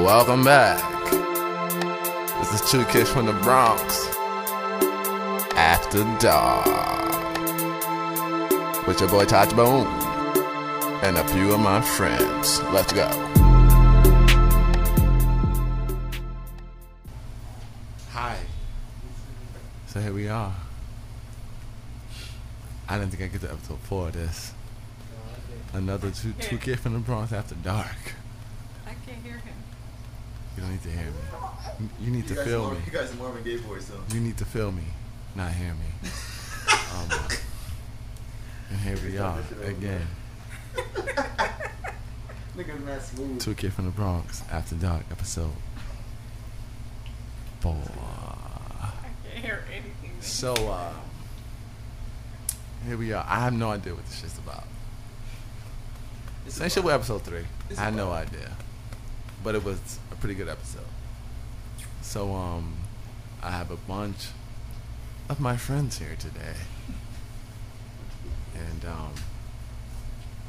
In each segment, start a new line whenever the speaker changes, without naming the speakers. Welcome back. This is Two Kids from the Bronx. After Dark. With your boy Taj Boone. And a few of my friends. Let's go. Hi. So here we are. I didn't think I get to episode four of this. Another two two kid from the Bronx after dark.
I can't hear him.
You don't need to hear me. You need to
guys
feel
are-
me.
You guys are Marvin Gaye voice though.
You need to feel me, not hear me. oh my. And here we are again.
Niggas mad smooth.
Two Kid from the Bronx After Dark episode four.
I can't hear anything. that
So uh, here we are. I have no idea what this shit's about.
It's
Same shit with episode three.
It's
I had no
about-
idea, but it was a pretty good episode. So um, I have a bunch of my friends here today, and um,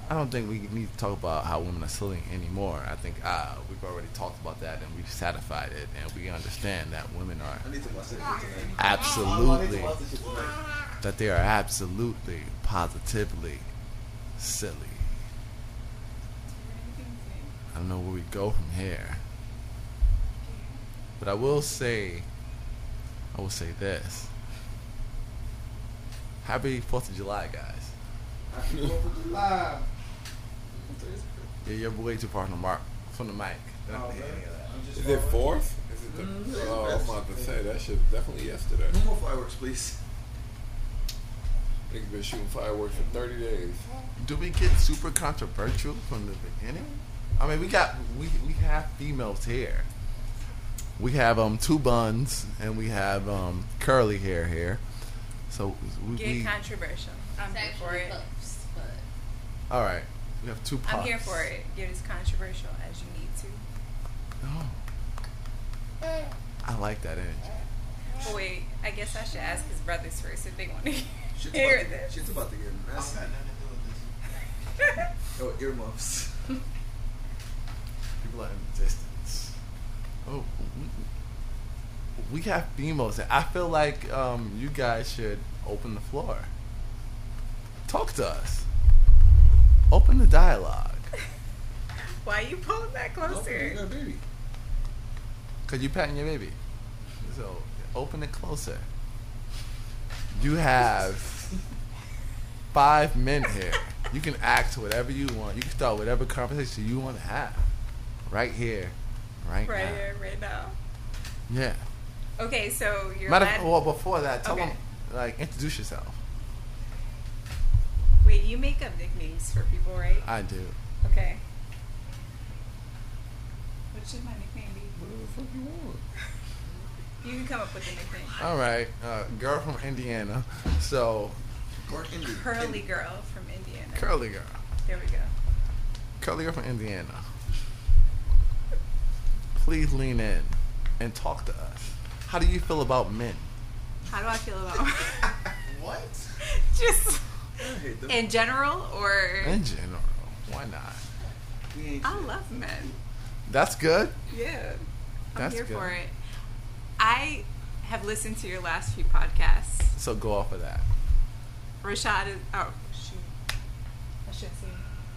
I don't think we need to talk about how women are slitting anymore. I think uh, we've already talked about that and we've satisfied it, and we understand that women are
I need to watch that shit tonight. I need
absolutely
to watch that shit tonight.
that they are absolutely positively silly.
anything's in.
I don't know where we go from here. But I will say, I will say this. Happy 4th of July, guys.
Happy Fourth of July.
Yeah, you're way too far from the mark, from the mic. You're not
Oh,
gonna hear any of that.
I'm just
Is it
following.
fourth? Is it the, oh, I'm about to say that shit definitely yesterday.
No more fireworks, please.
Niggas been shooting fireworks for thirty days.
Do we get super controversial from the beginning? I mean, we got we we have females here. We have um two buns and we have um curly hair here. So we,
Get
we
controversial. I'm here for it.
Puffs, but
all right. We have two. Puffs.
I'm here for it. Get as controversial as you need to.
Oh. I like that energy.
But wait, I guess I should ask his brothers first if they want to
Shit's
hear
about, to,
this.
shit's about to get messy. Oh, earmuffs.
People are in the distance. Oh, we- we have females. here. I feel like um, you guys should open the floor. Talk to us. Open the dialogue.
Why you pulling that
Oh, you got
closer?
a baby.
Cause you patting your baby. So open it closer. You have five men here. You can act whatever you want. You can start whatever conversation you want to have. Right here. Right,
Right
now.
here, right now.
Yeah.
Okay, so you're
Matter
mad-
of well, before that, tell
Okay.
them like introduce yourself.
Wait, you make up nicknames for people, right?
I do.
Okay. What should my nickname be?
Whatever the fuck you want.
You can come up with a nickname.
All right, uh, girl from Indiana. So
Or Indy.
Curly
Indy.
girl from Indiana.
curly girl,
There we go.
curly girl from Indiana. Please lean in and talk to us. How do you feel about men?
How do I feel about
What?
just
I hate them.
in general or
In general, why not?
We ain't
I
shit.
love men.
That's good.
Yeah. I'm
That's
here
good.
for it. I have listened to your last few podcasts.
So go off of that.
Rashad is oh shoot. I shouldn't say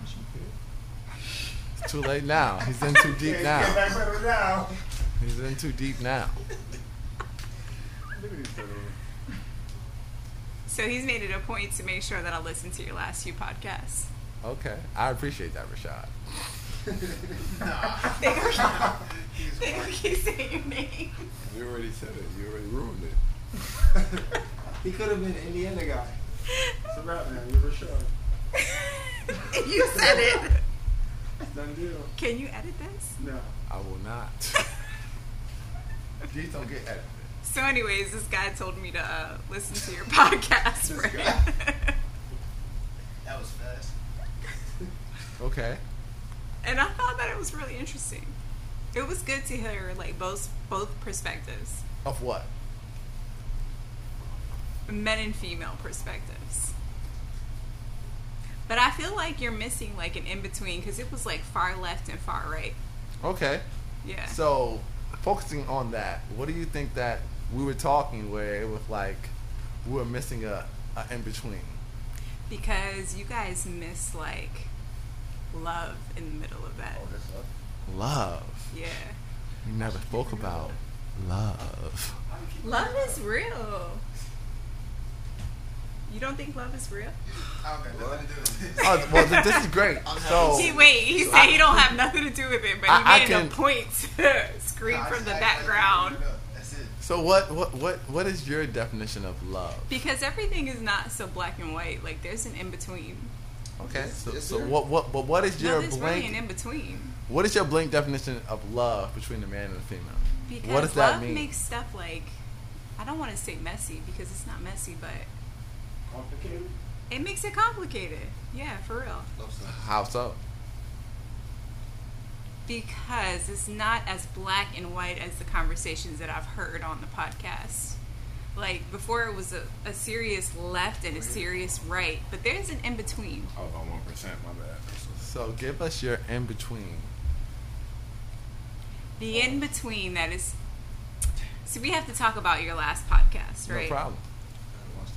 I shouldn't
It's too late now. He's in too deep now. He's in too deep now.
Look at these people.
So he's made it a point to make sure that I listen to your last few podcasts.
Okay, I appreciate that, Rashad.
They don't keep, they don't keep saying your name.
You already said it. You already ruined it.
He could have been an Indiana guy. It's a rap man. You're Rashad.
you said it.
It's done deal.
Can you edit this?
No.
I will not. These don't get edited.
So, anyways, this guy told me to uh, listen to your podcast.
This
right?
That was fast.
Okay.
and I thought that it was really interesting. It was good to hear like both both perspectives,
Of what?
men and female perspectives. But I feel like you're missing like an in between because it was like far left and far right.
Okay.
Yeah.
So, focusing on that, what do you think that we were talking where it was like we were missing a, a in between?
because you guys miss like love in the middle of that.
Love.
Yeah.
We never spoke about love.
Love is real. You don't think love is real?
I don't got nothing to do with this.
Oh, well, th- this is great. So,
He wait, he said he don't have nothing to do with it, but he
Oh. I- I
made
can-
a point to scream
Nah, I
from
just
the
act like
background.
I bring it up. That's it.
so what, what, what, what is your definition of love?
Because everything is not so black and white. Like there's an in between.
Okay. So,
Is
so
there-
what, what, but what is
No,
your
there's really
blank?
an in between.
what is your blank definition of love between the man and the female?
Because
what does
love
that mean?
makes stuff like I don't want to say messy because it's not messy, but
Complicated?
it makes it complicated. Yeah, for real.
Love stuff.
How so?
Because it's not as black and white as the conversations that I've heard on the podcast. Like before, it was a, a serious left and a serious right, but there's an in between.
I was on one percent. My bad.
So give us your in between.
The in between that is. So we have to talk about your last podcast, right?
No problem.
I watched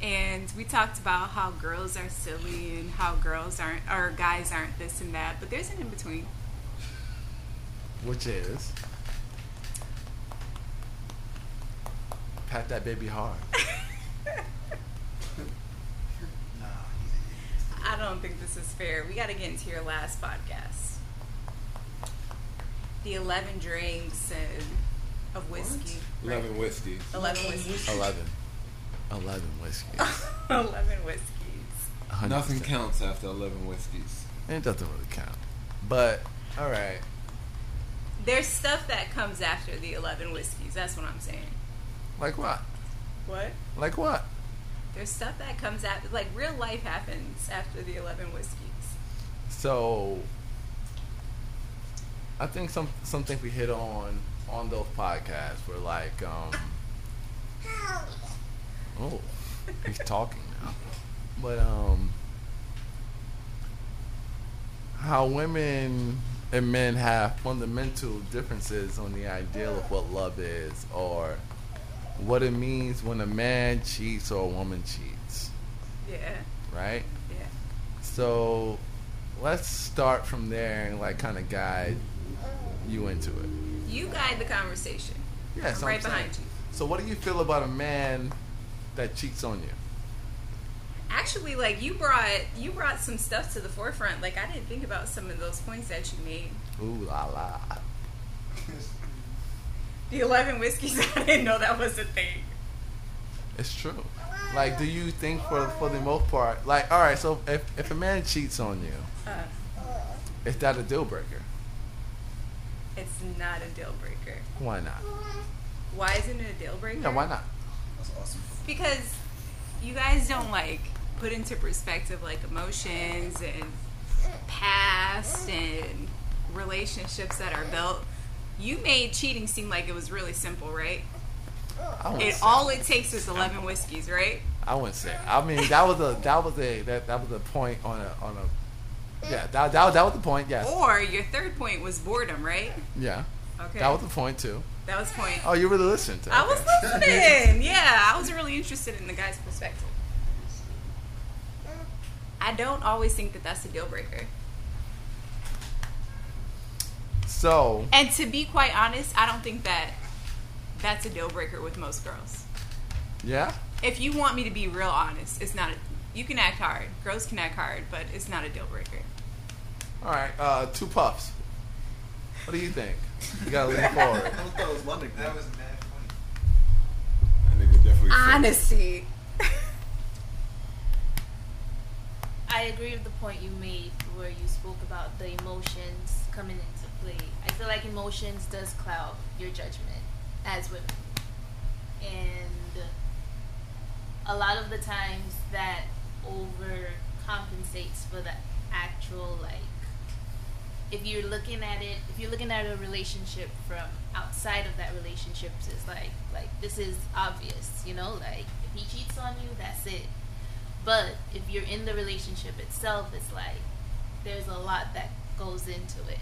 that.
and we talked about how girls are silly and how girls aren't or guys aren't this and that but there's an in between
Which is pat that baby hard.
Nah, he's an idiot.
i don't think this is fair we got to get into your last podcast the 11 drinks and of whiskey
Eleven whiskey.
11 whiskeys
Eleven. Eleven whiskey.
11 whiskeys
Nothing counts after eleven whiskeys.
It doesn't really count. But all right.
there's stuff that comes after the 11 whiskeys that's what i'm saying
Like what?
what
Like what?
there's stuff that comes after like real life happens after the 11 whiskeys
So I think some some things we hit on on those podcasts were like um Oh, he's talking now. But um how women and men have fundamental differences on the ideal of what love is or what it means when a man cheats or a woman cheats,
yeah
right?
yeah
So let's start from there and like kind of guide you into it.
You guide the conversation.
Yeah, so
I'm right
I'm saying-
behind you.
So what do you feel about a man that cheats on you?
Actually, like you brought you brought some stuff to the forefront. Like I didn't think about some of those points that you made.
Ooh la la.
The eleven whiskeys, I didn't know that was a thing.
It's true. Like, do you think for for the most part, like, all right, so if if a man cheats on you,
Uh,
is that a deal breaker?
it's not a deal breaker.
Why not?
Why isn't it a deal breaker?
Yeah, why not?
That's awesome.
Because you guys don't like put into perspective like emotions and past and relationships that are built. You made cheating seem like it was really simple, right?
I wouldn't
And
say-
all it takes is eleven whiskeys, right?
I wouldn't say. I mean, that was a that was a that, that was a point on a on a yeah that that, that was the point. Yes.
Or your third point was boredom, right?
Yeah.
Oh. Okay.
That was the point too.
That was point.
Oh, you really listened to?
I was
okay.
listening. Yeah, I was really interested in the guy's perspective. I don't always think that that's a deal breaker.
So
And to be quite honest, I don't think that that's a deal breaker with most girls.
yeah,
If you want me to be real honest, it's not. A, you can act hard. Girls can act hard, but it's not a deal breaker.
all right. Uh, two puffs. What do you think? You gotta lean forward.
I thought it was London. That was mad funny.
That nigga definitely.
Honesty.
I agree with the point you made where you spoke about the emotions coming into play. I feel like emotions does cloud your judgment as women. And a lot of the times that overcompensates for the actual like if you're looking at it if you're looking at a relationship from outside of that relationship it's like like this is obvious you know like if he cheats on you that's it but if you're in the relationship itself it's like there's a lot that goes into it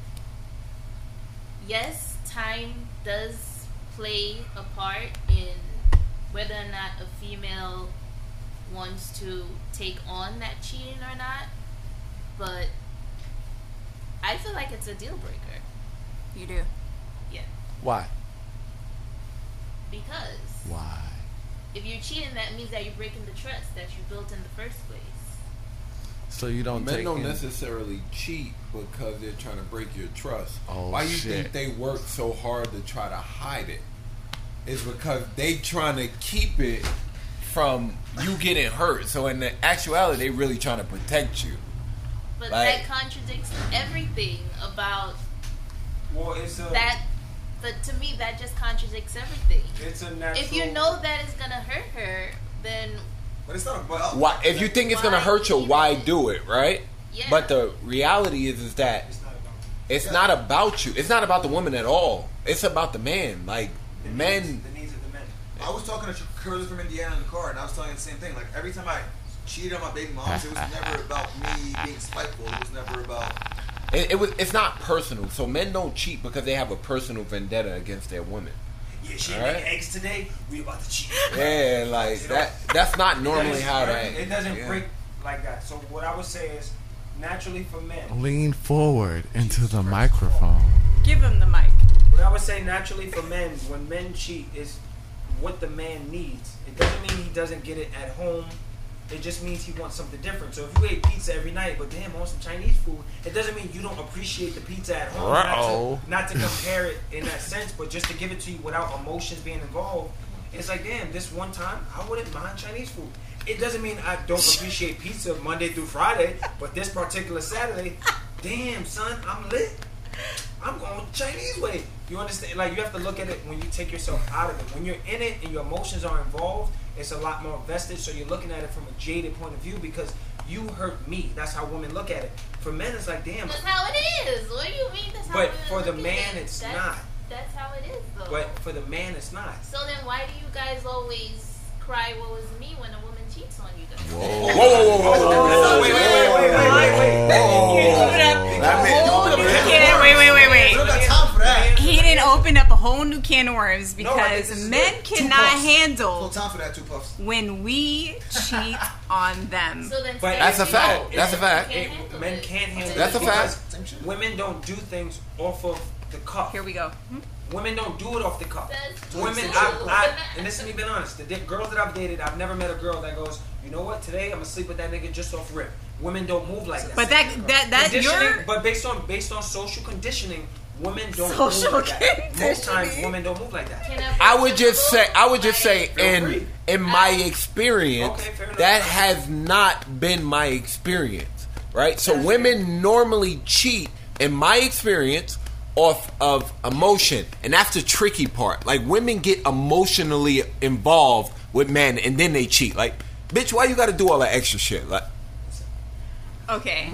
yes, time does play a part in whether or not a female wants to take on that cheating or not, but I feel like it's a deal breaker.
You do.
Yeah.
Why?
Because
Why?
if you're cheating, that means that you're breaking the trust that you built in the first place.
So you don't
Men
take
don't
in-
necessarily cheat because they're trying to break your trust.
Oh,
Why you
shit.
think they work so hard to try to hide it? Is because they trying to keep it from you getting hurt. So in the actuality, they really trying to protect you.
But
Like-
that contradicts everything about
Well, it's a
that. But to me, that just contradicts everything.
it's a natural.
If you know that it's gonna hurt her, then
but it's not a but.
Why? If you think it's gonna
Why
hurt you,
even?
why do it? Right?
yeah.
But the reality is, is that
It's not about.
it's not about you. It's not about the woman at all. It's about the man. Like
the
men.
needs- the needs of the men.
I was talking to Curly from Indiana in the car, and I was telling her the same thing. Like every time I cheated on my baby moms, it was never about me being spiteful. It was never about
It, it was. It's not personal. So men don't cheat because they have a personal vendetta against their women.
Yeah, she
All
made
right.
eggs today. We about to cheat.
Yeah, like that. That's not normally
It
how
doesn't-
that.
It doesn't
yeah.
break like that. So what I would say is, naturally for men,
Lean forward into the microphone.
Give him the mic.
what I would say naturally for men when men cheat is what the man needs. It doesn't mean he doesn't get it at home. It just means he wants something different. So if you ate pizza every night, but damn, I want some Chinese food, it doesn't mean you don't appreciate the pizza at home. Not
Uh-oh.
to, not to compare it in that sense, but just to give it to you without emotions being involved. It's like, damn, this one time, I wouldn't mind Chinese food. It doesn't mean I don't appreciate pizza Monday through Friday, but this particular Saturday, damn, son, I'm lit. I'm going with the Chinese way. You understand? Like you have to look at it when you take yourself out of it. When you're in it and your emotions are involved, it's a lot more vested. So you're looking at it from a jaded point of view because you hurt me. That's how women look at it. For men, it's like damn.
that's how it is. What do you mean? That's how
But
women
for the
look at
man,
it?
it's
That's-
not.
That's how it is, though.
But for the man, it's not.
so then, why do you guys always cry? What was me when a woman cheats on you? Guys?
Whoa, whoa, whoa, whoa, whoa,
Wait, wait, wait, wait, wait, wait, wait.
that. Man, you opened up a can
Yeah,
of
wait,
worms.
wait, wait,
We don't
wait.
got time for that.
He didn't open up a whole new can of worms
No, I think
because
this is
men
it.
cannot
puffs. No
handle
time for that. Two puffs.
when we cheat on them.
So then,
But
say
That's a
you
fact.
don't.
That's a fact.
Can't handle
Men
it.
can't handle
That's
it
a fact.
because
Same shit.
Women don't do things off of the cuff.
Here we go.
Women don't do it off the cuff.
That's
Women,
true.
I, I, and this is me being honest. The di- girls that I've dated, I've never met a girl that goes, you know what? Today I'm gonna sleep with that nigga just off rip. Women don't move like that.
But that that that
Conditioning-
your
but based on based on social conditioning, women don't
Social
move like that. Most times,
conditioning.
women don't move like that.
Can I
I would just say, I would just say,
Feel free.
in in my experience,
Okay, fair enough.
that has not been my experience, right? So women normally cheat, in my experience, off of emotion, and that's the tricky part. Like women get emotionally involved with men, and then they cheat. Like, bitch, why you got to do all that extra shit? Like,
okay.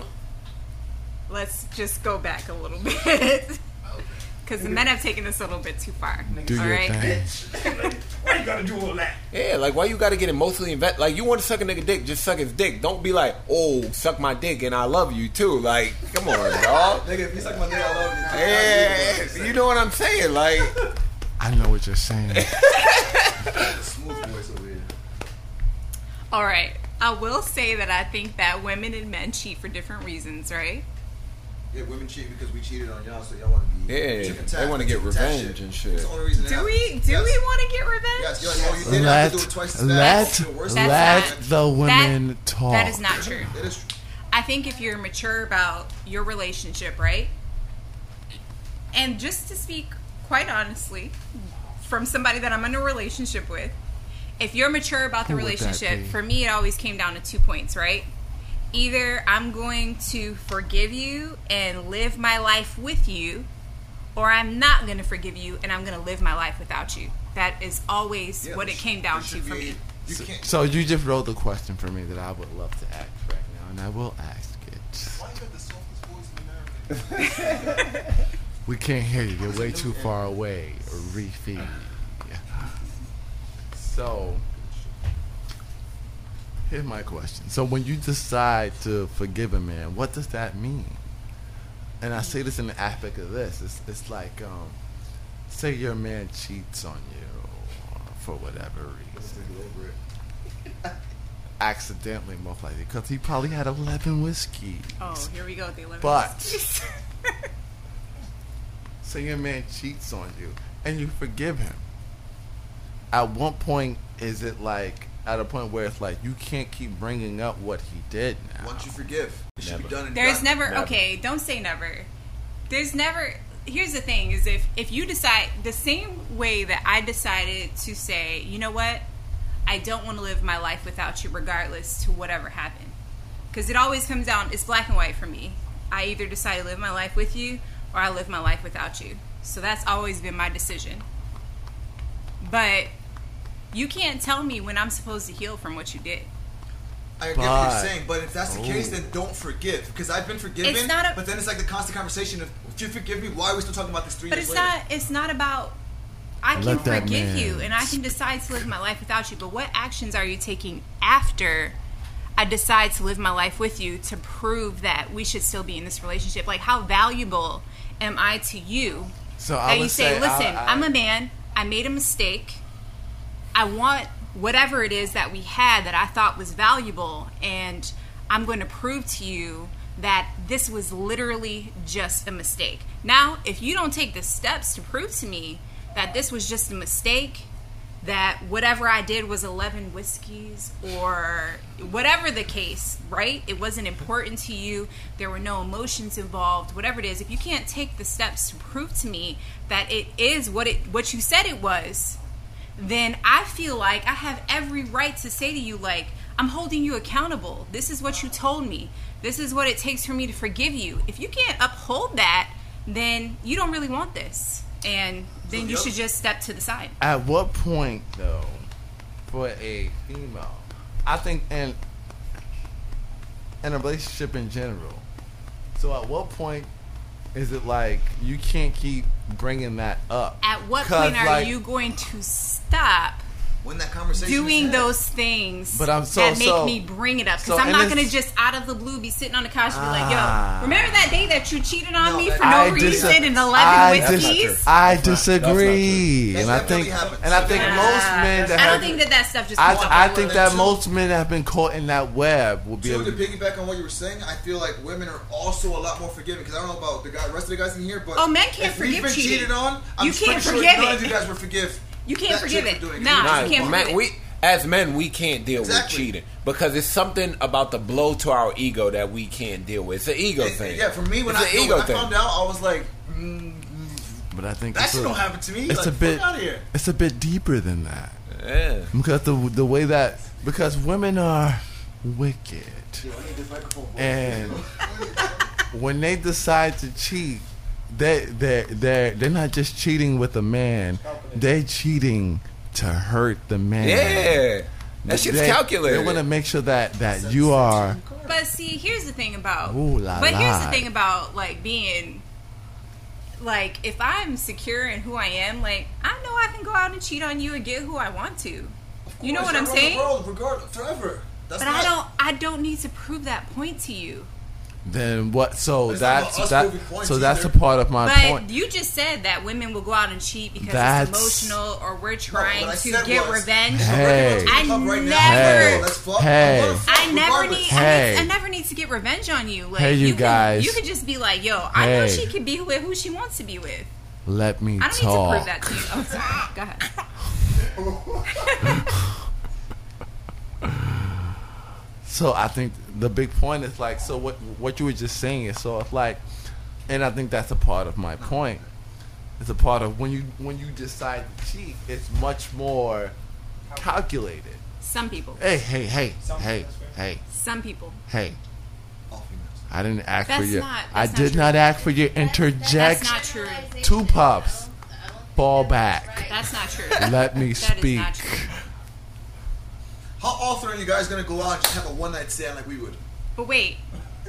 Let's just go back a little bit
Oh.
because the men have taken this a little bit too far.
Do
all
your
right?
thing.
Why you gotta do all that?
Yeah, like why you gotta get emotionally invested? Like you want to suck a nigga dick, just suck his dick. Don't be like, oh, suck my dick and I love you too. Like, come on, dog.
Nigga, if you suck my dick, I love you.
Yeah, you know what I'm saying? Like,
I know what you're saying.
Smooth voice over here.
All right. I will say that I think that women and men cheat for different reasons, right?
Yeah, women cheat because we cheated on y'all, so y'all want to be.
Yeah,
chicken
they
tack,
wanna get
chicken tack
revenge and shit.
That's the only reason. it
Do
happens.
we do
yes.
we want to get revenge?
Yes, yes, yes. you did have
let
to do it twice as
let
fast. It's the worst
let
thing.
the women talk.
That is not true.
It is true.
I think if you're mature about your relationship, right? And just to speak quite honestly, from somebody that I'm in a relationship with, if you're mature about the
Who would that
relationship,
be?
for me, it always came down to two points, right? Either I'm going to forgive you and live my life with you, or I'm not going to forgive you and I'm going to live my life without you. That is always
Yeah,
what
there
it
sh-
came down
there
to
should
for
be-
me.
You
So,
can't.
so you just wrote the question for me that I would love to ask right now, and I will ask it.
Why you got the softest voice in America?
We can't hear you. You're way too far away. Reefy. So, here's my question. So, when you decide to forgive a man, what does that mean? and I say this in the aspect of this. It's, it's like, um, say your man cheats on you for whatever reason,
over it.
accidentally, most likely, because he probably had 11 whiskey.
Oh, here we go with the 11.
But- Say your man cheats on you, and you forgive him. At one point, is it like, at a point where it's like, you can't keep bringing up what he did now?
Once you forgive, it should be
Never.
done and
There's
done.
never,
Never.
okay, don't say never. There's never here's the thing is if if you decide the same way that I decided to say, you know what? I don't want to live my life without you regardless to whatever happened. Cuz it always comes down it's black and white for me. I either decide to live my life with you or I live my life without you. So that's always been my decision. But you can't tell me when I'm supposed to heal from what you did.
I get what
But-
you're saying, but Oh. if that's the case, then don't forgive. Because I've been forgiven,
It's not a-
but then it's like the constant conversation of, if you forgive me, why are we still talking about this three
But
years
it's
later?
not. It's not about. I can
Let that
forgive
man
you, and I can decide to live my life without you. But what actions are you taking after I decide to live my life with you to prove that we should still be in this relationship? Like, how valuable am I to you
So
that
I
you
would
say,
say,
listen,
I,
I, am a man. I made a mistake. I want whatever it is that we had that I thought was valuable, and I'm going to prove to you that this was literally just a mistake. Now, if you don't take the steps to prove to me that this was just a mistake, that whatever I did was 11 whiskeys or whatever the case, right? It wasn't important to you. There were no emotions involved. Whatever it is, if you can't take the steps to prove to me that it is what it what you said it was, then I feel like I have every right to say to you like I'm holding you accountable. This is what you told me. This is what it takes for me to forgive you. If you can't uphold that, then you don't really want this. And then
So
you
the
should
other-
just step to the side.
At what point, though, for a female, I think, and in a relationship in general. So, at what point is it like you can't keep bringing that up?
At what
'Cause,
point are
like-
you going to stop
when that conversation is
doing
had.
those things
But I'm so-
that make
so-
me bring it up? Because
so,
I'm
and
not
it's-
going to just out of the blue be sitting on the couch and be like,
Ah.
yo, remember that day that you cheated on
No,
me
that-
for no
I dis-
reason and 11
I dis-
whiskeys?
I
not
disagree,
true.
and I
That's definitely
think,
happened.
and I think
Nah.
most men that
I don't
have,
think that that stuff just comes
I, I
up.
think
Well,
that
then,
most men that have been caught in that web will be
Two,
able
to
to.
piggyback on what you were saying, I feel like women are also a lot more forgiving. Because I don't know about the guy, rest of the guys in here, but
Oh, men can't
if
forgive
we've been
cheating.
cheated on. I'm
You can't
pretty
forgive
sure none
it.
of you guys were forgive.
You can't
that
forgive
chick
it.
for doing Nah.
Nah.
Nah,
You can't
man,
prove it.
we as men we can't deal
Exactly.
with cheating because it's something about the blow to our ego that we can't deal with. It's an ego thing.
Yeah, for me when,
it's
I,
an ego
when I
thing.
found out, I was like, mm,
But I think
that
it's
shit
a-
don't happen to me.
It's
like,
a bit.
out of here.
It's a bit deeper than that.
yeah.
Because the the way that because women are wicked, and when they decide to cheat, they they they they're not just cheating with a man. They're cheating to hurt the man.
Yeah. That shit's
They-
calculated.
They want to make sure that that you are.
But see, here's the thing about.
Ooh la
but here's
la.
the thing about like being. Like if I'm secure in who I am, like I know I can go out and cheat on you and get who I want to. You know
Of
what
course,
I'm
I run the
saying?
World, regardless, forever. That's
But
not,
I don't. I don't need to prove that point to you.
Then what? So
It's not about
that's
us
that.
moving points
So that's a
either.
part of my
But
point.
you just said that women will go out and cheat because
That's-
it's emotional, or we're
No, what
trying
I
to
said
get
was,
revenge.
I'm ready to
Hey.
I
go to the club right now.
never-
Hey, let's fuck.
Hey.
I'm gonna fuck
I never
regardless.
need. I,
Hey.
need, I never need to get revenge on you. Like
Hey, you
can-
guys.
you could just be like, "Yo, I know
Hey.
she can be with who she wants to be with.
Let me
I
talk.
don't need to prove that to you." Oh, sorry. Go ahead.
So I think the big point is like so what what you were just saying is so it's like and I think that's a part of my point. It's a part of when you when you decide to cheat, it's much more calculated.
Some people.
Hey, hey, hey,
Something
hey,
that's
hey,
Some people.
hey.
All females.
I didn't ask for
That's
your
not-
I
that's not
did
true.
not ask for your
that's
interject.
not true.
Two puffs. Fall back.
That's not true.
Let me
That is
speak.
not true.
How often are you guys gonna go out and just have a one night stand like we would?
But wait.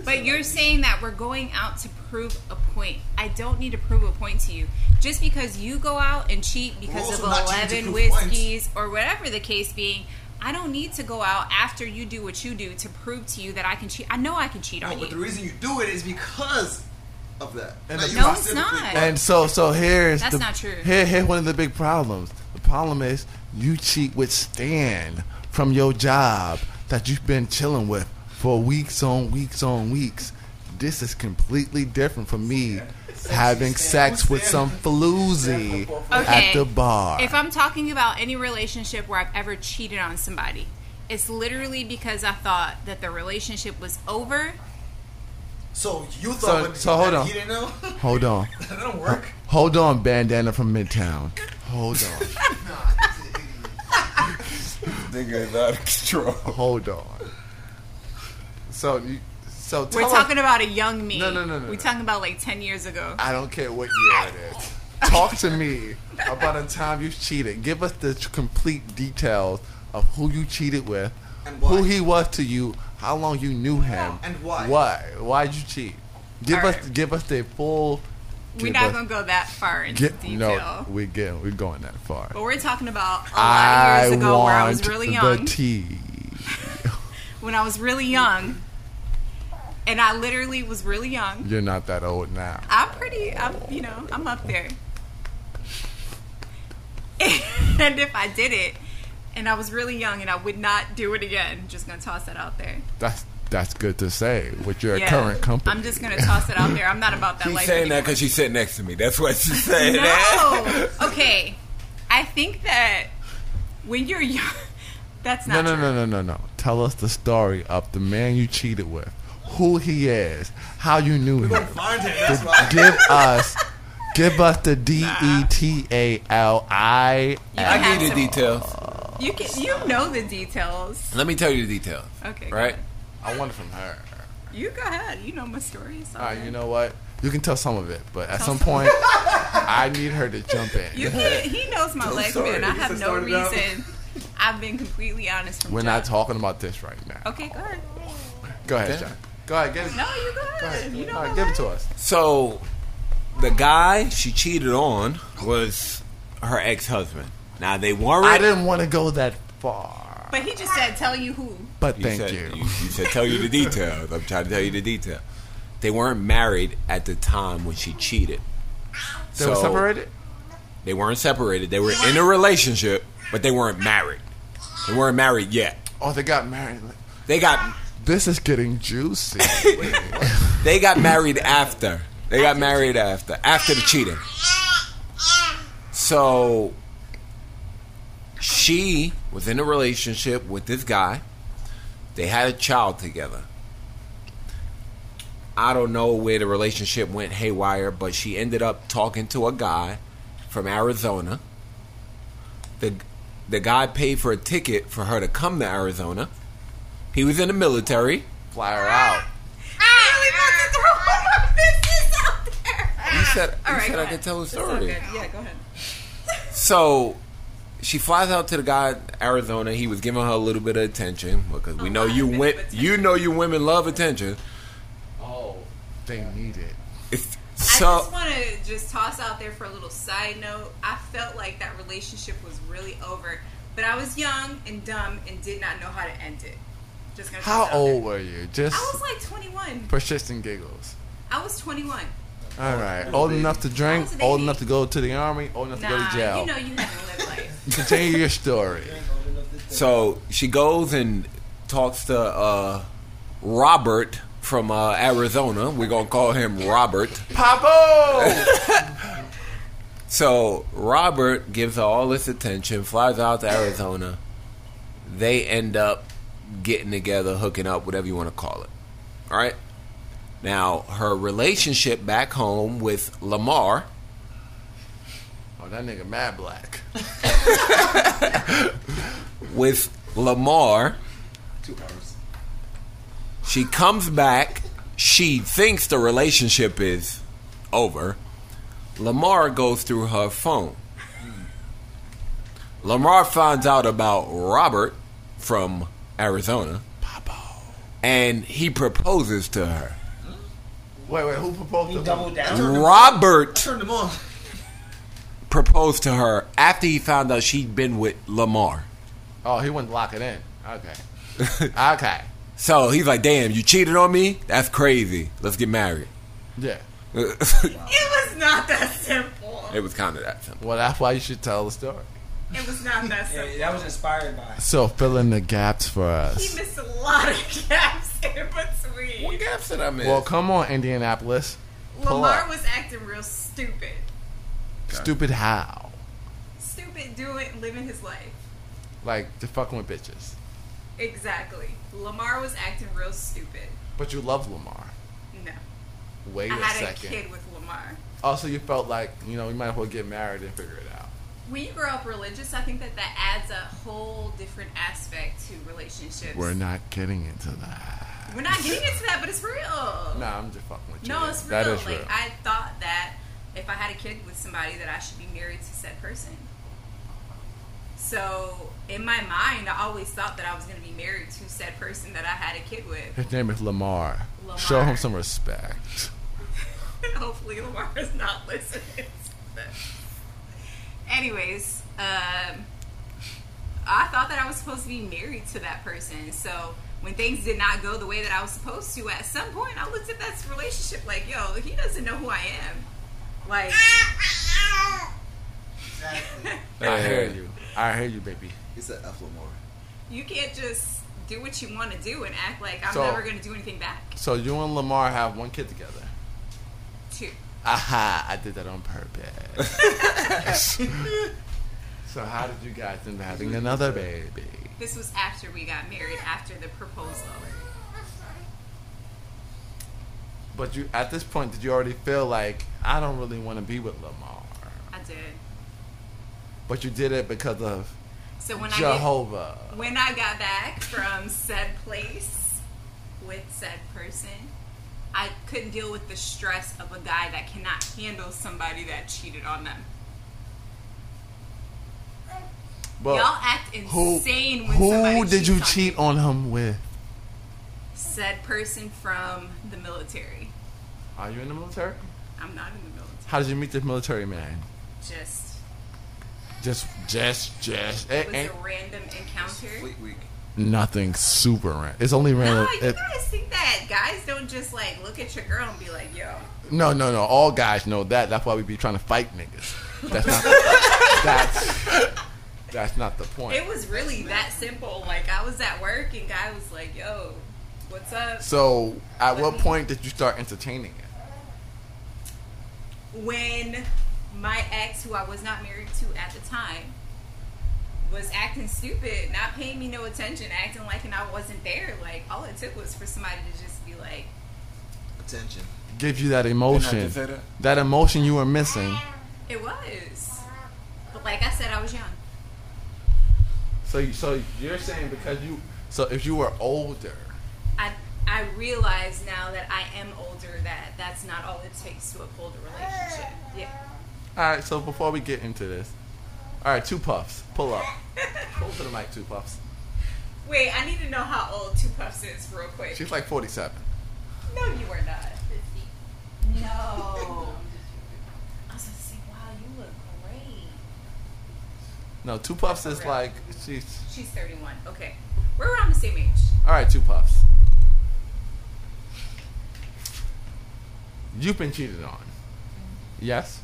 But you're saying that we're going out to prove a point. I don't need to prove a point to you. Just because you go out and cheat because of
also not cheating to
11
prove points.
whiskeys or whatever the case being, I don't need to go out after you do what you do to prove to you that I can cheat. I know I can cheat
No,
on
but the
you.
reason you do it is because of that.
And
Not
the-
you
No,
it's
specifically,
not.
but
And so, so here's
That's
the,
not true.
Here, here's one of the big problems. The problem is you cheat with Stan from your job that you've been chilling with for weeks on weeks on weeks. This is completely different from me having sex with some floozy
Okay.
at the bar.
If I'm talking about any relationship where I've ever cheated on somebody, it's literally because I thought that the relationship was over.
So you thought
So-
when
so hold
that
on.
he didn't know?
Hold on,
that don't work.
hold on, bandana from Midtown. Hold on.
Nigga is out of control.
Hold on. So, you, so tell
We're
us-
talking about a young me.
No, no, no, no,
We're
no.
talking about like 10 years ago.
I don't care what year it is. Talk to me about a time you cheated. Give us the t- complete details of who you cheated with,
And why.
who he was to you, how long you knew him,
And why.
Why? Why'd you cheat? Give
All
us,
right.
give us the full.
We're
give
not
us-
going to go that far into
get-
detail.
No, we get, we're going that far.
But we're talking about a lot
I
of years ago
want
where I was really young.
the tea.
when I was really young. And I literally was really young.
You're not that old now.
I'm pretty, I'm, you know, I'm up there. and if I did it, and I was really young and I would not do it again, just gonna toss that out there.
That's that's good to say with your current company.
I'm just gonna toss it out there. I'm not about that
She's
life.
saying that because she sat next to me. That's why she's saying that.
anymore. no. okay. I think that when you're young, that's
No,
not
no,
true.
no, no, no, no. Tell us the story of the man you cheated with, who he is, how you knew him.
Find him. That's why.
give us, give us the D E T A L I.
You
I
have
give you the
to-
details.
You can, you know the details.
Let me tell you the details.
Okay. go
Right?
ahead.
I want it from her.
You go ahead. You know my story. It's all
All right,
right.
you know what? You can tell some of it, but at some point, I need her to jump
You
in.
can't. He knows my legs,
sorry,
man.
you
I have
just
no
started out.
reason. I've been completely honest from
We're
jump.
not talking about this right now.
Okay, go ahead.
Go ahead, John. Go ahead, get it.
No, you go ahead.
Go ahead.
You know
All right,
my
give it
legs.
to us.
So, the guy she cheated on was her ex husband. Now, they weren't.
I didn't want to go that far,
But he just said, "Tell you who."
but
You
thank
said,
you.
You said tell you the details. I'm trying to tell you the detail. They weren't married at the time when she cheated.
They were
So,
separated.
They weren't separated. They were in a relationship, but they weren't married. They weren't married yet.
Oh, they got married.
They got
This is getting juicy.
they got married after. They got married after after the cheating. So she was in a relationship with this guy. They had a child together. I don't know where the relationship went haywire, but she ended up talking to a guy from Arizona. The the guy paid for a ticket for her to come to Arizona. He was in the military.
Fly her out.
I'm really about to throw all my business out there.
You said,
All
you
right,
said
go
I
ahead.
could tell the
It's all
story.
good. Yeah, go ahead.
So she flies out to the guy in Arizona. He was giving her a little bit of attention because we
A
know
lot
you
of
went.
attention.
You know you women love attention.
Oh, they need it.
It's-
I
so
just want to just toss out there for a little side note. I felt like that relationship was really over, but I was young and dumb and did not know how to end it. Just gonna
How
toss it out
old were you? Just
there. I was like 21.
for shits and giggles.
I was 21.
All right. Old enough to drink.
was a
Old
baby.
enough to go to the army. Old enough to go
Nah,
to jail.
you know you haven't lived life.
Continue your story.
so she goes and talks to uh, Robert from uh, Arizona. We're gonna call him Robert.
Papo.
So Robert gives her all this attention, flies out to Arizona. They end up getting together, hooking up, whatever you want to call it. All right. Now her relationship back home with Lamar.
oh, that nigga mad black.
With Lamar,
Two hours.
she comes back. She thinks the relationship is over. Lamar goes through her phone. Lamar finds out about Robert from Arizona. and he proposes to her.
Wait, wait. Who proposed
He
to
doubled
him?
down.
Robert
Turn them on.
proposed to her after he found out she'd been with Lamar.
Oh, he wouldn't lock it in. Okay. okay.
So he's like, "Damn, you cheated on me? That's crazy. Let's get married."
Yeah.
it
It was not that simple.
was kind of that simple.
Well, that's why you should tell the story.
It was not that simple.
Yeah, that was inspired by.
So fill in the gaps for
He
us.
missed a lot of gaps in between.
What gaps did I miss?
Well, come on, Indianapolis. pull
Lamar
up.
was acting real stupid.
Stupid how?
Stupid doing, living his life.
Like the fucking with bitches.
Exactly. Lamar was acting real stupid.
But you love Lamar.
No.
Wait
I
a
had
second.
a kid with Lamar.
Also, you felt like you know you might as well get married and figure it out.
When you grow up religious, I think that that adds a whole different aspect to relationships.
We're not getting into that.
We're not getting into that, but it's real.
Nah, I'm just fucking with you.
No, it's real.
That is
like
real.
I thought that if I had a kid with somebody that I should be married to said person. So in my mind, I always thought that I was going to be married to said person that I had a kid with.
His name is Lamar.
Lamar.
Show him some respect.
Hopefully, Lamar is not listening. to this. Anyways, um, I thought that I was supposed to be married to that person. So when things did not go the way that I was supposed to, at some point, I looked at that relationship like, yo, he doesn't know who I am. Like,
Exactly.
I
Yeah.
hear you. I hear you, baby.
He said F Lamar.
you can't just do what you want to do and act like I'm
So-
never going to do anything back.
So you and Lamar have one kid together.
Too.
Aha! I did that on purpose. so how did you guys end up having another baby?
This was after we got married, after the proposal.
But you, at this point, did you already feel like I don't really want to be with Lamar?
I did.
But you did it because of
So when I get
Jehovah.
When I got back from said place with said person, I couldn't deal with the stress of a guy that cannot handle somebody that cheated on them.
But
Y'all act
who
insane when somebody
who did
cheats
you
on
cheat on him with?
Said person from the military.
Are you in the military?
I'm not in the military.
How did you meet this military man?
Just
Just, just, just.
it
It
was
ain't
a random encounter.
Fleet Week.
nothing super random. It's only
No,
random.
you
it-
guys think that guys don't just like look at your girl and be like, "Yo,
no, no, no. All guys know that. That's why we be trying to fight niggas. That's not. that's that's not the point.
It was really that simple. Like I was at work and guy was like, "Yo, what's up?"
So, at what point did you start entertaining it?
When my ex, who I was not married to at the time, was acting stupid, not paying me no attention, acting like and I wasn't there. Like all it took was for somebody to just be like,
Attention.
Give you that emotion,
say that?
that emotion you were missing.
"It was." But like I said, I was young.
So, you, so you're saying because you, so if you were older,
I I realize now that I am older that that's not all it takes to uphold a relationship. Yeah.
All right, so before we get into this, all right, two puffs, pull up, pull to the mic, two puffs.
Wait, I need to know how old Two Puffs is real quick.
She's like forty-seven.
No, you are not. No. I was gonna say, wow, you look great.
No, two puffs is like she's
She's 31. Okay. We're around the same age.
all right, two puffs. You've been cheated on. Yes.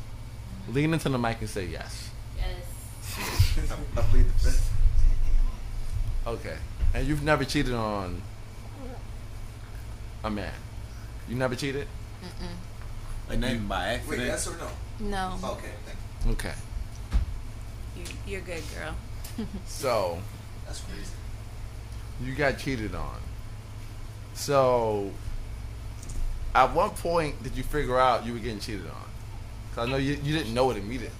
Lean into the mic and say yes.
Yes.
I plead the fifth.
Okay. And you've never cheated on a man. You never cheated.
Like nothing by
Wait,
accident.
yes or no?
No.
Okay, thank you.
Okay.
You, you're good, girl.
So
That's crazy.
you got cheated on. So, at what point did you figure out you were getting cheated on? Because I know you, you didn't know it immediately,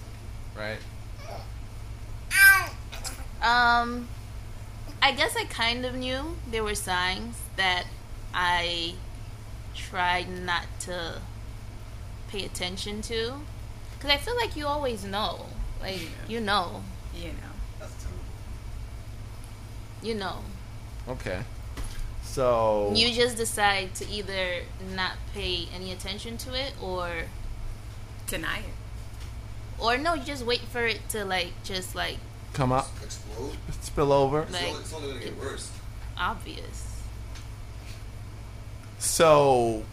right?
Um, I guess I kind of knew there were signs that I tried not to pay attention to, because I feel like you always know, like you know,
You know.
That's terrible.
you know.
Okay. So,
You just decide to either not pay any attention to it or
Deny it.
or no, you just wait for it to like just like
come
Ah.
up,
Explode.
spill over.
It's,
Like-
only, it's only gonna get worse.
obvious.
So,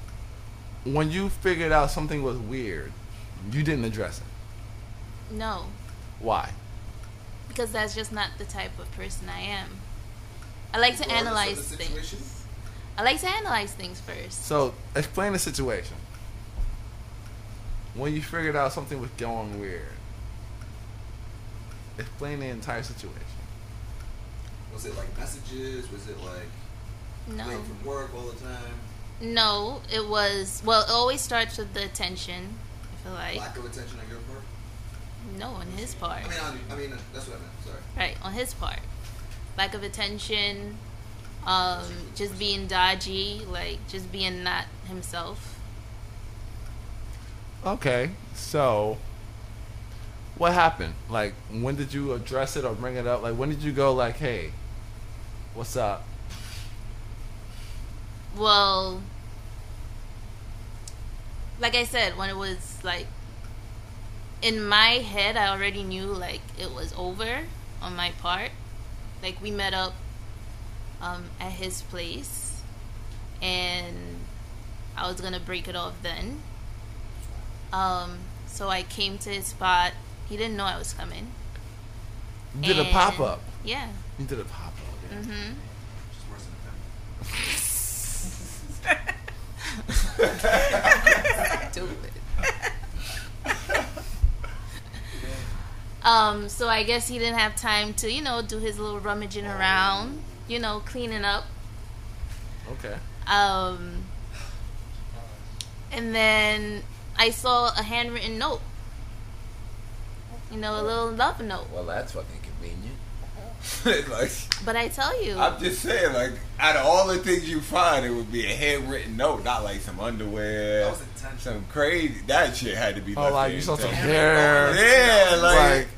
when you figured out something was weird, you didn't address it.
No,
Why?
because that's just not the type of person I am. I like
Regardless
to
of the
analyze
situation?
things. I like to analyze things first.
So explain the situation. When you figured out something was going weird, explain the entire situation.
Was it like messages? Was it like
No.
late from work all the time?
No, it was. Well, it always starts with the attention. I feel like
Lack of attention on your part?
no on his part,
I mean, uh, I, I mean, that's what I meant. Sorry.
right? On his part, lack of attention, um, just being dodgy, like just being not himself.
Okay, so what happened? Like, when did you address it or bring it up? Like, when did you go like, "Hey, what's up?"
Well, like I said, when it was like in my head, I already knew like it was over on my part. Like we met up um, at his place, and I was gonna break it off then. Um, so I came to his spot. He didn't know I was coming.
You did a
and-
pop up.
Yeah.
You did a pop up.
Mm-hmm.
Just worse than the
Stupid.
Um, so I guess he didn't have time to, you know, do his little rummaging around, you know, cleaning up.
Mm-hmm.
Okay.
Um, and then I saw a handwritten note, you know, a little love note.
Well, that's fucking convenient. like
But I tell you,
I'm just saying, like out of all the things you find, it would be a handwritten note, not like some underwear,
That was intentional.
some crazy. That shit had to be.
Oh,
left
like
there
you saw some
intact.
hair.
Yeah, like,
Like,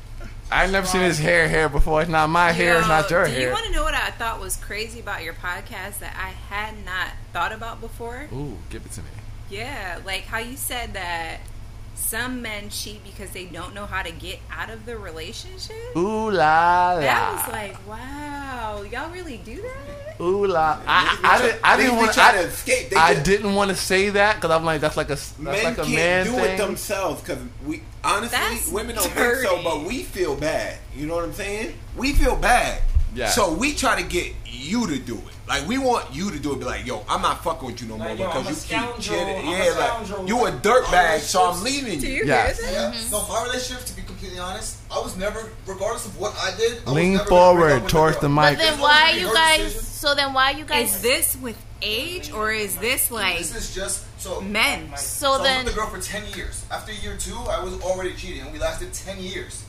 I never seen his hair hair before. It's not my hair. It's not
Yo,
your
do
hair.
You want to know what I thought was crazy about your podcast that I had not thought about before?
Ooh, give it to me.
Yeah, like how you said that some men cheat because they don't know how to get out of the relationship.
Ooh la la.
That was like, wow, y'all really do that?
Ooh la! I, I, I didn't. I
They
didn't
be
want.
trying
I,
to escape. They
I
just-
didn't want to say that because I'm like that's like a that's
men
like a
can't
man
do
thing.
it themselves because we honestly
That's
women don't
dirty.
think so, but we feel bad. You know what I'm saying? We feel bad.
Yeah.
So we try to get you to do it. Like we want you to do it. Be like, yo, I'm not fucking with you no more
Like, yo,
because
I'm a
you keep
scoundrel.
cheating.
I'm a
Yeah, like
scoundrel.
you a dirtbag, so I'm
Relationships.
leaving
Do
you.
you
Yes.
hear
time.
that?
Mm-hmm.
Yeah. No, my relationship, to be completely honest, I was never, regardless of what I did, I was
Lean
never gonna break up
forward
with a
towards
girl.
the
but
mic.
then
It's
why
always
you
your
guys?
decision.
So then why you guys?
Is this with age or is this like
This is just so.
men?
so
so I was
then
with the girl for ten years. After year two, I was already cheating, and we lasted ten years.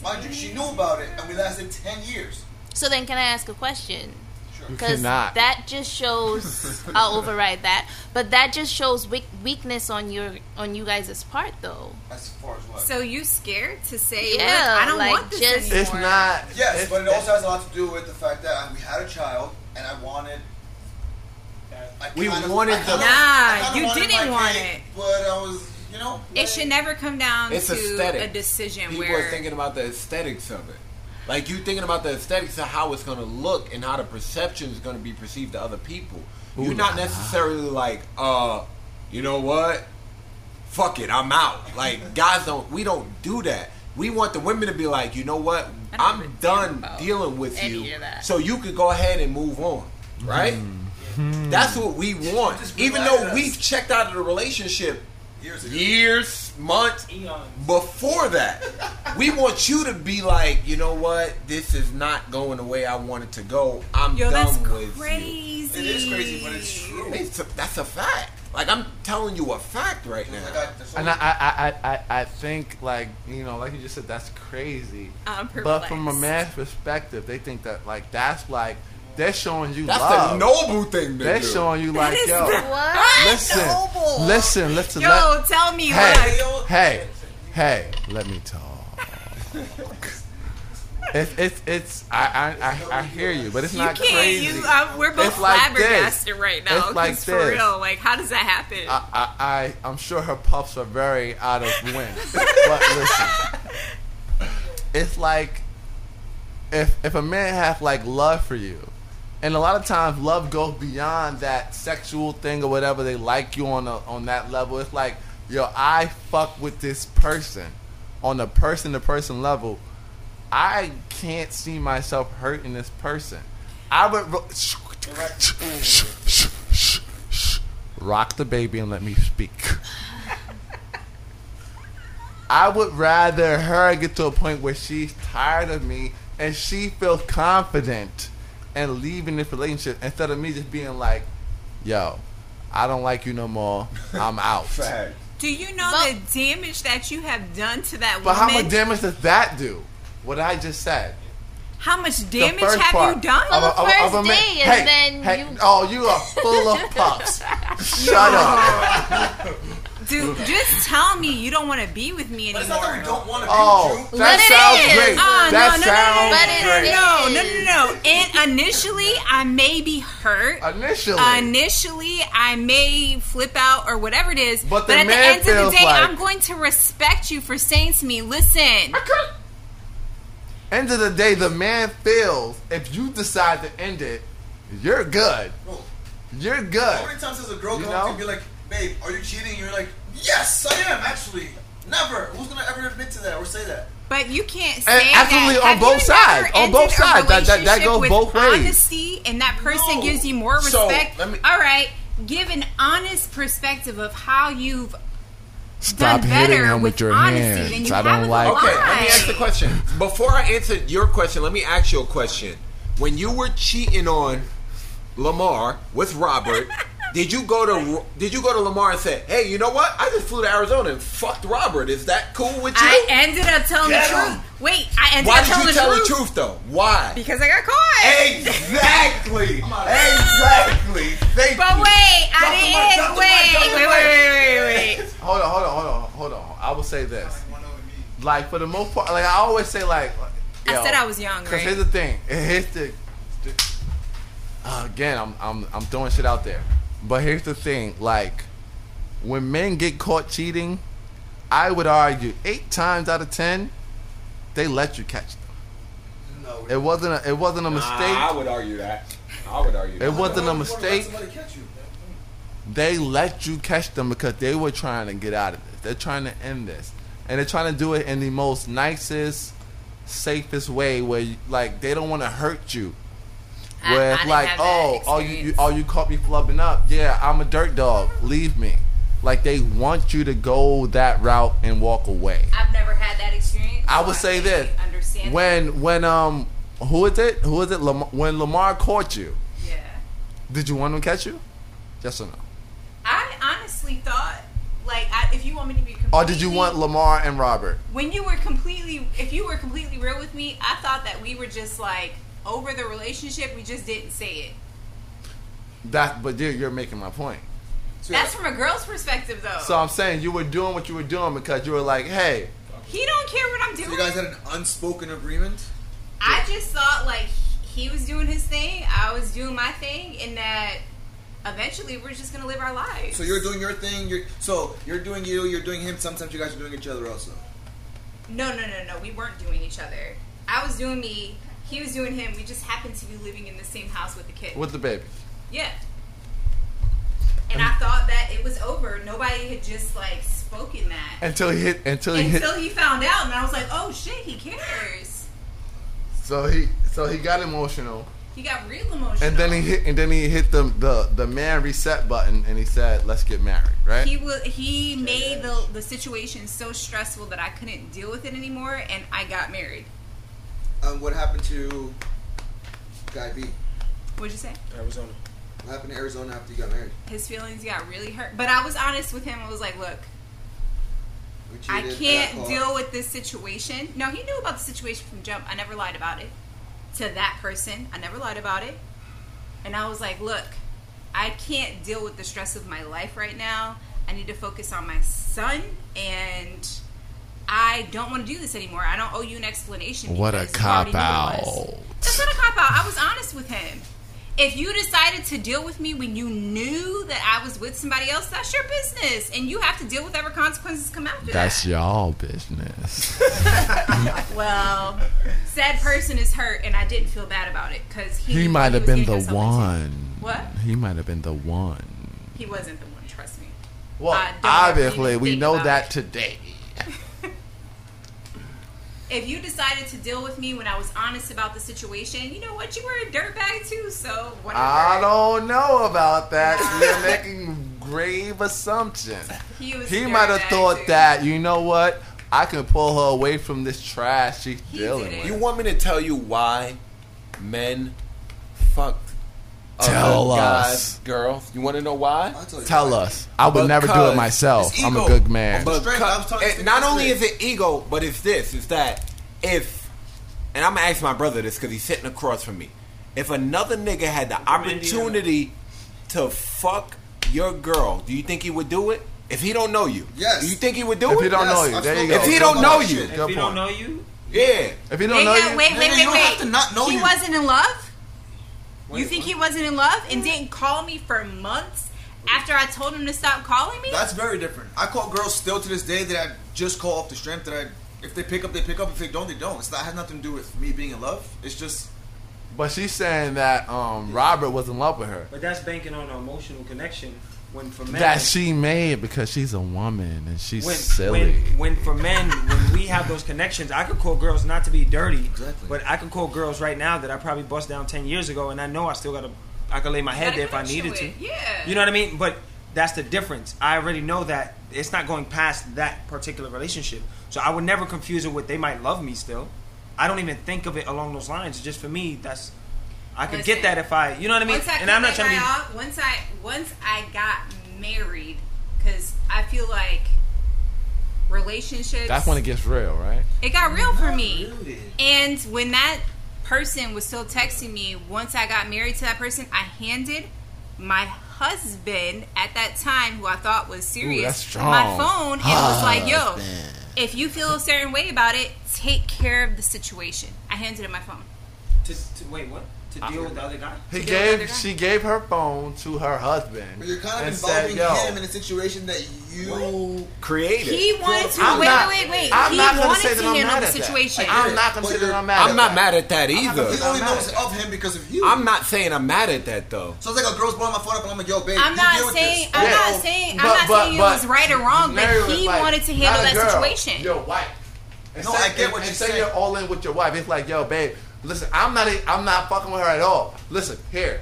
Mind you, she knew about it, and we lasted ten years.
so then can I ask a question?
Sure.
You
Because
cannot.
that just shows I'll override that, but that just shows weak, weakness on your on you guys' part though.
As far as what?
So you scared to say,
Yeah,
Look, I don't
like,
want this
just-
anymore.
it's not.
yes,
it's-
but it also has a lot to do with the fact that um, we had a child, and I wanted. I
We
kind of-
wanted
I kind
the-
of-
Nah,
I kind of
you
wanted
didn't
my
want
kid,
it.
But I was, you know.
It should never come down
It's
to
aesthetic.
a decision
People
where
are thinking about the aesthetics of it. Like you thinking about the aesthetics of how it's gonna look and how the perception is gonna be perceived to other people. You're
Ooh
not
la la.
necessarily like, uh, you know what? Fuck it, I'm out. Like guys don't we don't do that. We want the women to be like, you know what?
I don't give
I'm
a damn
done
about
dealing with
any
you.
of that.
So you could go ahead and move on. Right? That's what we want.
Just
Even
relax.
though we've checked out of the relationship
Years ago.
years, months,
Eons.
before that, we want you to be like, you know what? This is not going the way I want it to go. I'm
Yo,
done
that's
with you.
crazy.
It is crazy, but it's true.
It's a- that's a fact. Like I'm telling you a fact right
Like,
now.
I- there's
And I, I, I, I, I think like you know, like you just said, that's crazy.
I'm
But from a
perplexed.
man's perspective, they think that like that's like they're showing you
That's
love.
a noble thing to
they're
do.
showing you like
is
yo,
not-
What?
listen,
noble.
listen, listen.
Yo,
let-
tell me,
hey,
look.
hey, hey, let me talk. it's, it's, it's, I, I, I, I hear you, but it's
You
not
can't.
crazy.
You, uh, we're both
It's like this.
flabbergasted right now.
It's
'cause
like
for
this.
real, like, how does that happen?
I, I, I, I'm sure her puffs are very out of wind. but listen, it's like if if a man have like love for you, And a lot of times, love goes beyond that sexual thing or whatever. They like you on a, on that level. It's like, yo, I fuck with this person on a person to person level. I can't see myself hurting this person. I would ro- rock the baby and let me speak. I would rather her get to a point where she's tired of me and she feels confident and leaving this relationship instead of me just being like, yo, I don't like you no more. I'm out.
Fact.
Do you know
But-
the damage that you have done to that
But how
woman?
much damage does that do? What I just said.
How much
The
damage
first
have
part
you done?
Well, the first
ma-
day and
hey,
then
hey,
you-
Oh, you are full of pups. Shut up.
Dude, just tell me you don't want to be with me
But it's not that
anymore.
we don't want to be
Oh, that
true.
Let it
sounds
in.
great.
Ah, no,
that
no, no,
sounds
But it
great.
is-
No, no, no, no. And initially, I may be hurt.
Initially,
Initially, I may flip out or whatever it is.
But
But,
the
at the
man
end of the
feels
day,
like-
I'm going to respect you for saying to me, listen,
end of the day, the man feels if you decide to end it, you're good.
Bro,
You're
How
good.
many times has a girl
You
come up to
know?
you and be like, babe, are you cheating? And you're like, yes, I am, actually. Never. Who's going to ever admit to that or say that?
but you can't say
And
that.
absolutely on
Have
both
you
sides.
never
On
ended
both
a
sides. That- that- that
relationship
goes
with
both ways.
Honesty, and that person
No.
gives you more
So,
respect.
let me-
All right, give an honest perspective of how you've
Stop
done
hitting
better
him with
with
your
honesty
hands.
than you
I
have
don't
with
like
lies.
it.
Okay, let me ask the question. Before I answer your question, let me ask you a question. When you were cheating on Lamar with Robert, did you go to did you go to Lamar and say, "Hey, you know what? I just flew to Arizona and fucked Robert. Is that cool with you?"
I ended up telling
Get
the
him.
truth. Wait, I ended
Why
up
did
telling
you
the,
tell
truth.
the truth though? Why?
Because I got caught.
Exactly. Exactly. Thank
But
you.
wait, I
Drop the mic, drop the mic,
didn't.
drop
Wait,
the
wait, wait, wait, wait, wait.
Hold on, hold on, hold on, hold on. I will say this. Like for the most part, like I always say, like
I
yo,
said I was young,
Because here's
right?
the thing. and Here's the, the- uh, again. I'm I'm I'm throwing shit out there. But here's the thing. Like when men get caught cheating, I would argue eight times out of ten, they let you catch them.
No.
It wasn't a, it wasn't a mistake.
I would argue that. I would argue
it
that.
wasn't
Why
a
would you wanna let
mistake.
somebody catch you?
They let you catch them because they were trying to get out of this. They're trying to end this, and they're trying to do it in the most nicest, safest way. Where you, like they don't want to hurt you.
I-
Where
I
it's
didn't
like,
have that
oh, oh, you, you,
experience.
oh, you caught me flubbing up. Yeah, I'm a dirt dog. Leave me. Like they want you to go that route and walk away.
I've never had that experience.
I
so
would say
can't
this:
Understand
when when um, who is it? Who is it? Lam when Lamar caught you,
that. Yeah.
did you want him to catch you? Yes or no?
I honestly thought, like, I, if you want me to be completely,
Or did you want Lamar and Robert?
when you were completely, if you were completely real with me, I thought that we were just like over the relationship. We just didn't say it.
That, but you're, you're making my point.
That's from a girl's perspective, though.
So I'm saying you were doing what you were doing because you were like, hey,
he don't care what I'm
So
doing.
you guys had an unspoken agreement?
I just thought like he was doing his thing, I was doing my thing, and that eventually we're just gonna live our lives.
So you're doing your thing. You're so you're doing you. You're doing him. Sometimes you guys are doing each other also.
no, no, no, no. We weren't doing each other. I was doing me. He was doing him. We just happened to be living in the same house with the kid.
with the baby.
Yeah. And I thought that it was over. Nobody had just like spoken that
Until he hit, until he hit,
until he found out, and I was like, "Oh shit, he cares."
so he, so he got emotional,
He got real emotional.
and then he hit, and then he hit the the the man reset button, and he said, let's get married, right?
He was he made the the situation so stressful that I couldn't deal with it anymore, and I got married.
Um, what happened to Guy B?
What'd you say?
Arizona.
What happened to Arizona after you got married?
His feelings got really hurt, but I was honest with him. I was like, "Look,
We
I
cheated, got
can't
caught.
deal with this situation." No, he knew about the situation from jump. I never lied about it to that person. I never lied about it, and I was like, "Look, I can't deal with the stress of my life right now. I need to focus on my son and." I don't want to do this anymore. I don't owe you an explanation. because you already knew it was." That's not a cop out. I was honest with him. if you decided to deal with me when you knew that I was with somebody else, that's your business, and you have to deal with whatever consequences come after
That's
that.
y'all business.
well, said person is hurt, and I didn't feel bad about it because he,
he
knew
might
he
have
was
been
getting
the
us something
one.
too. What?
He might have been the one.
He wasn't the one. Trust me.
Well,
I don't
obviously,
even
we
think
know
about
that
it.
today.
If you decided to deal with me when I was honest about the situation, you know what? You were a dirtbag too, so whatever.
I don't know about that. You're making grave assumptions.
He, was
He
a
might have
dirtbag,
thought
too.
that, you know what? I can pull her away from this trash she's
He
dealing
did
with.
it.
You want me to tell you why men fucked other
Tell us.
guys, girls? You want to know why?
I'll you
Tell
what.
us. I would never do it
Because
myself.
it's
I'm a
ego.
good man.
But-
Because
Straight, I was talking
it-
to
not
you
only is
yesterday.
it ego, but it's this: is that if, and I'm gonna ask my brother this because he's sitting across from me. If another nigga had the opportunity to fuck your girl, do you think he would do it? If he don't know you,
Yes.
Do you think he would do
If
it?
he don't
Yes,
know you, there you
absolutely.
go.
If he don't know you.
Shit.
If
Good
he don't
point.
know you,
yeah.
If he
They
don't know
got-
you,
Wait,
Nigga,
wait,
you
wait,
don't
wait.
have to not know
he
you.
wasn't in love? you
Wait,
think
what?
he wasn't in love and didn't call me for months after I told him to stop calling me?
That's very different. I call girls still to this day that I just call off the strength that I, if they pick up, they pick up. If they don't, they don't. It's not it has nothing to do with me being in love. It's just
but she's saying that um, Robert was in love with her.
but that's banking on an emotional connection. When for men,
That she made because she's a woman and she's
when,
silly.
When, when for men, when we have those connections, I could call girls not to be dirty,
Exactly.
but I could call girls right now that I probably bust down ten years ago, and I know I still gotta, I could lay my head
Gotta
there if I
connection
needed to.
with- Yeah.
You know what I mean? But that's the difference. I already know that it's not going past that particular relationship, so I would never confuse it with they might love me still. I don't even think of it along those lines. Just for me, that's I could get
Listen.
that if I, you know what I mean?
once I
And I'm not
cut
trying
that
to be.
guy off- once I once I got married, because I feel like relationships
That's when it gets real, right?
it got real for me. And when that person was still texting me, once I got married to that person, I handed my husband at that time, who I thought was serious,
that's strong.
my phone and was like, yo, if you feel a certain way about it, take care of the situation. I handed him my phone.
To, to, wait, what? To deal with the other guy?
He
She did
gave
it.
she gave her phone to her husband.
but you're kind of
and said,
involving
Yo,
him in a situation that you.
Creative.
He wanted to
I'm
wait,
not-
wait, wait, wait.
I'm
he
not gonna
wanted
say that
to
I'm
handle
mad
the
at that.
situation.
I'm not
But
gonna say
you're-
that I'm mad.
I'm
at
not
that.
mad at that
not
either.
gonna
He
say
only
I'm mad
knows
at
of him because of you.
I'm not saying I'm mad at that though.
So it's like a girl's blowing my phone up and I'm like, yo, babe.
I'm
you deal
not
with
saying
this.
I'm
Yeah.
not saying
But-
I'm not
but-
saying it
but
was right or wrong,
Mary
but
was
he
like,
wanted to
"Not
handle
a
that
girl,
situation.
Your wife. And
No,
say-
I get
and
what you're
say
saying.
you're all in with your wife. It's like, yo, babe, listen, I'm not, I'm not fucking with her at all. Listen, here,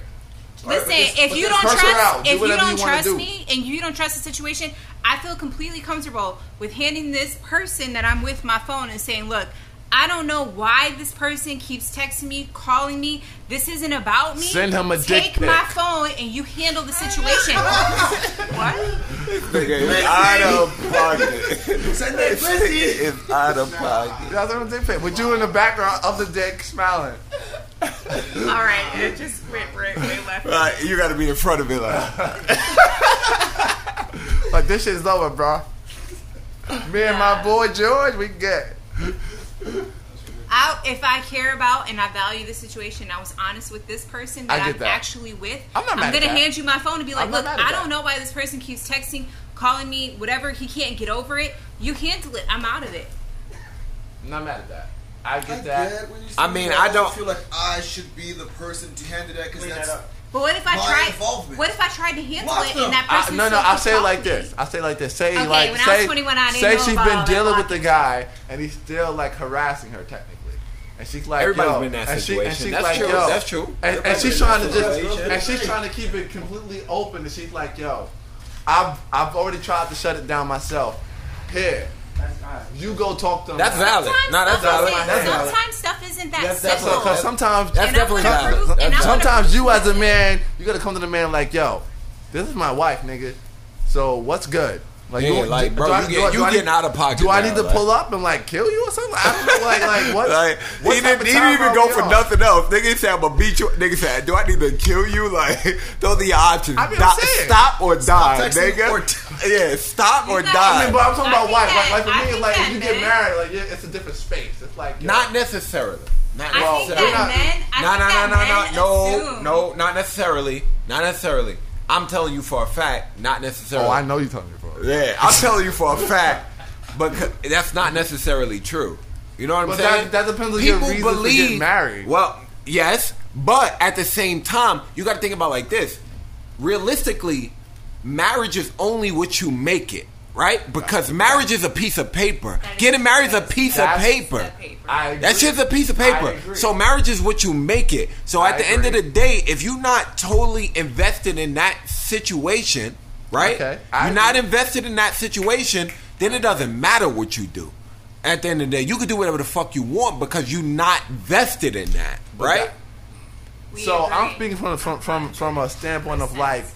Listen,
All right, but this-
if
but
you
this
don't
curse
trust,
her out. Do
if you
whatever you
don't
wanna
trust
do.
me and you don't trust the situation, I feel completely comfortable with handing this person that I'm with my phone and saying, "Look, I don't know why this person keeps texting me, calling me. This isn't about me.
Send him a
Take
dick
my
pic."
phone and you handle the situation." what?
out of pocket.
Send that pussy.
It's out of pocket.
that's what I'm saying. With you in the background of the dick smiling.
All right, it just went right, way left.
Right, you got to be in front of it. Like,
Like this shit's over, bro. Me and my boy George, we get.
I, if I care about and I value the situation, I was honest with this person
I
that
get
I'm
that.
actually with.
I'm not mad at
gonna
that.
hand you my phone and be like,
I'm not
look,
mad at
I don't
that.
know why this person keeps texting, calling me, whatever. He can't get over it. You handle it. I'm out of it.
Not mad at that. I get
I
that.
get when you say
I mean,
that.
I
just
don't-
feel like I should be the person to handle that because
Clean
that's
that up.
But what if I
My
tried?
involvement.
What if I tried to handle
Block
it
them.
and that
I,
person?
no, no.
still
I'll
keeps
say it
calling
like
me?
this. I'll say it like this. Say
Okay,
like
when I was
say,
21, I didn't
say
know
she's
about all
been
that
dealing with the
blocking
guy and he's still like harassing her technically. And she's like,
Everybody's
yo,
been in that
and she-
situation.
and she's
That's
like,
true.
yo,
That's true.
And, and
Everybody's
she's
been in
trying to
that
just,
situation.
and she's trying to keep it completely open. And she's like, yo, I've I've already tried to shut it down myself. Here,
That's all right.
you go talk to him.
that's valid.
Sometimes,
No, that's
stuff
valid.
isn't-
That's valid.
sometimes stuff isn't that
That's- that's
simple.
valid.
Because sometimes
That's
And I
definitely
wanna
valid.
prove-
That's-
and I wanna
Sometimes you
prove
as a
it.
man, you gotta come to the man like, yo, this is my wife, nigga. So what's good? Like,
Yeah, like, bro, you get- you
I
getting
need-
out of pocket
Do I
now,
need to
like-
pull up and like kill you or something? I don't know, like, like what?
Like,
what
he
type
didn't,
of
he
time
didn't even
are
go
we
for
on?
nothing else. Nigga said, I'm gonna beat you. Nigga said, do I need to kill you? Like, those are your options.
I mean, I'm
Di-
saying.
stop or die,
texting
nigga.
or t-
yeah, stop or
You guys-
I mean,
die.
but I'm talking
I
about
think
wife.
that-
like, like
I
for me,
think
like
that
if you get
men-
married, like yeah, it's a different space. It's like yo,
Not necessarily. Not
I
Well,
think
they're not-
that men. I
no,
think
no, no,
that men
no, no,
assume-
no, not necessarily, not necessarily. I'm telling you for a fact, not necessarily.
Oh, I know you're talking about.
Yeah, I'm telling you for a fact, but c- that's not necessarily true. You know what I'm
But
saying?
that- that depends on your reasons to get married.
Well, yes, but at the same time, you got to think about like this. Realistically, marriage is only what you make it, right? Because marriage is a piece of paper.
That is-
Getting married is a piece of
That's-
paper.
That paper.
I
That shit's a piece of
I
paper.
agree.
So marriage is what you make it. So at
I
the end of
agree.
the day, if you're not totally invested in that situation, right?
Okay, I
You're not
agree.
invested in that situation, then it doesn't matter what you do. At the end of the day, you can do whatever the fuck you want because you're not vested in that,
But
right?
We
So I'm
agree.
speaking from from from from a standpoint of like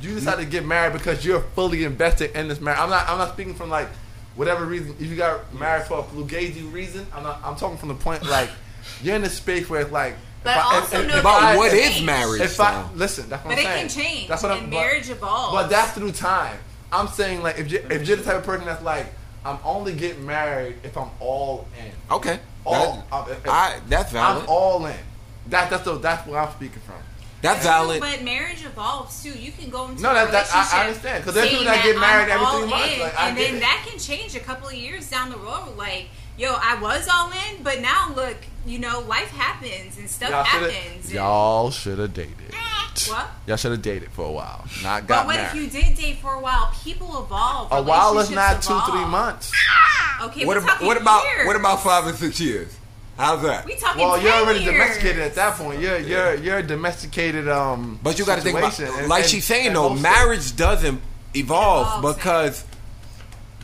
you decided to get married because you're fully invested in this marriage. I'm not I'm not speaking from like whatever reason. If you got married for a fugazi reason, I'm not. I'm talking from the point like you're in a space where it's like. if
But
I-
also
if-
know
if
But
that
I-
what is
Change.
marriage?
If I
though?
listen, that's what I'm
But it
saying.
can change,
That's what
and
I'm,
marriage
but,
evolves.
But that's through time. I'm saying like if you're, if you're the type of person that's like I'm only getting married if I'm all in.
okay.
All
That-
I'm- if-
I, that's valid.
I'm all in. That that's the that's where I'm speaking from.
that's valid.
But marriage evolves too. You can go into
No,
a
that- that-
relationship
I- I understand, 'cause there's people
saying
that get married
I'm
every
all
three months,
in,
like, I
and
get
then
it.
that can change a couple of years down the road. Like, yo, I was all in, but now look, you know, life happens and stuff
Y'all shoulda-
happens. and-
Y'all should have dated.
What?
Y'all should have dated for a while. Not
But
got
what if
married.
you did date for a while? People evolve.
a while is not
relationships
two, three
evolve.
months.
Okay,
what,
we're
about,
talking
what about
years.
what about five and six years? How's that?
We talking
Well, you're
10
already
years.
domesticated at that point. You're you're you're a domesticated. Um,
But you got to think about,
situation. And-
like
and-
she's saying
and
though,
most-
marriage doesn't evolve
Evolves,
because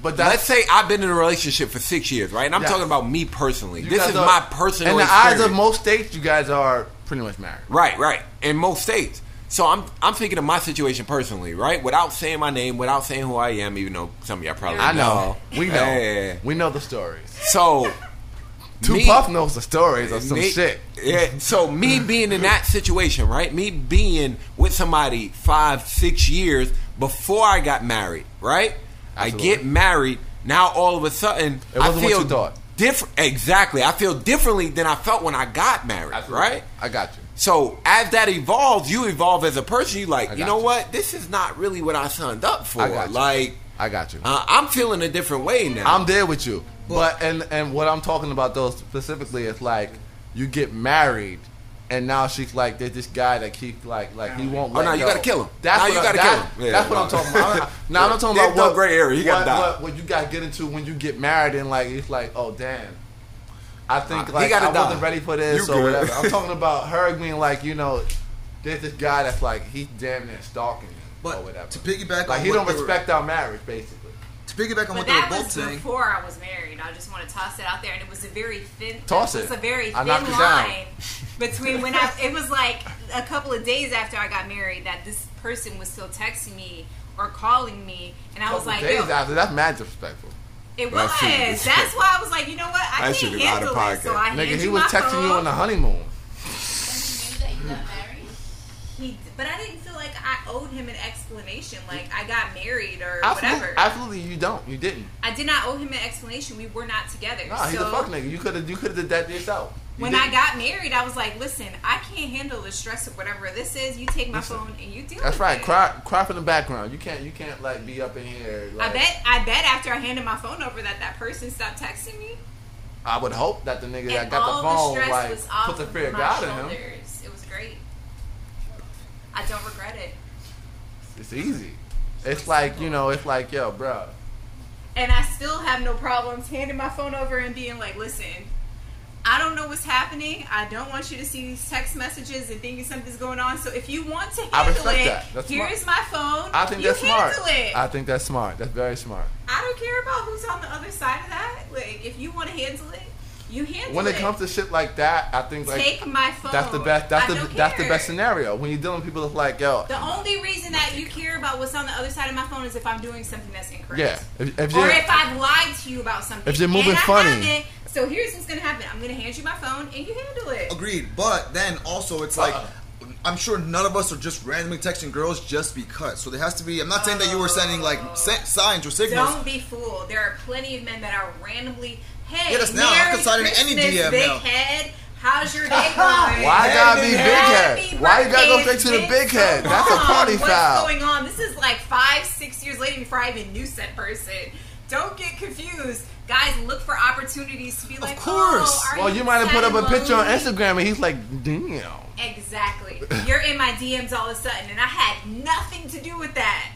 But
let's
that's
say I've been in a relationship for six years, right? And I'm
Yeah.
talking about me personally.
you
this
guys
is
are-
my personal.
In the eyes of
experience.
most states, you guys are pretty much married.
Right, right. In most states. So I'm I'm thinking of my situation personally, right? Without saying my name, without saying who I am, even though some of y'all probably
I know. We know.
Yeah.
We know the stories.
So me-
Tupac knows the stories of some
me-
shit.
Yeah. So me being in that situation, right? Me being with somebody five, six years before I got married, right?
Absolutely.
I get married. Now all of a sudden,
It wasn't
I
what
feel
you thought.
different. Exactly. I feel differently than I felt when I got married, right?
I got you.
So as that evolves, you evolve as a person. You
I
like, you
got
know
you.
what? This is not really what I signed up for.
I got you.
Like,
I got you.
uh, I'm feeling a different way now.
I'm there with you. But and and what I'm talking about though specifically is like you get married and now she's like there's this guy that keeps like like he won't.
Oh,
let
no, you
go.
gotta kill him.
That's
Now
what
you
I-
gotta
that-
kill him. Yeah,
that's what
no.
I'm talking about. I'm- Now I'm not talking
There's
about
no
what
gray area. He
what,
gotta die.
What, what you got to get into when you get married and like it's like oh damn. I think
He
like
gotta
I
die.
wasn't ready for this
You
or
good.
whatever. I'm talking about her being like you know there's this guy that's like he's damn near stalking me or whatever.
But to piggyback
like
on
he
what
don't
they were-
respect our marriage basically.
to piggyback on what
But
they were
that
both
was
saying.
before I was married. I just want to toss it out there, and it was a very thin.
Toss
it. was
it.
a very
I
thin
knocked it down.
line between when I. It was like a couple of days after I got married that this person was still texting me or calling me, and I was
Couple
like,
days
"Yo,
after that's mad disrespectful.
it
That
was."
shit is-
That's why I was like, "You know what? I
That shit
can't
is out of
handle this." So
pocket.
I
Nigga,
handed
he
you
was
my
texting
phone.
you on the honeymoon.
When you knew that you got married,
He, but I didn't feel like I owed him an explanation, like I got married or
Absolutely,
whatever.
absolutely, you don't. You didn't.
I did not owe him an explanation. We were not together.
Nah, he's
so
a fuck nigga. You could have. You could have did that to yourself. You
when
didn't.
I got married, I was like, "Listen, I can't handle the stress of whatever this is. You take my phone and you deal."
That's
with
right.
it."
Cry, cry from the background. You can't. You can't like be up in here. Like,
I bet. I bet after I handed my phone over, that that person stopped texting me,
I would hope that the nigga that
and
got
all
the phone
stress
like
was off
put the fear of
of my
God in him.
shoulders. It was great. I don't regret it,
It's easy. It's like you know. It's like yo, bro.
and I still have no problems handing my phone over and being like, "Listen." I don't know what's happening. I don't want you to see these text messages and thinking something's going on. So if you want to
I
handle
respect
it,
that. That's smart.
here's my phone.
I think
you
that's smart.
handle It.
I think that's smart. That's very smart.
I don't care about who's on the other side of that. Like, if you want to handle it, you handle
When it
it.
comes to shit like that, I think like
take my phone.
that's the best. That's
I
the
don't
that's the
care.
best scenario. When you're dealing with people, it's like yo,
The only reason that you care about what's on the other side of my phone is if I'm doing something that's incorrect.
yeah. If, if
Or
you're-
if I've lied to you about something.
If you're moving
and I
funny.
haven't, so here's what's gonna happen. I'm gonna hand you my phone and you handle it.
Agreed. But then also, it's like I'm sure none of us are just randomly texting girls just because. So there has to be. I'm not saying that you were sending like sa- signs or signals.
Don't be fooled. There are plenty of men that are randomly, hey,
Hit us now. I
Merry
can sign in any
Christmas,
DM
big
now."
head. How's your day going?
Why I gotta be big
Happy
head? Why you gotta go
birthday,
straight to the
bitch.
big head?
Come
That's a
on,
party
What's
foul.
going on? This is like five, six years later before I even knew said person. Don't get confused, guys. Look for opportunities to be like,
course.
Oh, are
Well, you might have put up
sad
a
and
picture on
lonely?
Instagram, and he's like, "Damn."
Exactly. You're in my DMs all of a sudden, and I had nothing to do with that.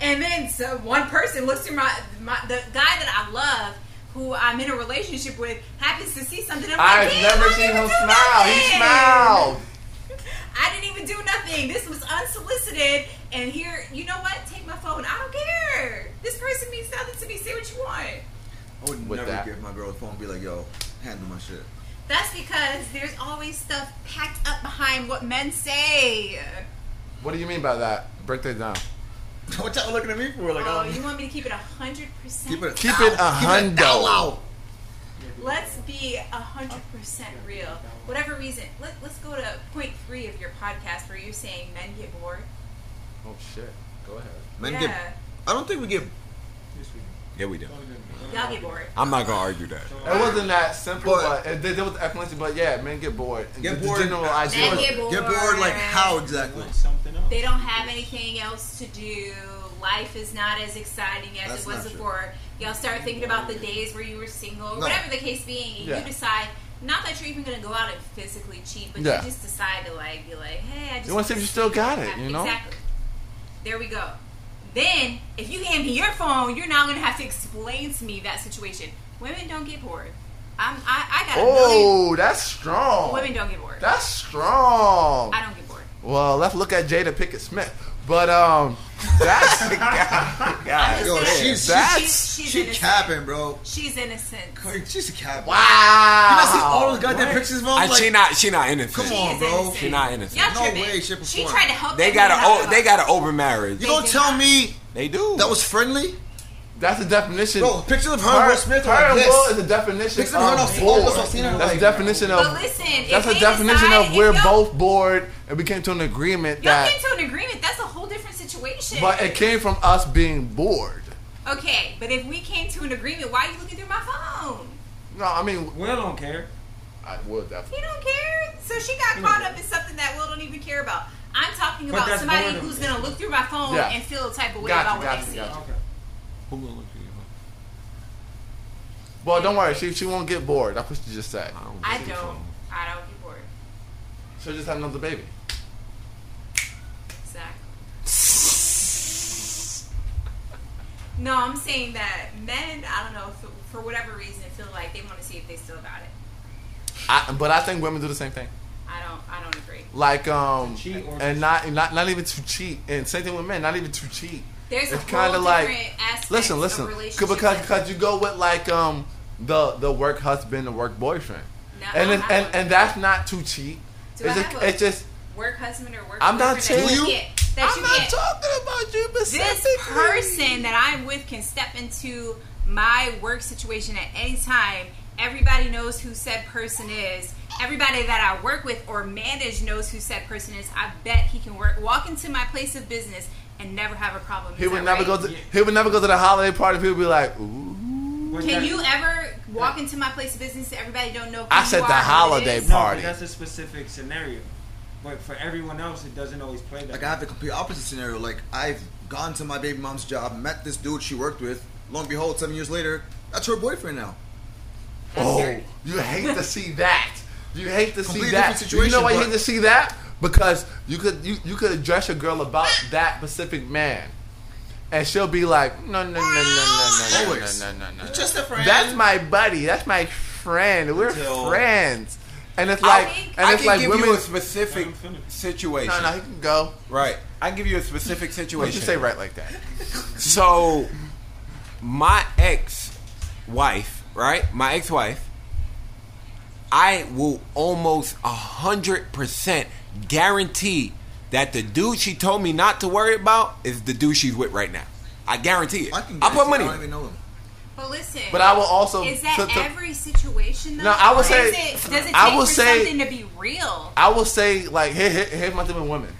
And then so one person looks through my, my the guy that I love, who I'm in a relationship with, happens to see something. I'm like,
I've
"Damn,
never
I
seen
didn't
him
do
smile. He
nothing."
smiled.
I didn't even do nothing. This was unsolicited. And here, you know what? Take my phone. I don't care. This person means nothing to me. Say what you want.
I would
With
never
that.
give my girl a phone and be like, yo, handle my shit.
That's because there's always stuff packed up behind what men say.
What do you mean by that? Break that down.
what y'all looking at me for? Like,
Oh,
I
you
don't.
want me to keep it hundred percent?
Keep it a
Keep
thou-
it a
keep it thou-
hundo.
Let's be hundred percent real. Whatever reason, let, let's go to point three of your podcast where you're saying men get bored.
Oh shit. Go ahead.
Men
yeah,
get. I don't think we get.
Yeah, we do.
y'all get bored.
I'm not gonna argue that.
It wasn't that simple,
But-
but, it, there was the explanation. But yeah, men get bored.
Get
The
bored.
General idea.
Men get bored.
Get bored, like, how exactly?
something else.
They don't have anything else to do. Life is not as exciting as
That's
it was
not true.
before. Y'all start thinking about the days where you were single, or
No.
whatever the case being, and
Yeah.
you decide. Not that you're even gonna go out and physically cheat, but
Yeah.
you just decide to like be like, hey, I just
You want to see if you still got it,
Yeah,
you know?
Exactly. There we go. Then, if you hand me your phone, you're now gonna have to explain to me that situation. Women don't get bored. I'm, I, I got a million.
Oh, that's strong.
Women don't get bored.
That's strong.
I don't get bored.
Well, let's look at Jada Pickett Smith. But um, that's
I'm
Yo,
just saying,
she's-
that's-
she's, she's
She
innocent.
capping, bro.
She's innocent.
Like, She's a cap.
wow.
You not seen all those goddamn pictures of him?
I,
Like,
she not. She not innocent.
Come
She
on,
is
bro.
innocent.
She not innocent.
Y'all
No
tripping.
way she
She
performed.
tried to help.
They
them
got
get
a.
out
Oh,
of
they
it.
got an open marriage.
you gonna
did
tell
not.
me
They do.
that was friendly?
That's the definition.
Bro, pictures of her and Will Smith
her
are like
and
this.
Will is the definition
Pictures of her and
of
I've- all of us
bored.
I've seen her,
That's
like-
the definition of.
But listen, if
That's the
they
definition
decide-
of
if
we're
y'all-
both bored and we came to an agreement
Y'all
that.
came to an agreement. That's a whole different situation.
But it came from us being bored.
okay, but if we came to an agreement, why are you looking through my phone?
No, I mean,
Will don't care.
I would
He
definitely.
don't care. So she got caught up in something that Will don't even care about. I'm talking
But
about
that's
somebody
boredom.
who's gonna look through my phone
Yeah.
and feel the type of way
Gotcha,
about what
gotcha,
they see.
gotcha.
Who gonna look at you?
Well, don't worry, she she won't get bored. That's what you just said.
don't
I
see
don't.
phone.
I don't get bored.
She'll just have another baby.
Exactly. No, I'm saying that men. I don't know for, for whatever reason feel like they want to see if they still got it.
I, but I think women do the same thing.
I don't. I don't agree.
Like um,
To cheat or-
and not, not not even to cheat. And same thing with men, not even to cheat. It's
There's a whole
kinda
different
like-
aspect
Listen, listen,
of
c-
relationship
because
that-
because you go with like um the the work husband, the work boyfriend,
No,
and
I
it,
don't have
and
one.
and that's not to cheat. it's
Do I
a-
have one?
it's just
work husband or work.
I'm not
boyfriend that
telling
you-
get- that
I'm
you
not
get.
talking about you
this
specifically.
person that I'm with can step into my work situation at any time. Everybody knows who said person is. Everybody that I work with or manage knows who said person is. I bet he can work walk into my place of business and never have a problem. Is
He would
that
never
right?
go to he would never go to the holiday party. People be like, ooh.
But
Can
that-
you ever walk into my place of business and everybody don't know? Who
I
you
said
are
the
or who it
holiday
is?
No,
party.
but that's a specific scenario. But for everyone else, it doesn't always play that.
Like I have the complete opposite scenario. Like I've gone to my baby mom's job, met this dude she worked with. Lo and behold, seven years later, that's her boyfriend now.
Oh, you hate to see that. You hate to see
Completely
that.
different
You know why you
situation,
hate
but-
to see that? Because you could you, you could address a girl about that specific man, and she'll be like, no no no no no no no
Always.
no no no. no.
It's just a friend.
That's my buddy. That's my friend. We're
Until-
friends. And it's
I
like
think-
and
I
it's
can
like
give
women.
you a specific
I'm finished.
situation.
no no, he can go.
Right. I can give you a specific
Don't
situation.
you say right like that?
So, my ex wife, right? My ex wife, I will almost 100% guarantee that the dude she told me not to worry about is the dude she's with right now. I guarantee it.
I can.
I put
guarantee
money.
I don't even know him.
But listen.
But I will also.
Is that
to- to-
every situation? Though?
No, I would
Or
say-
Is it, does it take
I would
for
say-
something to be real?
I will say, like, here, here, here's my thing with women.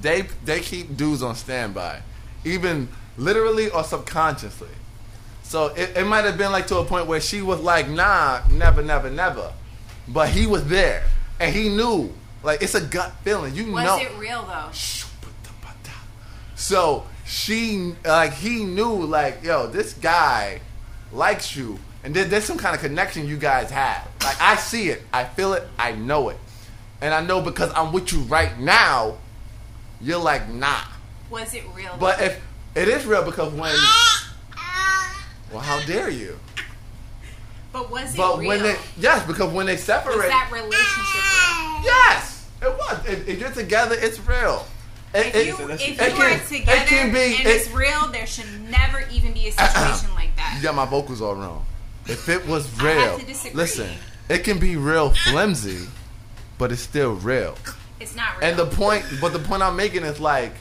They they keep dudes on standby, even literally or subconsciously. So it, it might have been like to a point where she was like, nah, never, never, never. But he was there and he knew. Like it's a gut feeling. You
Was
know
it real though?
so she, like, he knew, like, yo, this guy likes you, and there, there's some kind of connection you guys have. Like, I see it, I feel it, I know it, and I know because I'm with you right now. You're like, nah.
Was it real?
But
though?
if it is real, because when, well, how dare you?
but was it
But
real?
when they, yes, because when they separate,
was that relationship
yes, it was. If, if you're together, it's real. It-
real?
it-
If you, if
it
you are
can- it
together
can be-
and
it- Uh-uh.
it's real, there should never even be a situation like that.
You got my vocals all wrong. If it was
I
real,
have to disagree.
listen, it can be real flimsy, but it's still real.
It's not real.
And the point, but the point I'm making is like,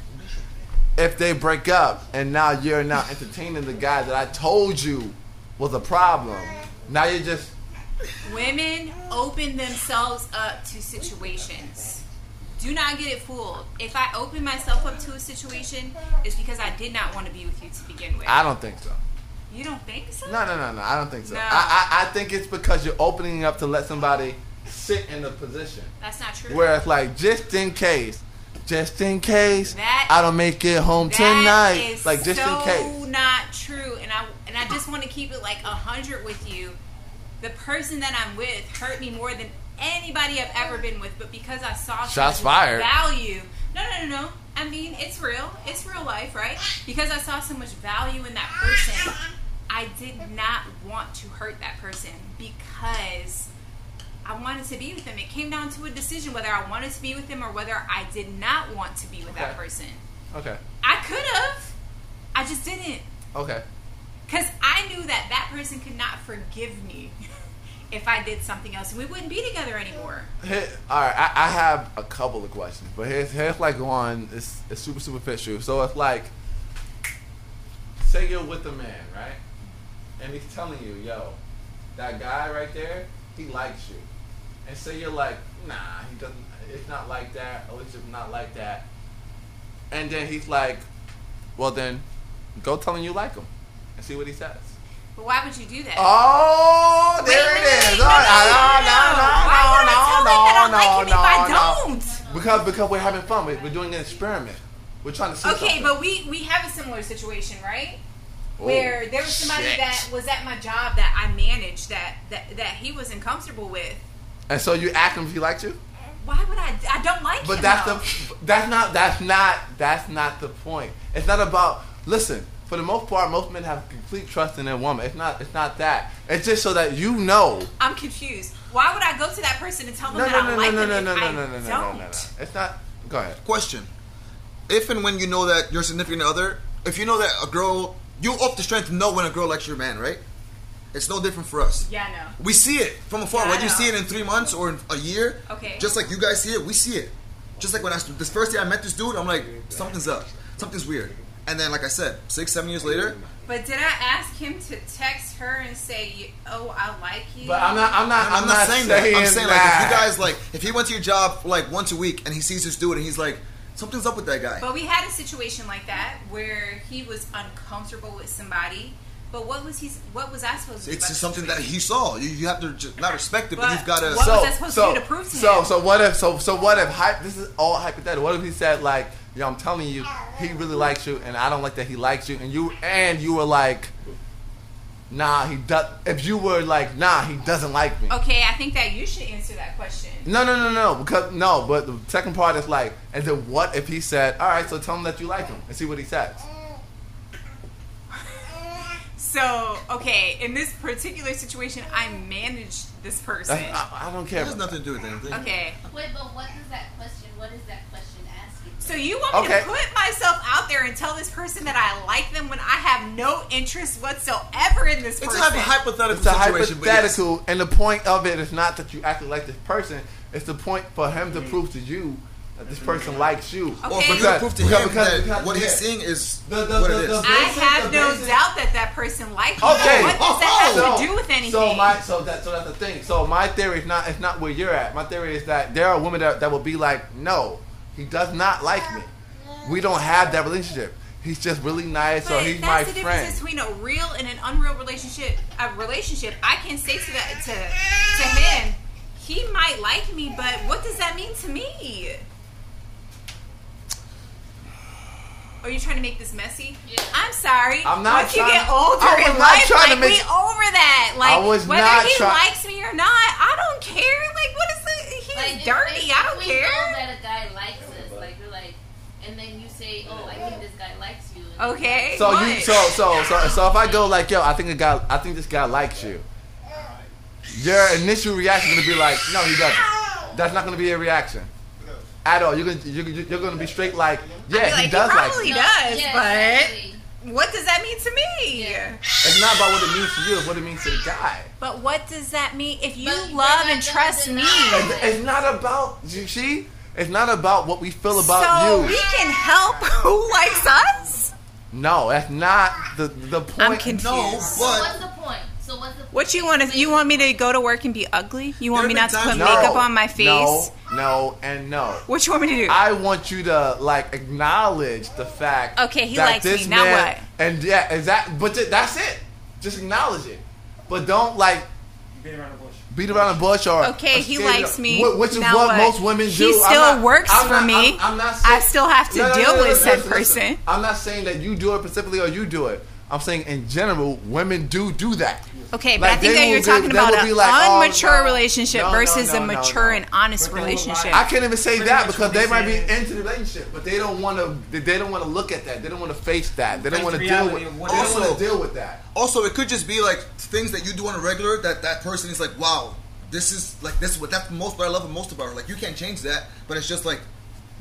if they break up and now you're not entertaining the guy that I told you was a problem, now you're just
Women open themselves up to situations. Do not get it fooled. If I open myself up to a situation, it's because I did not want to be with you to begin with.
I don't think so.
you don't think so?
No, no, no, no. I don't think so.
No.
I, I, I think it's because you're opening up to let somebody sit in the position.
That's not true.
Where it's like, just in case, just in case,
That-
I don't make it home
That
tonight.
is
Like, just
so
in case.
not true. And I and I just want to keep it like a hundred with you. The person that I'm with hurt me more than anybody I've ever been with, but because I saw
Shots
someone's
fired.
value. No, no, no, no. I mean, it's real. It's real life, right? Because I saw so much value in that person, I did not want to hurt that person because I wanted to be with them. It came down to a decision whether I wanted to be with them or whether I did not want to be with that
Okay.
person.
Okay.
I could have. I just didn't.
Okay.
Because I knew that that person could not forgive me if I did something else. And we wouldn't be together anymore.
Here, all right, I, I have a couple of questions, but here's here's like one. It's it's super superficial. So it's like, say you're with a man, right? And he's telling you, yo, that guy right there, he likes you. And say you're like, nah, he doesn't. It's not like that. Or it's not like that. And then he's like, well then, go tell him you like him, and see what he says.
But why would you do that?
Oh, there
Wait,
it is. Oh,
wait, wait,
All
no,
right,
no, no, no, no, no, no, no, no, no, no,
no,
I
no,
don't.
because because we're having fun. We're, we're doing an experiment. We're trying to see.
Okay,
something.
but we we have a similar situation, right?
Oh,
Where there was somebody
shit.
that was at my job that I managed that that, that he wasn't comfortable with.
and so you ask him if he likes you,
Why would I? I don't like
but
him.
that's
though.
the that's not that's not that's not the point. It's not about listen. For the most part, most men have complete trust in their woman. It's not it's not that. It's just so that you know.
I'm confused. Why would I go to that person and tell them
No no
that I
no no
like
no
them
no
if
no no
I
no no no
don't?
no no. It's not. Go ahead.
Question: If and when you know that your significant other, if you know that a girl, you off the strength to know when a girl likes your man, right? It's no different for us.
Yeah, no.
We see it from afar.
Yeah, I
Whether you
know.
see it in three months or in a year,
Okay.
just like you guys see it, we see it. Just like when I this first day I met this dude, I'm like, something's up, something's weird. And then, like I said, six, seven years later,
But did I ask him to text her and say, "Oh, I like you"?
But I'm not. I'm not.
I'm, not, saying, that. I'm saying like if you guys like, if he went to your job like once a week and he sees this dude and he's like, something's up with that guy.
But we had a situation like that where he was uncomfortable with somebody. But what was he? What was I supposed to? do
It's just
about the
something that
situation?
he saw. You, you have to ju- not respect it, but,
But
you've got to.
what-
so,
was I supposed to
so,
do to prove to
so,
him?
So what if so so what if hy- this is all hypothetical. What if he said like, yo, I'm telling you, he really likes you and I don't like that he likes you and you and you were like Nah, he does if you were like, nah, he doesn't like me.
Okay, I think that you should answer that question.
No no no no because no, but the second part is like and then what if he said, Alright, so tell him that you like him and see what he says.
So, okay, in this particular situation, I managed this person.
That's- I, I don't care.
It has nothing to do with anything.
Okay,
Wait, but what does that question? What is that question asking?
so you want me
Okay.
to put myself out there and tell this person that I like them when I have no interest whatsoever in this
It's a
person?
hypo- hypothetical
It's a
situation. but yes.
hypothetical, and the point of it is not that you actually like this person. It's the point for him to prove to you that this person likes you.
Or
Mm-hmm. Okay.
for you to prove to him
Because- because-
that
because-
what he's
yeah.
seeing is
The- the-
what
the-
it
the-
is.
I
Basis-
have
the
no
basis-
doubt that that person likes you.
Okay.
What does that
So-
have to do with anything?
So my so that so that's the thing. So my theory is not it's not where you're at. My theory is that there are women that, that will be like, no, he does not like me. We don't have that relationship. He's just really nice, or
But
he's
that's
my
the
friend.
difference between a real and an unreal relationship. A relationship, I can say to that to to him, he might like me, but what does that mean to me? Are you trying to make this messy?
Yeah.
I'm sorry.
I'm not
Once
trying-
you get older
I was
in
not
life,
trying to
like
make-
we over that. Like
was
whether
not
he
try-
likes me or not, I don't care. Like what is the he's
Like, if-
dirty.
if
I don't
we
care.
Know that a guy likes us, like you're like, and then you say, "Oh, I think this guy likes you." and then-
Okay.
So
what?
you so so so so if I go like yo, I think a guy I think this guy likes you. Your initial reaction is gonna be like, no, he doesn't. That's not gonna be a reaction at all. You're gonna you're, you're you're gonna be straight like, yeah,
I'd be
he
like,
does
he
like.
probably
me.
does,
yeah,
but
exactly.
what does that mean to me?
Yeah.
It's not about what it means to you; it's what it means to the guy.
But what does that mean if you
But
love
you're
and
not
trust
gonna
me?
deny
It's, it's not about you see. It's not about what we feel about
So
you.
we can help who likes us?
no, that's not the the point.
I'm confused.
No,
So what's
but
the point? So what's the point?
What you want to? You want me to go to work and be ugly? You want me
There
not
have
to
been
put
times-
no,
makeup on my face?
No, no, and no.
What you want me to do?
I want you to like acknowledge the fact.
Okay, he
that
likes
this
me, now
man-
what?
And yeah, exactly. But th- that's it. Just acknowledge it, but don't like
Beat around the bush.
beat around the bush or.
Okay,
or
he
shit,
likes me,
wh- Which is
now
what,
what?
most women
He
do. I'm
still
not-
works
I'm
for
not-
me.
I'm, I'm not
I
saying-
still have to
No, no, no,
deal
no,
with
listen,
said
listen,
person.
listen. I'm not saying that you do it specifically or you do it. I'm saying in general, women do do that.
Okay, but
Like,
I think
they
that you're
will be-
talking
they
about
will
an
be like, oh,
immature
no.
relationship
No, no,
versus
no,
a
no,
mature
no.
and honest
But they will lie.
relationship.
I can't even say
Pretty
that
much
because
what
they
they
might be
said.
into the relationship, but they don't want to. They don't want to look at that. They don't want to face that. They don't
Face
want to
the
deal with.
reality
They
of
don't
what
it
want
is.
to deal with that.
also it could just be like things that you do on a regular that that person is like, wow, this is like this is what that's most what I love most about her. Like you can't change that, but it's just like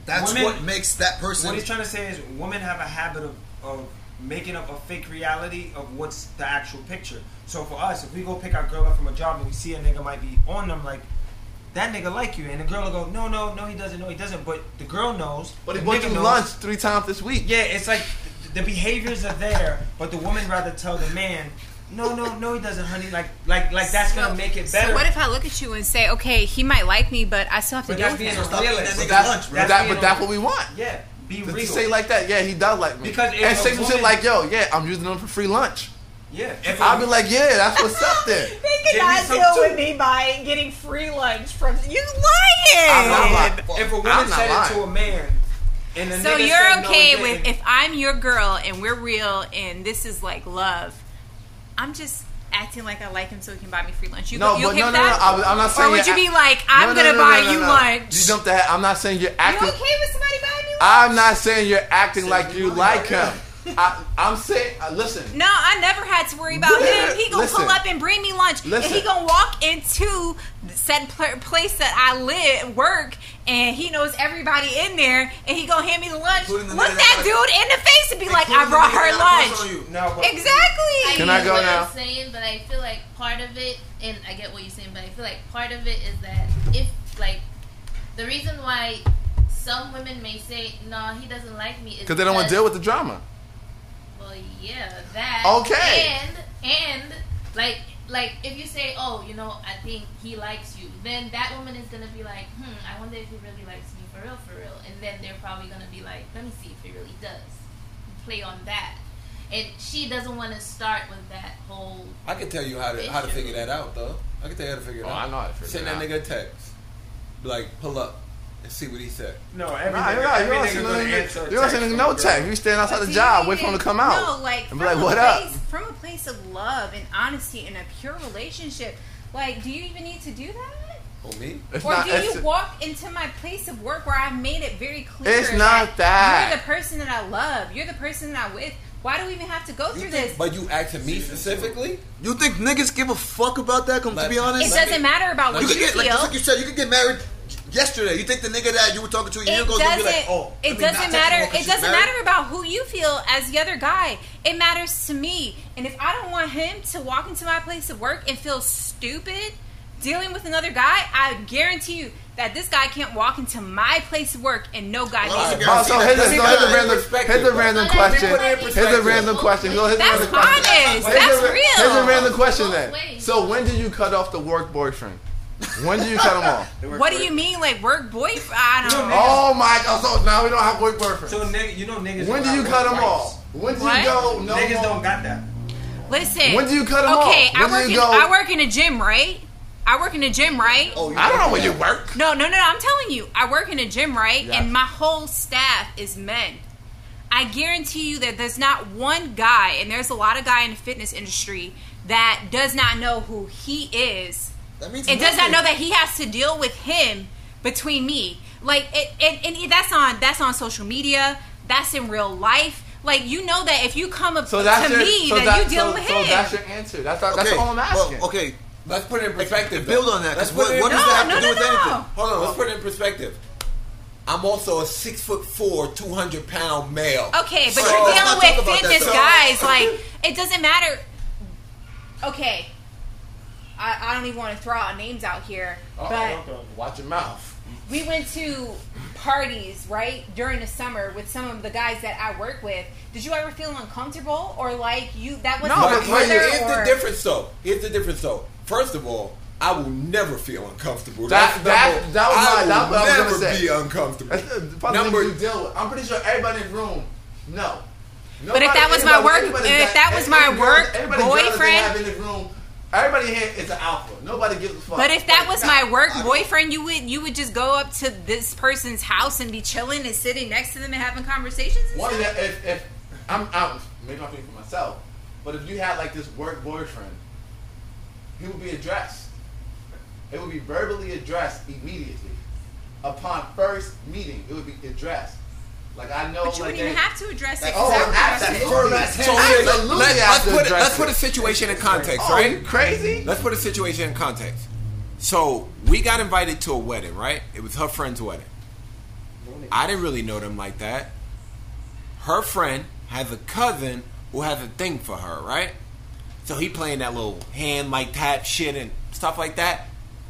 that's
Women-
what makes that person.
What he's trying to say is women have a habit of, of making up a fake reality of what's the actual picture. So for us, if we go pick our girl up from a job and we see a nigga might be on them, like, that nigga like you. And the girl will go, no, no, no, he doesn't, no, he doesn't. But the girl knows.
But he
the
bought
nigga
you
knows.
lunch three times this week.
Yeah, it's like the, the behaviors are there, but the woman rather tell the man, no, no, no, he doesn't, honey. Like, like, like that's gonna
So-
make it better.
So what if I look at you and say, okay, he might like me, but I still have to
But
deal
that's
with
being
him.
a
Stop eating that
realist.
nigga's
That-
lunch,
but
that's
that,
being
but that's
a-
what we want.
Yeah, be
To, to
real.
say like that, yeah, he does like me.
Because if
and
a
say some shit
woman-
like, yo, yeah, I'm using them for free lunch.
yeah, if a-
I'll be like, yeah, that's what's up there.
They
Give me some too.
me by getting free lunch from you.
I'm not
Lying.
lying.
if a
I'm
woman
not
said
lying.
it to a man, and the
So
nigga
you're
said no,
okay
he
with
didn't,
if I'm your girl and we're real and this is like love. I'm just acting like I like him so he can buy me free lunch. You,
No,
you
but
okay
no, no,
with
no.
that?
I, I'm not saying.
or would you
you're
be like,
act- No,
I'm
no,
gonna
no,
buy
no, no,
you
no.
lunch?
You dump that. I'm not saying you're acting.
You okay with somebody buying me lunch?
I'm not saying you're acting like you like him. I, I'm saying, uh, listen.
No, I never had to worry about him. He gonna
Listen.
pull up and bring me lunch,
Listen.
and he gonna walk into said pl- place that I live, work, and he knows everybody in there, and he gonna hand me the lunch.
Including the
Look
nigga
that
that-
dude in the face and be like, "I
Including
brought
the nigga
her
that had a crush on
lunch."
you.
No, but
Exactly.
Can I
get
go
what
now?
I'm saying, but I feel like part of it, and I get what you're saying, but I feel like part of it is that if like the reason why some women may say no, he doesn't like me is
Because they don't want to deal with the drama.
Well, yeah, that.
Okay.
And and like like if you say, oh, you know, I think he likes you, then that woman is gonna be like, hmm, I wonder if he really likes me for real, for real. And then they're probably gonna be like, let me see if he really does. Play on that. And she doesn't want to start with that whole.
I can tell you how to how to figure that out though. I can tell you how to figure it
Oh,
out.
I know how to figure
Send
it
that
out.
nigga a text, Be like pull up and see what he said.
no, every
Nah,
nigga,
you're not.
every
You're not
nigga
sending
gonna
no-
answer a
you're not
text
sending
from
no
a girl.
text. You stand outside the job, wait for him to come out.
No, like
and
from
be like,
a
what up?
place, from a place of love and honesty and a pure relationship. Like, do you even need to do that?
Oh me?
It's
or
not.
do
It's,
you walk into my place of work where I've made it very clear?
It's not that.
you're the person that I love. You're the person that I'm with. Why do we even have to go through this?
But you asking me specifically?
you think niggas give a fuck about that? Come to
Like-
be
It
honest,
Let me-
doesn't matter about what
you
you
could get
feel.
like, just like you said, you could get married yesterday. You think the nigga that you were talking to a year
it
ago is
doesn't.
gonna be like, oh, let
it
me not
doesn't
text her
matter.
because
It
she's
doesn't
married?
matter about who you feel as the other guy. It matters to me. And if I don't want him to walk into my place of work and feel stupid dealing with another guy, I guarantee you that this guy can't walk into my place of work and no guy.
Well,
thinks-
that's a
Oh, so here's, a,
Let me
so here's
put it
a
in
random,
perspective,
here's a
though.
random
Let me put it
question.
in
Here's a
perspective.
random question. No, here's a
That's
random question.
honest.
Here's a,
That's
Here's a
real.
random question
Both
then.
ways.
So when did you cut off the work boyfriend? When did you cut him off?
What do you mean, like work boyfriend? I
You
don't know.
know, man.
Oh my god! So now we don't have work
So
boyfriends.
nigga, you know niggas.
When do
don't
you
got
cut
work
him
rights.
off? When do you
What?
go? No
Niggas
more?
don't got that.
Listen.
When do you cut him off?
okay,
When
I
do
work.
you
In,
go-
I work in a gym, right? I work in a gym, right?
Oh, you
I don't know where you
yeah.
work.
No, no, no, no. I'm telling you, I work in a gym, right?
Yes.
And my whole staff is men. I guarantee you that there's not one guy, and there's a lot of guy in the fitness industry that does not know who he is.
That means
It does not
nothing.
know that he has to deal with him between me. Like, it, and, and that's on that's on social media. That's in real life. Like, you know that if you come up
So that's
to
your,
me,
so
that,
that-
you deal
so-
with
so
him.
that's your answer. That's, that's
Okay,
all I'm asking.
Well, okay,
Let's put it in perspective.
build
though.
on that.
Let's
'cause
put it
What,
in
what does
No,
that have
no,
to do
no,
with
no.
anything?
Hold on, let's put it in perspective. I'm also a six foot four, two hundred pound male.
Okay, but
So-
you're
Let's not talk
dealing with
about that.
fitness
So-
guys. Like it doesn't matter. Okay, I, I don't even want to throw out names out here, but
Watch your mouth.
we went to parties right during the summer with some of the guys that I work with. Did you ever feel uncomfortable or like you that wasn't
No,
your
but
But here's,
whether
here's
brother
the
or-
difference, though. Here's the difference, though. First of all, I will never feel uncomfortable.
That-
That's number-
that- that was
I
my- that was
will
what I was
never
gonna say.
be uncomfortable.
That's the probably
Number-
number you deal with. I'm pretty sure everybody in the room, no.
But if that was my work- if that was my work boyfriend-
everybody in the room, everybody here is an alpha. Nobody gives a fuck.
But if that was my work
I-
boyfriend, you would you would just go up to this person's house and be chilling and sitting next to them and having conversations. And
One
stuff?
of the, if, if I'm out, maybe I'm thinking for myself, but if you had like this work boyfriend, he would be addressed. It would be verbally addressed immediately. Upon first meeting, it would be addressed. Like I know,
But you
like
wouldn't even
they-
have to address it.
Oh,
'cause I would address it.
absolutely.
So here's-
Absolutely
let's,
have
let's
to
put it,
address
let's
it.
put a situation in context,
Oh, you
right?
crazy?
Let's put a situation in context. So we got invited to a wedding, right? It was her friend's wedding. I didn't really know them like that. Her friend has a cousin who has a thing for her, right? So he playing that little hand like tap shit and stuff like that.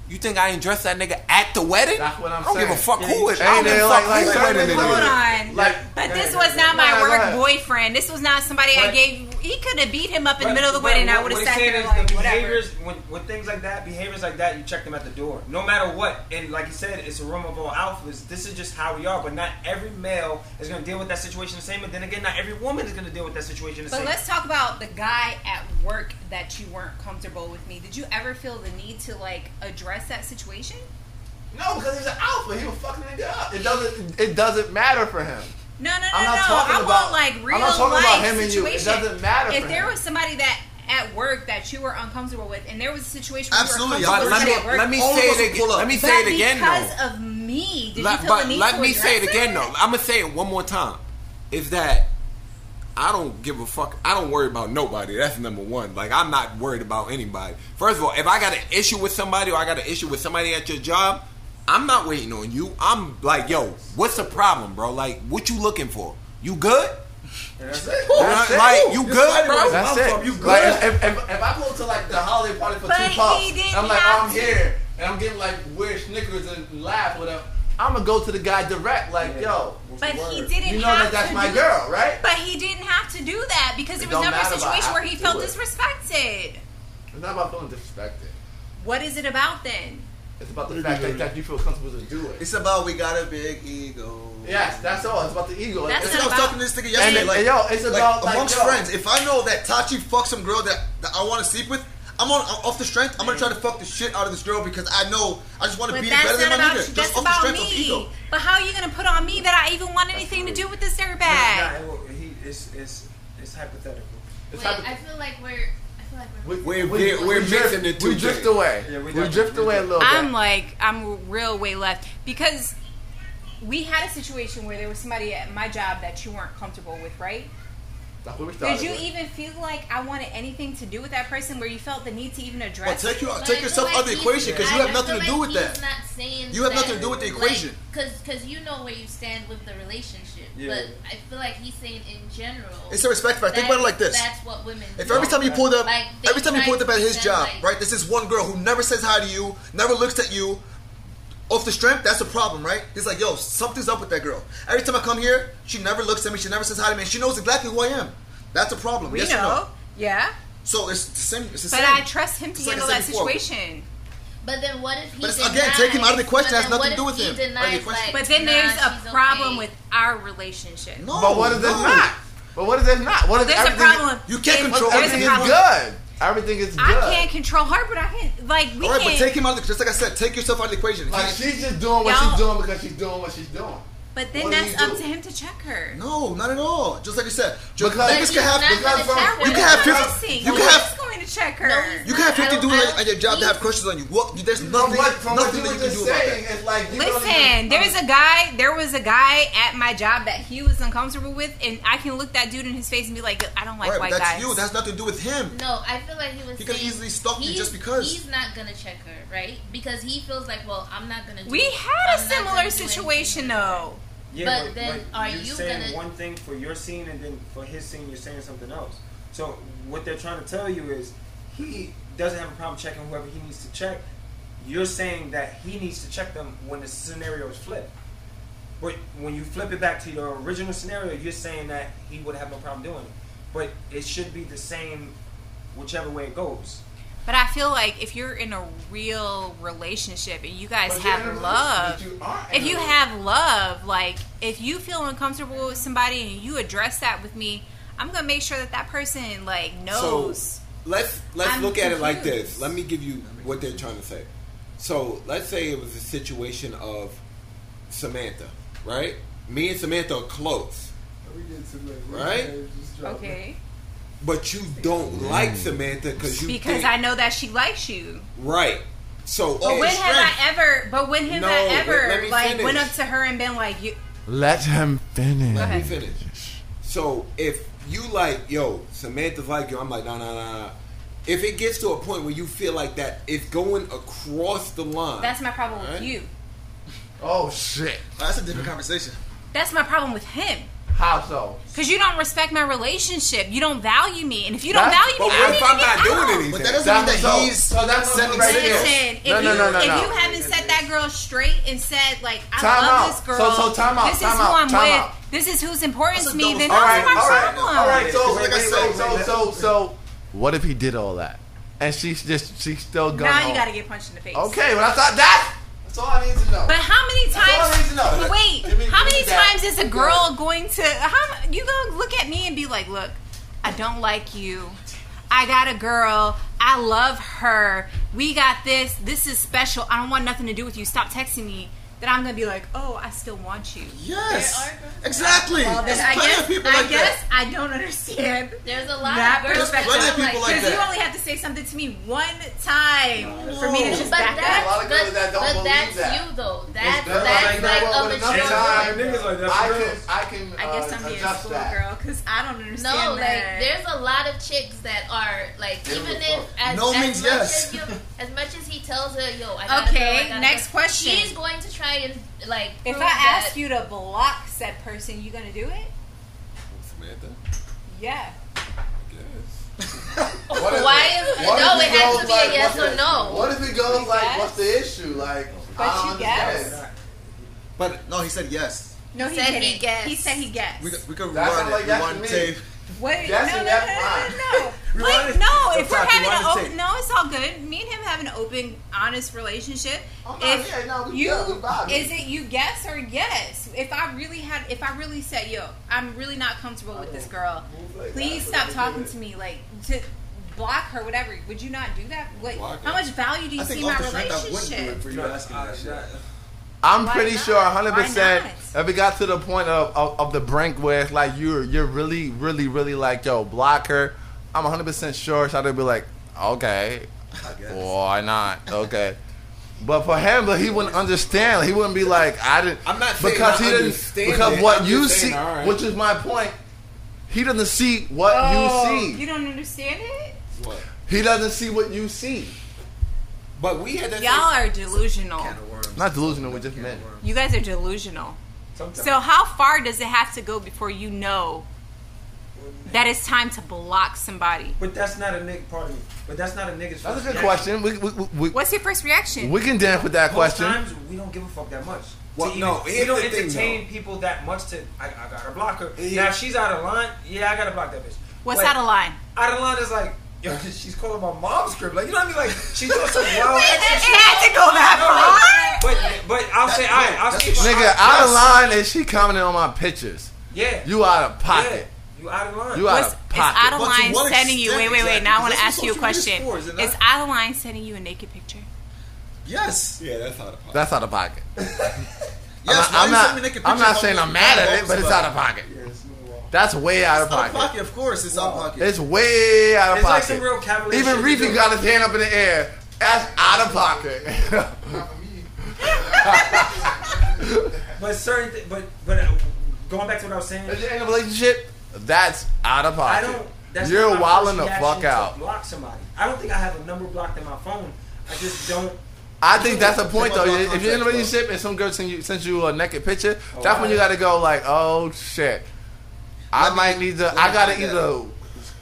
You think I didn't dress that nigga at the wedding?
That's what I'm
I don't give a
saying.
fuck who it. I
Ain't
don't give
they
a
like-
fuck
like
who it.
certain
wedding it
people-
is.
Hold on.
Like-
but this was not my
Nah, go
work
ahead.
boyfriend. This was not somebody I
But-
gave. He could have beat him up in the
But-
middle of the
but
wedding. I
what-
would have
what
sat
he's saying
there
is
like
the
whatever.
behaviors when with things like that, behaviors like that, you check them at the door, no matter what. And like you said, it's a room of all alphas. This is just how we are. But not every male is going to deal with that situation the same. But then again, not every woman is going to deal with that situation the
But
same.
let's talk about the guy at work that you weren't comfortable with me. Did you ever feel the need to like address that situation?
No, because he's an alpha. He was fucking it up. It doesn't. It doesn't matter for him.
No, no, no,
I'm not
no.
talking
I
about-
want like
I'm not
real
talking
life
about him and you. It
situation.
doesn't matter
If
for
there
him.
was somebody that at work that you were uncomfortable with, and there was a situation where
Absolutely,
you
I'm
were
But
uncomfortable
let
with
me
somebody at work,
let me
All of
say
us
it again.
pull up.
Let me
but
say it again
because
though.
of me, did you
Let-
feel
but
the need
let
to
me say it
address
again though. I'm gonna say it one more time. Is that I don't give a fuck. I don't worry about nobody. That's number one. Like I'm not worried about anybody. First of all, if I got an issue with somebody or I got an issue with somebody at your job, I'm not waiting on you. I'm like, yo, what's the problem, bro? Like, what you looking for? You good?
That's it.
like, you good, bro?
That's it.
You good?
Like if, if, if if I go to like the holiday party for
But
two
he
puffs,
didn't
and I'm like
have
I'm
to.
here, and I'm getting like weird Snickers and laugh whatever. I'm gonna go to the guy direct, like yo.
But he didn't
You know
have
that that's
to
my
do-
girl, right?
But he didn't have to do that because
It
there
don't
was never a
matter, but I
situation where
have
he
to
felt
do it.
disrespected.
It's not about feeling disrespected.
What is it about then?
It's about the fact that, that you feel comfortable to do it.
It's about we got a big ego.
Yes, that's all. It's about the ego.
That's
That's
It's-
what I was
about-
talking to this nigga
and,
yesterday.
and,
like,
yo, it's
like,
about like,
amongst
yo,
friends, if I know that Tachi fucks some girl that, that I want to sleep with, I'm on off the strength. I'm gonna try to fuck the shit out of this girl because I know I just want to
But
be
that's
better than
not
my
about
nigga. Just
you. That's
off the
about
strength of
me.
ego.
But how are you going to put on me that I even want anything to do with this
Nah,
airbag?
it will- he- it's, it's, it's hypothetical.
it's
Wait,
hypo-
I feel like we're. I feel like we're.
We're- we're- we're mixing the
drift,
two
We drift
things.
away.
Yeah, we
we,
definitely-
drift
we
away a
do.
little bit.
I'm like, I'm real way left because we had a situation where there was somebody at my job that you weren't comfortable with, right?
That's what we started
Did you
with.
even feel like I wanted anything to do with that person where you felt the need to even
Well,
address
take your
But I
take
feel
yourself out of the
he's-
equation because
I-
you have
I
nothing
feel
to do
like
with that.
He's not saying
You have
that,
nothing to do with the equation.
because because you know where you stand with the relationship.
Yeah.
But I feel like he's saying in general.
It's a respect factor. Think about it like this.
That's what women.
If
do.
every time you pulled up,
Like, they
every time you
try
pulled up
to
at his
present,
job,
like-
right? This is one girl who never says hi to you, never looks at you. Off the strength, that's a problem, right? He's like, yo, something's up with that girl. Every time I come here, she never looks at me, she never says hi to me, and she knows exactly who I am. That's a problem.
We
yes
know.
or no?
Yeah.
So it's the same. It's the
But
same.
I trust him to
It's like I
handle
said
that
before.
situation.
But then what if he
But it's-
denies,
again, take him out of the question.
but
It has
then
nothing to
what
do
if
with
he
him.
denies,
Out of the question.
like,
But then
nah,
there's
she's
a problem
okay.
with our relationship.
No,
but what if there's
no.
not? But what if there's not? What if
There's a
everything?
problem.
You can't
If-
control
there's a
Everything is
problem.
good. Everything is good.
I can't control her, but I can like we
All right, but
can.
take him out of the just like I said, take yourself out of the equation.
Like
He-
she's just doing what
Y'all-
she's doing because she's doing what she's doing.
but then
What do
that's
you
up
do?
to him to check her.
no, not at all. Just like you said, just,
Because-
niggas
But
can
he's
have
not
because
gonna check
you
her.
can have
He's
fifty. You can have
He's going to check
No,
her.
he's
You can have
I
50
don't-
dudes
I
at-
don't-
at your job that have crushes on you. What? There's
From
nothing,
what, from what
nothing
you
that
were
you can do
just
about
saying,
that.
it's like you don't
Listen,
even-
there's a guy. There was a guy at my job that he was uncomfortable with, and I can look that dude in his face and be like, I don't like
right, but
white
that's
guys.
you. That has nothing to do with
Oh,
him.
No, I feel like he was.
He could
saying
easily stalk you
he's-
just because.
he's not gonna check her, right? Because he feels like, well, I'm not gonna. Do
we
it.
had a
I'm not gonna do
similar
anything.
situation though.
Yeah,
But then are
you're
you
saying
gonna-
one thing for your scene and then for his scene you're saying something else. So what they're trying to tell you is he doesn't have a problem checking whoever he needs to check. You're saying that he needs to check them when the scenario is flipped. But when you flip it back to your original scenario, you're saying that he would have no problem doing it. But it should be the same whichever way it goes.
But I feel like if you're in a real relationship and you guys
But you're in a
have love,
relationship, but you aren't in
if
a
you
relationship.
have love, like if you feel uncomfortable with somebody and you address that with me, I'm gonna make sure that that person like knows.
let's let's
I'm
look at it like this.
confused.
Let me give you what they're trying to say. So let's say it was a situation of Samantha, right? Me and Samantha are close, right?
okay,
But you don't like Samantha because you
because
think,
I know that she likes you.
right. So
But
oh,
when have
strength.
I ever? But when have
No,
I
let-
ever
let me
like
finish.
went up to her and been like, you,
Let him finish.
Let
Let me finish. So if you like, yo, Samantha's like yo, I'm like, nah, nah, nah, nah. If it gets to a point where you feel like that, it's going across the line.
"That's my problem with
Alright.
you."
Oh shit!
That's a different conversation.
That's my problem with him.
How so?
Because you don't respect my relationship. You don't value me. and if you don't
That's-
value
but
me,
what
I
if I'm
need to
not
get out.
doing anything?
But that doesn't mean that
so-
he's
so that's
sending
right
signals.
there.
Listen, if,
No,
you,
no, no, no,
if
no.
you haven't set that girl straight and said, like, I
Time
love
out.
this girl.
So- so time out,
This
time
is who
out,
I'm
time
with.
out.
This is who's important
That's a
to me.
double
Then
standard.
that's my
all right,
problem.
all right. So,
Like I
so,
said,
so, so, so, what if he did all that and she's just she's still going?
Now you got to get punched in the face.
Okay, but I thought that. That's all I need to know.
But how many
That's all I need
times?
to know.
but Wait,
Give me-
how
give me
many
that.
times is a girl going to? How m- you gonna look at me and be like, "Look, I don't like you. I got a girl. I love her. We got this. This is special. I don't want nothing to do with you. Stop texting me." Then I'm gonna be like, "Oh, I still want you."
Yes,
There are-
exactly.
Well, then
There's
I
plenty
guess,
of people
I
like
guess
that.
I don't understand.
There's a lot
That
of girls
perspective.
Plenty
that
of people
like,
like
Because you
that.
only have to say something to me one time for me to
No.
just
But
back
that's,
A lot
up.
of girls that don't
but
believe
that's
that.
you though. That's
It's better
that's like,
than
a
what
mature
another time.
woman.
Niggas like that
I
for
can,
real.
I can.
I guess
uh,
I'm being a
adjust that.
school girl because I don't understand
No, like
that.
there's a lot of chicks that are like
Give
even
a
if
fuck.
as,
No
as
means
much
yes.
as you, as much as he tells her, yo, I gotta
Okay,
go, I gotta
next
go,"
question.
She's going to try and like.
If
prove
I ask
that-
you to block said person, you gonna do it?
Samantha,
Yeah.
I guess.
What if
Why
it-
is-
what
no,
if
it has to
goes
be a
like,
yes
what's
or
the-
no.
What if it goes
You
like,
guess?
what's the issue? Like,
But
I
you
don't
guess.
understand.
But
No, he said yes.
No,
He said he guessed.
He said he guessed.
We could, we could
That
rewind
sounds like
it.
yes to
Rewind
me.
tape.
Wait, no, no,
Guessing,
no, no,
that's
no, no.
Rewind
Like,
it.
no,
It's
if we're
not-
having
rewind
an
the
open,
tape.
no, it's all good. Me and him having an open, honest relationship.
Oh, no,
if
yeah, no, we
you,
good, we vibing.
is it you guess or yes? If I really had, if I really said, yo, I'm really not comfortable with this girl.
Oh, Move like
Please
that,
stop
but
talking
they
to me, like to block her, whatever. Would you not do that? Like,
Block
how
her.
much value do you
I
see
think
in my
off the strength, I wouldn't do
relationship?
it for you
No,
asking me
I-
that shit.
Uh, that-
I'm
Why
pretty
not?
sure 100 percent
Why not?
if it got to the point of, of, of the brink where it's like you're you're really really really like yo block her I'm 100 percent sure so I'd be like okay
I guess.
why not okay but for him but he wouldn't understand he wouldn't be like I didn't
I'm not saying
because
I
he didn't
understand
because
it.
what
I'm
you
just saying,
see
all right.
which is my point he doesn't see what you
Oh,
see
You don't understand it?
what?
he doesn't see what you see
But we had that.
Y'all are delusional.
Can of worms.
Not delusional, we're just
Can of
men.
worms.
You guys are delusional.
Sometimes.
So how far does it have to go before you know that it's time to block somebody?
But that's not a nigga. Pardon me. But that's not a nigga's.
That's a
first
good
reaction.
question. We, we, we, we,
What's your first reaction?
we can dance with that
Most
question.
times we don't give a fuck that much. To
Well,
even-
no,
we
here's
don't
the thing,
entertain people that much. To I, I gotta block her.
Yeah.
Now if she's out of line, yeah, I gotta block that bitch.
What's
But
out of line?
Out of line is like, yo, she's calling my mom's crib. Like you know what I mean? Like she's doing some wild
It
extra shit.
had to go that
But but I'll say, all right, I'll
That's
say,
what-
Nigga, out of line is she commenting on my pictures.
yeah,
You out of
yeah,
pocket.
you out of line.
You
far.
out
What's,
of
it's
pocket.
out of
But to
line
what
sending you. Wait,
extent
wait, wait.
exactly?
Now I want to
That's
ask
what
you a
social media's
question.
for, is it
Is out of line sending you a naked picture?
Yes.
Yeah, that's how the pop.
That's out of pocket.
Yes. why
I'm
you
not,
send me naked
I'm
pictures
not
of
saying
me?
I'm mad at it, but it's
It's
out of pocket. That's way out of
out of
pocket.
pocket. Of course, it's out of pocket.
It's way out of
It's like some
pocket.
real cavalier.
Even
shit to
Reefy
do.
got his hand up in the air. That's out of pocket.
But certain, th- but but uh, going back to what I was saying,
If you're in a relationship, that's out of
I
pocket.
don't. That's
You're
not my
wilding the
first
fuck
reaction to
out.
Block somebody. I don't think I have a number blocked in my phone. I just don't.
I think that's the point though.
Depends on
If you're in a
context, though.
relationship and some girl sends you sends you a naked picture,
Oh,
that's when you
wow.
gotta go like, oh shit, I
Let me-
might need to.
let me
I gotta
find
either
out.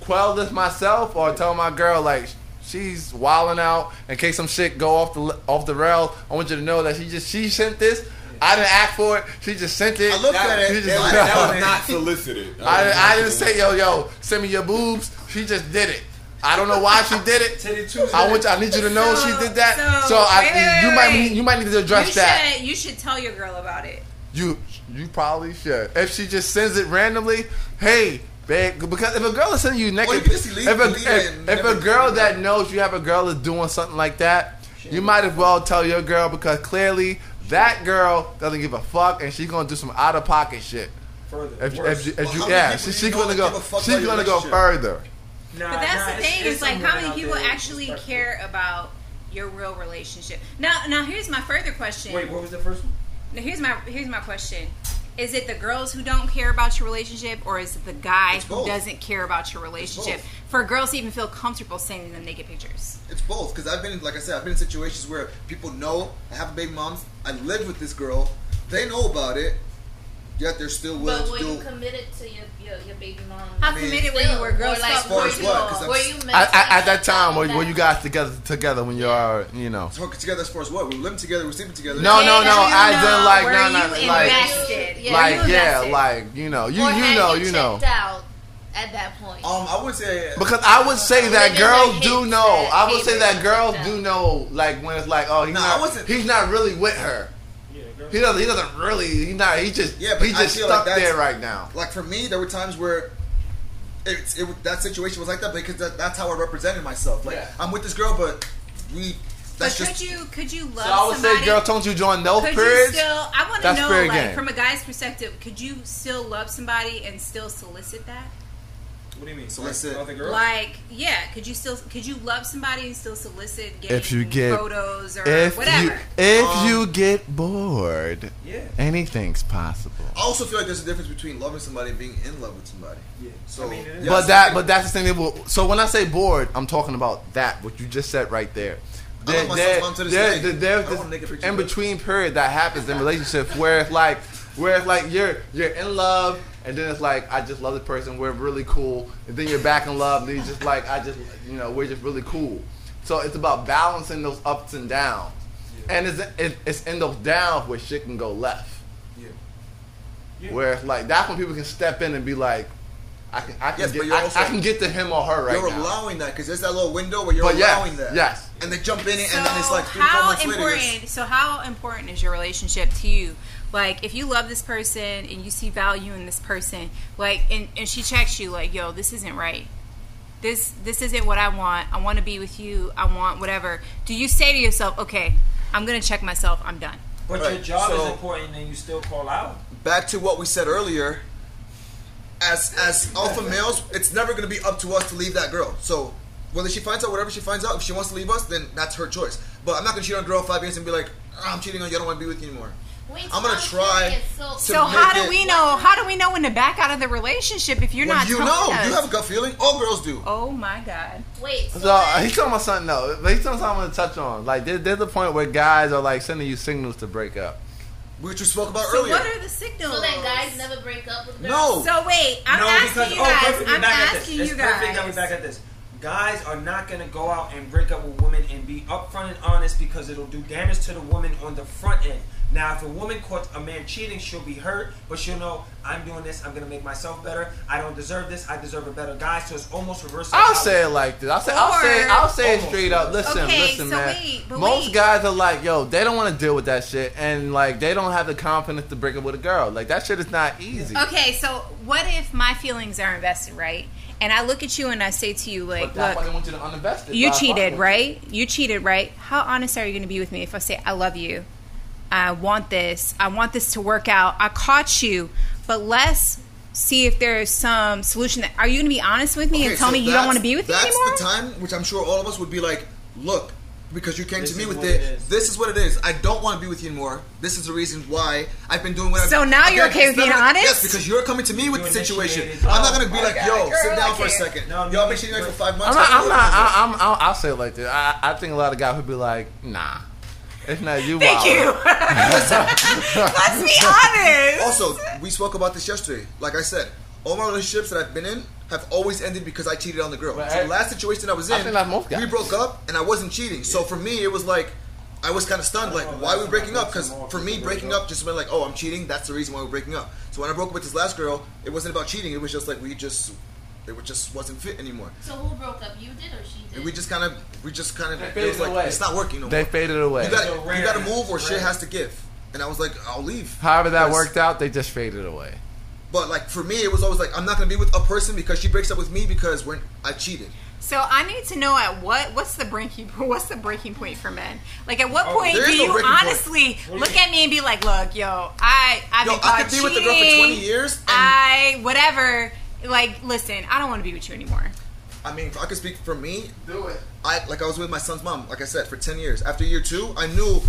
quell this myself or tell my girl like she's wilding out in case some shit go off the off the rail. I want you to know that she just she sent this. I didn't ask for it. She just sent it.
I looked
She
at it.
just-
That was-
That was not solicited.
I, I didn't say yo yo send me your boobs. She just did it. I don't know why she did it.
Titty Tuesday.
I want you, I need you to know
So-
she did that.
so-
So, I,
wait, wait,
you
wait,
might
wait.
Need, you might need to address
you
that.
should. You should tell your girl about it.
You you probably should. If she just sends it randomly, hey. Babe, because if a girl is sending you
you
naked,
can just
if
leave-
a,
leave it
if,
and
if
never
a girl
think about
that
it.
knows you have a girl is doing something like that, you might as well tell your girl because clearly that girl doesn't give a fuck and she's gonna do some out of pocket shit.
Further.
If,
Worse.
if, you- if
Well,
you
how many
yeah,
people
she,
do
she
you know
gonna
that give
go
a fuck
she's
about your
gonna go
relationship?
further.
Nah,
But that's
Uh, nah,
the
it's-
thing
it's
is like
some
how many
women out
people
there who's
actually
respectful.
care about your real relationship. Now, now here's my further question.
Wait, what was the first one?
Now, here's my here's my question. Is it the girls who don't care about your relationship, or is it the guy
It's
who
both.
doesn't care about your relationship?
both.
For girls to even feel comfortable sending them naked pictures.
It's both because I've been, in- like I said, I've been in situations where people know I have a baby mom. I live with this girl. They know about it, yet they're still willing
But
to
were
do.
you committed to your, your, your baby mom?
How
I mean,
committed were you? Were girls
Or, like,
like,
far
were
as
you-
what? 'Cause I'm
Were
s-
you mentally
At, at, at that time,
accepting
when, when you guys together together when you are you know.
Talk together as far as what we're living together, we're sleeping together.
No,
Yeah,
no, no. I
no,
done like,
were
no,
you
no, like,
invested?
Yeah,
like,
were you
yeah,
invested?
like, you know, you,
or
you
had
know,
you
you know.
checked out at that point?
Um, I would say
Because I would say that
Women
girls
that
do
hate
know.
that
I would say
hate
that
that
girls
stuff.
do know, like, when it's like, oh, he's
No, I
not,
wasn't-
he's not really with her.
Yeah, girl.
He doesn't, he doesn't really, he's not, he just,
Yeah, but
he
I
just
feel like
stuck
that's-
there right now.
like for me, there were times where it, it that situation was like that because that, that's how I represented myself. Like
Yeah.
I'm with this girl, but we.
But
That's
could
just
you could you
So I
love
would say,
somebody?
girl, don't you join those
could
periods?
you still? I want to
That's
know,
fair
like,
game.
from a guy's perspective, could you still love somebody and still solicit that?
What do you mean?
Solicit.
Like, other girl?
Like, yeah, could you still could you love somebody and still solicit getting
If you get-
photos or
if
whatever?
you, if
Um,
you get bored,
Yeah.
anything's possible.
I also feel like there's a difference between loving somebody and being in love with somebody.
Yeah.
So,
I mean, it is.
Yeah,
but
so-
that, but that's the thing. That will, so when I say bored, I'm talking about that what you just said right there.
I
There,
love myself
there,
down to this
there,
day.
there- there's
I don't want a nigga
this
picture,
in
but-
between period that happens in relationships where it's like, where it's like you're you're in love, and then it's like I just love this person. We're really cool, and then you're back in love, and you're just like I just you know we're just really cool. So it's about balancing those ups and downs, and it's it, it's in those downs where shit can go left.
Yeah. Yeah.
Where it's like that's when people can step in and be like, I can, I can
Yes, but
get,
you're
I,
also-
I can get to him or her right
you're
now.
allowing that because there's that little window where you're
but yes,
allowing that.
yes.
And they jump in it,
so
and then it's like three, four
how
months later.
important?
it's-
so how important is your relationship to you? Like, if you love this person and you see value in this person, like, and, and she checks you, like, yo, this isn't right. This this isn't what I want. I want to be with you. I want whatever. Do you say to yourself, okay, I'm gonna check myself. I'm done.
But your
Right,
job is
so-
important, and you still call out.
back to what we said earlier. As as alpha males, it's never going to be up to us to leave that girl. So whether she finds out whatever she finds out, if she wants to leave us, then that's her choice. But I'm not going to cheat on a girl five years and be like, "Ah, I'm cheating on you. I don't want to be with you anymore.
Wait,
I'm gonna
so
try.
curious, so-
to
So how
make
do
it-
we know? How do we know when to back out of the relationship if you're
Well,
not?
you
telling
know,
us?
you have a gut feeling. All girls do.
oh my god!
Wait, so
So uh, he's talking about something though. Like, He's talking about something I'm gonna touch on. Like there, there's a point where guys are like sending you signals to break up.
Which we spoke about
So
earlier.
what are the signals?
So that guys never break up with
No.
girls?
So wait, I'm
no, because
asking you
oh,
guys.
perfect, we're
I'm
back at
asking
this.
you
it's perfect that we're back
guys.
at this. Guys are not gonna go out and break up with women and be upfront and honest because it'll do damage to the woman on the front end. Now, if a woman caught a man cheating, she'll be hurt, but she'll know I'm doing this. I'm gonna make myself better. I don't deserve this. I deserve a better guy. So it's almost reverse.
I'll
psychology.
say it like this. I'll say, I'll say, I'll say it
Or-
straight up. Listen,
Okay,
listen,
so
man.
wait, but
Most
wait.
guys are like, yo, they don't want to deal with that shit, and like they don't have the confidence to break up with a girl. Like that shit is not easy.
Okay, so what if my feelings are invested, right? And I look at you and I say to you,
But
like,
that's why
look,
they want you to uninvest it.
you
That's why I
cheated,
want
right? You cheated, right? How honest are you going to be with me if I say I love you? I want this. I want this to work out. I caught you, but let's see if there's some solution. That, are you going to be honest with me
Okay,
and tell
so
me you don't
that's-
want to be with me
that's the
anymore?
time, which I'm sure all of us would be like, look, because you came
This
to me
is
with
what
it.
it is.
This is what it is. I don't want to be with you anymore. This is the reason why I've been doing what I've
So
been
now you're okay
it's
with being
never-
honest?
Yes, because you're coming to me with
You
the situation.
initiated.
I'm not
Oh
gonna be
my
like,
God,
yo,
girl,
sit down
I
for a
can't.
second.
No,
Y'all
no,
been cheating like for
but-
five months.
I'm not.
I don't
I'm not.
uh,
know this.
I, I'm. I'll, I'll say it like this. I, I think a lot of guys would be like, nah, it's not you.
Thank
Wilder.
you. let's be honest.
Also, we spoke about this yesterday. Like I said, all my relationships that I've been in have always ended because I cheated on the girl.
But
so
I-
the last situation I was
I
in,
think like most
we
guys.
broke up and I wasn't cheating. So for me, it was like I was kind of stunned. Like, why are we breaking up? Because for me, breaking up just meant like, oh, I'm cheating. That's the reason why we're breaking up. So when I broke up with this last girl, it wasn't about cheating. It was just like we just, it was- just wasn't fit anymore.
So who broke up? You did or she did?
And we just kind of, we just kind of,
They
it was
faded
like
away.
it's not working no
They
more.
faded away.
You got
So
to
rare.
you got to move or
It's
shit
rare.
has to give. And I was like, I'll leave.
However that
Because-
worked out, they just faded away.
but like for me, it was always like I'm not gonna be with a person because she breaks up with me because when I cheated.
So I need to know at what what's the breaking what's the breaking point for men? Like at what point
there
do
is no
you
breaking point.
honestly
do you
look
mean?
at me and be like, look, yo, I I've
Yo,
been
I
caught
could be with the girl for 20
cheating. Ah.
years. And, I,
I whatever. Like, listen, I don't want to be with you anymore.
mean, if I could speak for me.
Do it.
I like I was with my son's mom, like I said, for 10 years. After year two, I knew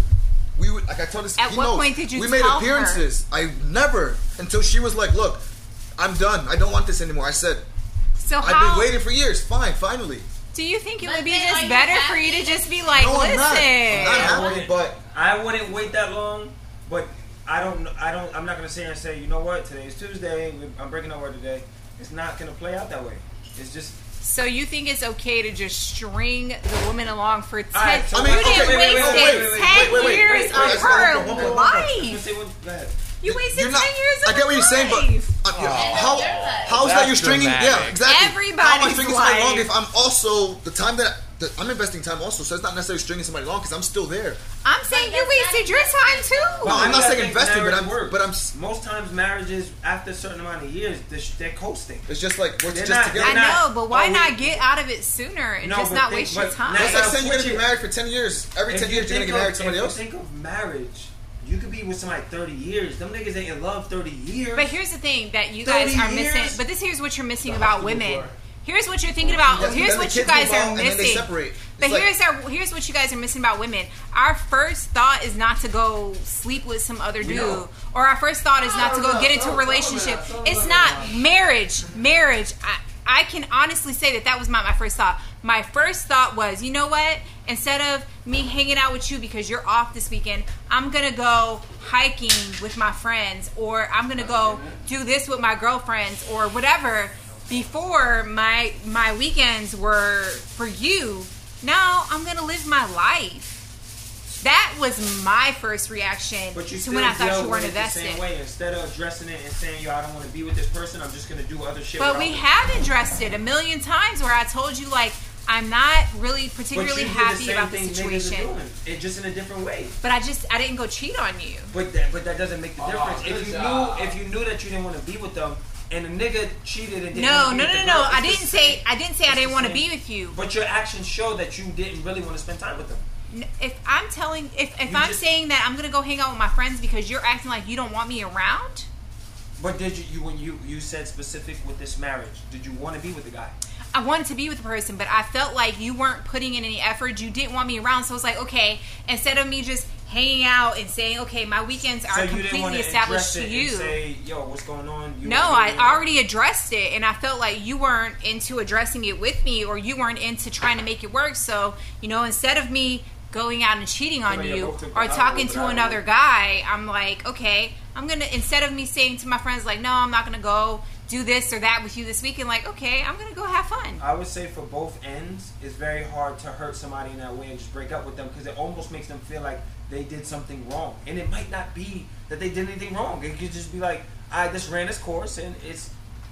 we would. Like I told this.
At
he
what
knows,
point did you
We made
tell her?
appearances. I never until she was like, "Look, I'm done. I don't want this anymore." I said,
So
"I've
how
been waiting for years. Fine, finally."
do you think it
But
would be
then are
just
you
better for you
happy?
to just be like,
No, I'm
listen?
not. I'm not happy.
I wouldn't-
but-
I wouldn't wait that long. But I don't. I don't. I'm not gonna sit here and say, you know what? Today is Tuesday. we- I'm breaking up with her today. It's not gonna play out that way. It's just.
So you think it's okay to just string the woman along for ten?
All right, so
I mean,
you
okay,
didn't
wait, wait,
waste
wait, wait, wait,
ten
wait, wait, wait,
years
wait,
of
wait,
her
wait, wait, wait, wait,
You
life.
say what- go ahead.
You wasted
You're
ten
not-
years. Of
I get what you're saying, but
life.
uh, yeah,
Oh.
how how is that
That's
you're stringing? Yeah,
dramatic.
exactly. how am I
Everybody's
stringing somebody along
life.
if I'm also the time that, that I'm investing time also, so it's not necessarily stringing somebody along because I'm still there.
I'm saying you wasted your time too.
No, I'm not
You gotta
saying
think
invested, but
marriage
I'm
works.
but I'm. s-
Most times, marriages after a certain amount of years, they're, they're coasting.
It's just like we're
They're
just
not-
together.
I
they're not-
know, but why
Oh, we-
not get out of it sooner and
No,
just
but
not
think-
waste your
but
time?
now-
It's like saying you're gonna be
Switch it.
married for ten years. Every
If
ten
you
years, you're gonna
think
get
of-
married to somebody
if you
else.
Think of marriage. You could be with somebody 30 years. Them niggas ain't in love 30 years.
But here's the thing that you guys
30
are missing.
years?
But this here's what you're missing about women. Here's what you're thinking
Yes,
about.
but
Here's
then the
what you
kids move
guys
out,
are
and then they
missing.
separate. It's
But
like-
here's our here's what you guys are missing about women. Our first thought is not to go sleep with some other dude, or our first thought is not to go get into a relationship. It's not marriage. Marriage. I, I can honestly say that that was not my first thought. My first thought was, you know what? Instead of me hanging out with you because you're off this weekend, I'm gonna go hiking with my friends, or I'm gonna go do this with my girlfriends, or whatever. Before my my weekends were for you. Now I'm gonna live my life. That was my first reaction
But you
to
still
when I thought
dealt
you
with
weren't
it the
invested.
same way. Instead of addressing it and saying, "Yo, I don't want to be with this person. I'm just gonna do other shit."
But
without
we
them."
have addressed it a million times where I told you like I'm not really
But you
particularly
did
happy
same
about the
thing niggas are
situation.
doing. It just in a different way.
But I just I didn't go cheat on you.
But that, but that doesn't make the
Oh,
difference.
good
If you
job.
knew, if you knew that you didn't want to be with them, and a nigga cheated and didn't
No, no,
wanna be
no, no,
with the
no.
girl,
I
it's the
didn't say
same.
I didn't say I
It's the
didn't want to
same.
be with you.
But your actions show that you didn't really want to spend time with them.
N- If I'm telling if if
You
I'm
just-
saying that I'm gonna go hang out with my friends because you're acting like you don't want me around,
But did you, you when you you said specific with this marriage? Did you want to be with the guy?
I wanted to be with the person, but I felt like you weren't putting in any effort. You didn't want me around. So it's like, okay, instead of me just hanging out and saying, okay, my weekends
So
are
you didn't want
completely
to
established
address
to
it
you.
and say, "Yo, what's going on?" You
no,
want
I
to-
already addressed it, and I felt like you weren't into addressing it with me, or you weren't into trying to make it work. So, you know, instead of me going out and cheating on
like
you
you're both took
or
the high
talking
road, but
to
I don't
another
know.
guy, I'm like, okay, I'm gonna instead of me saying to my friends like, no, I'm not gonna go do this or that with you this weekend. Like, okay, I'm gonna go have fun.
I would say for both ends, it's very hard to hurt somebody in that way and just break up with them because it almost makes them feel like they did something wrong, and it might not be that they did anything wrong. It could just be like, "I just ran this course and it's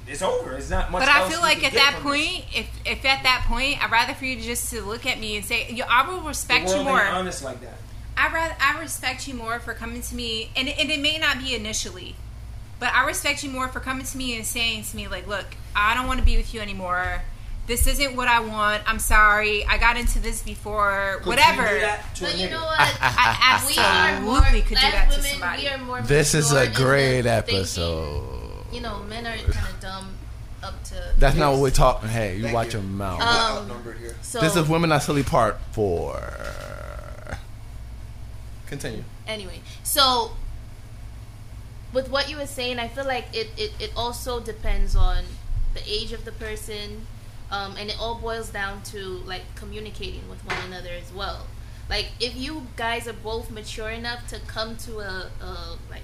it's over. It's not much."
But I
else
feel
you
like
can
at
get
that
from this."
point, if if at that point, I'd rather for you to just to look at me and say, "Yo, I will
The
respect
world
you
ain't
more.
honest like that.
I rather I respect you more for coming to me, and and it may not be initially, but I respect you more for coming to me and saying to me like, "Look, I don't want to be with you anymore. This isn't what I want. I'm sorry. I got into this before.
Could
Whatever."
You do that to a
But you
nigga?
know what?
I
we are more,
absolutely could do
as
that to
women,
somebody.
We are more
This is
mature
a
in the
great
thinking.
episode.
You know, men are kind of dumb up to.
That's not
Yes.
what we're talking. Hey, you
Thank
watch
you.
your mouth.
Uh,
We're
Um,
outnumbered here.
So
this is Women Are Silly Part 4. Continue.
anyway, so with what you were saying, I feel like it, it, it also depends on the age of the person, um, and it all boils down to like communicating with one another as well. Like if you guys are both mature enough to come to a, a like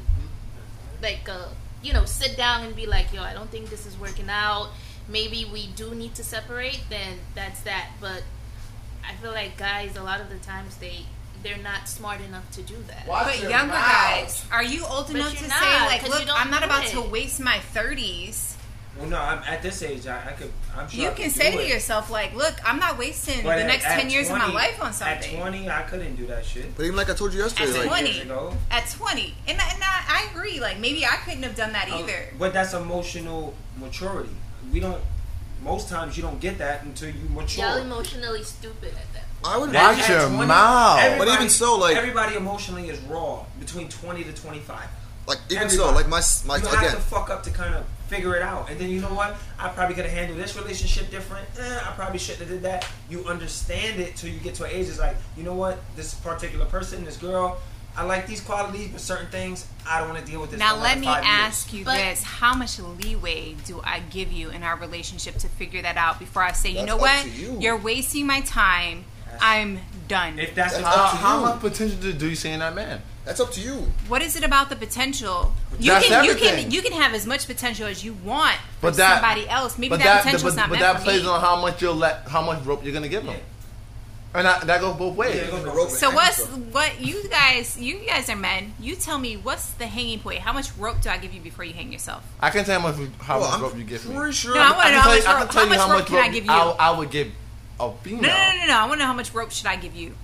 like uh, you know sit down and be like yo i don't think this is working out maybe we do need to separate then that's that but i feel like guys a lot of the times they they're not smart enough to do that
But younger guys, are you old
But
enough
you're
to
not,
say like,
'cause you
"Look,
don't
I'm not
do
about
it."
to waste my 30s."
Well, no, I'm, at this age, I, I could. I'm sure
You
I
can
could
say
do
to
it.
yourself like, "Look, I'm not wasting
But
the
at-
next
at
10 years of
20
my life on
At
something."
20, I couldn't do that shit.
But even like I told you yesterday,
At
like,
20.
years ago.
at 20 and, I- and I, I agree like maybe i couldn't have done that
Um,
either
But that's emotional maturity. We don't. Most times you don't get that until you mature.
y'all emotionally stupid at that point.
I would
At-
Watch
at
your
20,
mouth.
everybody-
But even so, like-
everybody emotionally is raw between twenty to twenty-five.
like even so,
Everybody.
like my s- my
you
again,
have to fuck up to kind of figure it out, and then you know what? I probably could have handled this relationship different. Eh, I probably shouldn't have did that. You understand it till you get to an age. It's like you know what? This particular person, this girl, I like these qualities, but certain things I don't want to deal with. This for
now
another
let me
five years.
ask you
But-
this how much leeway do i give you in our relationship to figure that out before i say you
That's
know
up
what
to you.
are wasting my time i'm done
If that's,
That's
up
Uh,
to
how
you.
much potential do you see in that man?
that's up to you.
what is it about the potential you
That's
can you
everything.
can you can have as much potential as you want
But
from
that-
somebody else maybe that, potential's
but,
not
but
meant
that
for
plays
me.
on how much you'll let, how much rope you're gonna give him, and that, that goes both ways.
Yeah, go-
Rope it.
So
I think
what's what you guys? You guys are men. You tell me what's the hanging point? How much rope do I give you before you hang yourself?
I can tell how much how
Well,
much
I'm
rope you give me.
pretty sure.
No, I wanna
can
know
tell
how
you-
much
I
rope-
can tell
how
you
much rope can I
rope
give you?
I, I would give a female.
No, no, no, no, no. I want to know how much rope should I give you?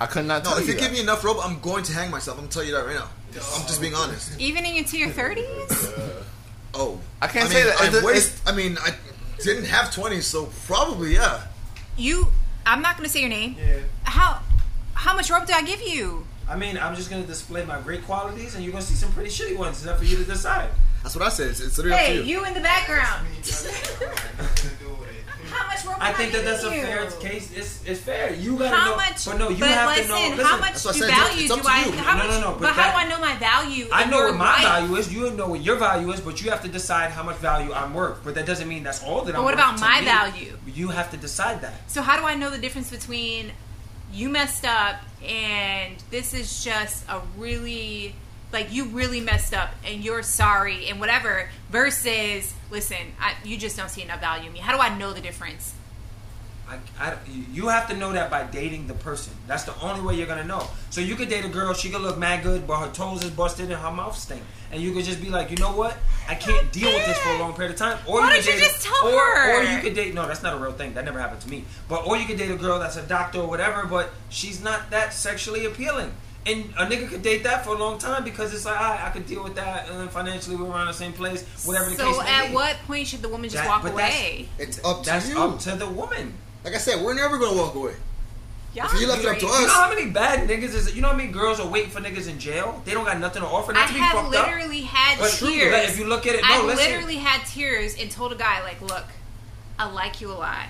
I could not
No,
tell
if
you.
you
that.
give me enough rope, I'm going to hang myself. I'm telling you that right now. I'm just being honest.
Even into your thirties?
Oh,
I can't
mean,
say that. It's
I,
a-
waste, I mean, I didn't have 20, so probably yeah.
You? I'm not going to say your name.
Yeah.
How? How much rope do I give you?
I mean, I'm just gonna display my great qualities, and you're gonna see some pretty shitty ones. It's up for you to decide.
That's what I said. It's, it's literally up
Hey,
to you.
you in the background. How much rope?
I
am
think that that's a
giving
fair
you?
case. It's, it's fair. You gotta
How
know,
much?
but no, you
but
have
listen,
to know. Listen,
how much
That's what I
do
said, it's up-
value
it's up
do
to
I?
you.
How
No,
much,
no, no,
But,
but
how do
that-
I know my value?
I
in
know
your
what my
life?
value is. You know what your value is, but you have to decide how much value I'm worth. But that doesn't mean that's all that
But
I'm.
what
worth
about
to
my
me.
value?
You have to decide that.
So how do I know the difference between you messed up and this is just a really like you really messed up and you're sorry and whatever versus listen I, you just don't see enough value in me. How do I know the difference?
I, I, you have to know that by dating the person. That's the only way you're gonna know. So you could date a girl, she could look mad good, but her toes is busted and her mouth stink, and you could just be like, you know what? I can't deal with this for a long period of time. Or
Why
you
don't
could
you
date a-
just tell
or, Or
her?
you could date. No, that's not a real thing. That never happened to me. But or you could date a girl that's a doctor or whatever, but she's not that sexually appealing. And a nigga could date that for a long time because it's like, all right, I could deal with that, and then financially we're around the same place, whatever the
so
case may
at
be.
what point should the woman just
That-
walk
but that's-
away?
It's up to
That's
you.
up to the woman.
like I said, we're never gonna walk away.
Y'all
if you left it up to
crazy.
us-
You know how many bad niggas is? You know how many girls are waiting for niggas in jail? They don't got nothing to offer.
I
Not to be
have
fucked up.
literally had
But true,
tears.
like, if you look at it, no,
I
listen.
literally had tears and told a guy like, "Look, I like you a lot.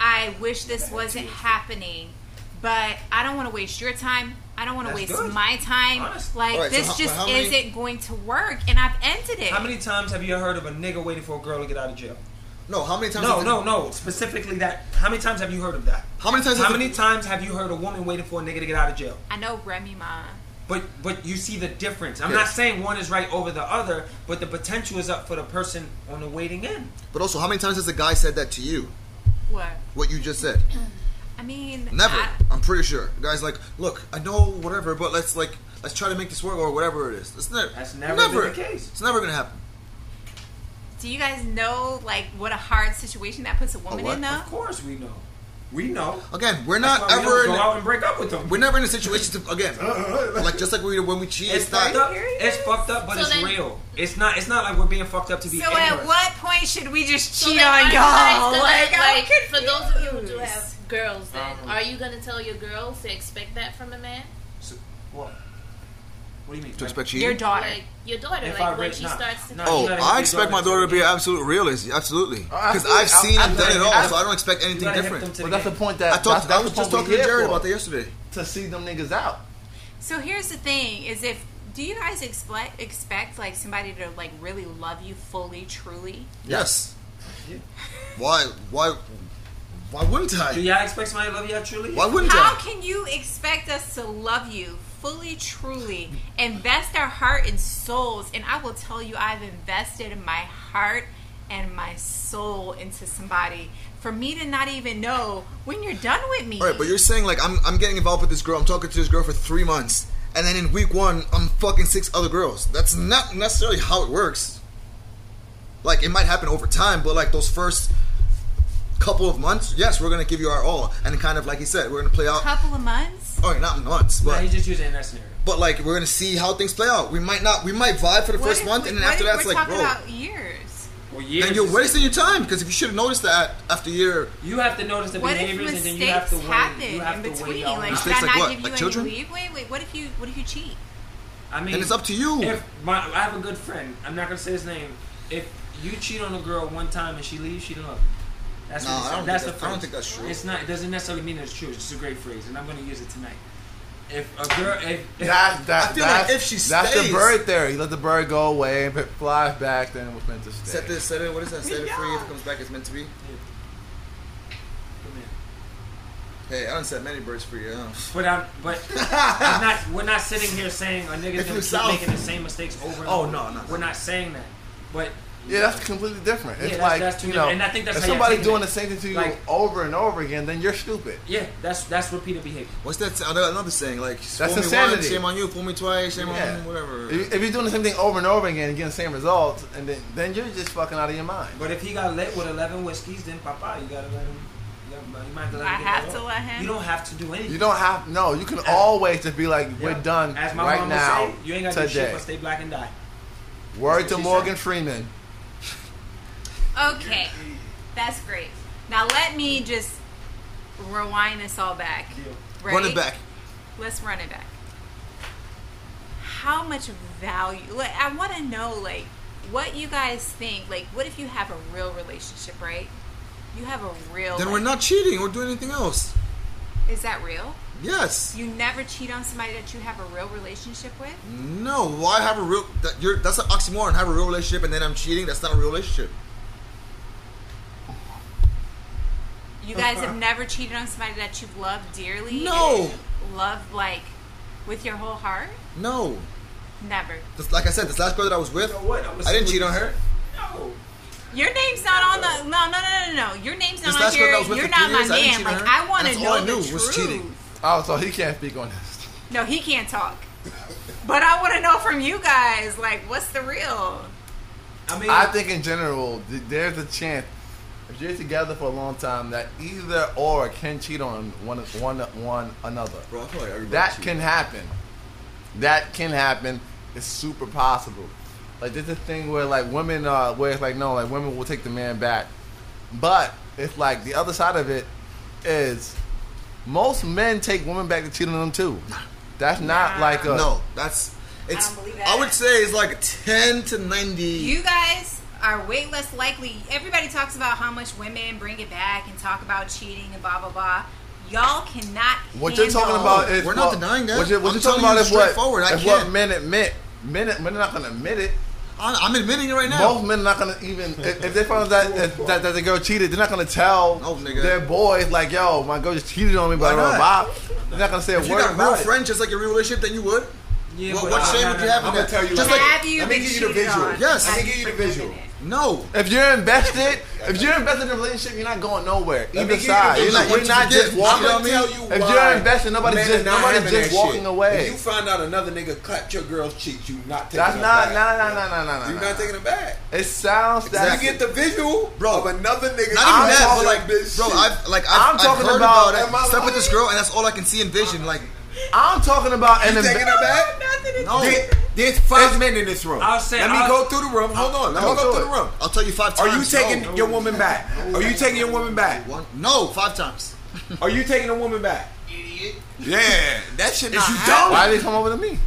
I wish this wasn't happening, but I don't want to waste your time. I don't want to
That's
waste
good.
my time.
Honest.
Like
All right, so
this
how-
just
how many-
isn't going to work, and I've ended it.
How many times have you heard of a nigga waiting for a girl to get out of jail?
No, how many times?
No,
has it-
no, no. Specifically that. How many times have you heard of that?
How many times?
How
has it-
many times have you heard a woman waiting for a nigga to get out of jail?
I know Remy Ma.
But but you see the difference. I'm not
Yes.
saying one is right over the other, but the potential is up for the person on the waiting end.
But also, how many times has a guy said that to you?
What?
What you just said?
I mean,
Never.
I,
I'm pretty sure. The guy's like, look, I know whatever, but let's like let's try to make this work or whatever it is. It's never.
That's never been the case.
It's never gonna happen.
do you guys know like what a hard situation that puts a woman
what?
in though?
Of course we know. We know.
Again, we're
That's
not
why we
ever.
don't
in-
go out and break up with them.
we're never in a situation to again. like just like we when we cheat,
it's,
it's,
fucked
not.
up. It's fucked up, but
So
it's
then-
real. It's not. It's not like we're being fucked up to be
So
angry.
at what point should we just
So
cheat
then
on
are you
y'all?
guys
Like,
gonna,
I'm
like, for those of you who do
confused.
have girls, then
Um,
are you gonna tell your girls to expect that from a man?
What? What do you mean?
To
Like,
expect
your
cheating.
daughter.
Like your daughter,
If I
like when
raise-
she
nah,
starts to.
nah,
Oh,
You gotta
I
hit
expect
your
my daughter to be
daughter.
an absolute realist. Absolutely, because
Uh, absolutely.
I've seen
I've-
and done it all,
I've-
so I don't expect
you
anything
gotta hit
different.
them to
Well,
the
that's the
game.
point that
I talked.
That's, that's
I was
the point
just talking
we're
to
here
Jared
for,
about that yesterday.
to see them niggas out.
So here's the thing: is if do you guys expect expect like somebody to like really love you fully, truly?
Yes. Why? Why? Why wouldn't
Do
I?
y'all expect somebody to love y'all truly?
Why wouldn't
How
I?
can you expect us to love you fully, truly, invest our heart and souls? And I will tell you, I've invested my heart and my soul into somebody. For me to not even know when you're done with me.
All right, but you're saying like I'm I'm getting involved with this girl. I'm talking to this girl for three months, and then in week one I'm fucking six other girls. That's not necessarily how it works. Like it might happen over time, but like those first couple of months, yes, we're gonna give you our all, and kind of like he said, we're gonna play out.
couple of months.
All right, not months,
Nah,
but
he's just using that scenario.
but like we're gonna see how things play out. We might not, we might vibe for the
What
first
if
month,
we-
and then
what
after
if
that's
we're
like,
talking
bro,
about years.
Well, years
then you're
is-
wasting your time because if you should have noticed that after year,
You have to notice the
What if
behaviors, and then you have
mistakes
to weigh.
happen
You have
in
to weigh
between?
y'all
Like,
out.
should
Mistakes
I
like
not
what?
give you
Like
any
children?
leave? Wait, wait. What if you? What if you cheat?
I mean,
and it's up to you.
If my, I have a good friend, I'm not gonna say his name. If you cheat on a girl one time and she leaves, she don't love you. That's
No,
what it's,
I don't
that's
think
the
that- I don't
phrase.
think that's true.
It's not. It doesn't necessarily mean it's true. It's just a great phrase, and I'm gonna use it tonight. If a girl, if, if
That, that,
I feel
that's,
like if she
that's the
stays-
bird theory. You let the bird go away and it flies back, then it was meant to stay.
Set this, set it. What is that? Set it free. If it comes back, it's meant to be.
Come here.
Hey, I don't set many birds free. Yeah.
But I'm, but I'm not, we're not sitting here saying a nigga's
If
gonna
you
keep
South-
making the same mistakes over. And
Oh,
over.
no, no,
We're not saying that. But
Yeah, that's completely different.
Yeah,
It's
that's-
like
that's too
you know,
different. And I think that's
if
how you
somebody's
take
doing
it.
the same thing to you
Like-
over and over again, then you're stupid.
yeah, that's that's repeated behavior.
What's that? Another, another saying like fool me once,
insanity.
shame on you. Fool me twice, shame on
Yeah.
you. Whatever.
If, you- if you're doing the same thing over and over again and getting the same results, and then then you're just fucking out of your mind.
But if he got lit with 11 whiskeys, then papa, you gotta let him. You, gotta, you might have to let him.
I
get
have
that
to
off.
let him?
You don't have to do anything.
You don't have no. You can
As-
always just be like,
Yeah.
we're done
As my
right
mama
now.
Say, you ain't gotta do shit
today.
but stay black and die.
Word to
She
Morgan
said-
Freeman.
Okay, that's great. Now let me just rewind this all back.
Deal.
Right?
Run it back.
Let's run it back. How much value? Like, I want to know, like, what you guys think. Like, what if you have a real relationship, right? You have a real.
Then
like-
we're not cheating or doing anything else.
Is that real?
Yes.
You never cheat on somebody that you have a real relationship with.
No. Why have a real? That, you're, that's an oxymoron. Have a real relationship and then I'm cheating. That's not a real relationship.
You guys have never cheated on somebody that you've loved dearly.
No.
and Loved like with your whole heart.
No.
Never.
That's, like I said, this last girl that I was with,
So what? I'm
I didn't cheat on her.
No.
Your name's not on the no no no no no. Your name's
This
not on
last girl
here.
that I was with
You're
for three
not my
years, I didn't
man.
cheat on
Like
her.
I want to
That's all I
know the
knew was
truth.
cheating.
Oh, so he can't speak on this.
No, he can't talk. But I want to know from you guys, like, what's the real?
I mean,
I think in general, th- there's a chance if you're together for a long time that either or can cheat on one one one another.
Bro, I feel like everybody
That
cheats.
can happen. That can happen. It's super possible. Like there's a thing where like women uh where it's like no, like women will take the man back. But it's like the other side of it is most men take women back to cheat on them too. That's not like a
No, that's. It's. I,
don't believe that.
would say it's like ten to ninety.
You guys are way less likely. Everybody talks about how much women bring it back and talk about cheating and blah blah blah. y'all cannot.
What you're talking
handle-
about is
We're not
what-
denying that.
What you're, what
I'm
you're talking
telling
about
you
is what,
straightforward. I
is what
can't.
men admit. Men, men are not going to admit it.
I'm, I'm admitting it right now.
Most men are not gonna even if, if they found out that, that that the girl cheated, they're not gonna tell
No, nigga.
their boys like, "Yo, my girl just cheated on me, but I
Why
don't know
not?
why." They're not gonna say a
If you
word
got real
about it.
friends just like your real relationship, then you would.
Yeah,
what
but
what
I-
shame
I-
would you have in
I'm
that?
gonna tell you
just like
right
Have you
Let me
been
give you the
cheated
visual.
on?
Yes.
Have
Let
me
you
give you the
been
visual.
cheated on?
no.
If you're invested, if you're invested in a relationship, you're not going nowhere.
Let me
Either
give you
side,
the
you're not,
visual.
you're not just
Once
walking.
you
on
get-
me.
I'ma
tell you
If
why
you're invested, nobody's
men
just
are not
nobody's
having
just
that
walking
shit.
away.
If you find out another nigga cut your girl's cheek, you not taking
That's
her
not,
back.
nah, nah, nah, nah, nah, nah.
You're not taking it back.
It sounds that
You get the visual
Bro.
of another nigga.
Not even
I'm
that,
talking
but like,
this
bro,
shit.
I've like
I'm
I've, I've
talking
heard
about-
about,
Am I
it. Slept with
lying?
this girl, and that's all I can see in vision. Like,
I'm talking about an
you taking
investment.
her back?
no,
There- There's five men in this room.
I'll say-
Let me
I'll-
go through the room. Hold on. Let
Go
me go
to
through
it.
the room.
I'll tell you five
Are
times.
you taking
no.
your woman back? Are you taking your woman back?
One- No, five times.
Are you taking a woman back? Idiot. Yeah, that should not.
you
happen.
Why did they come over to me?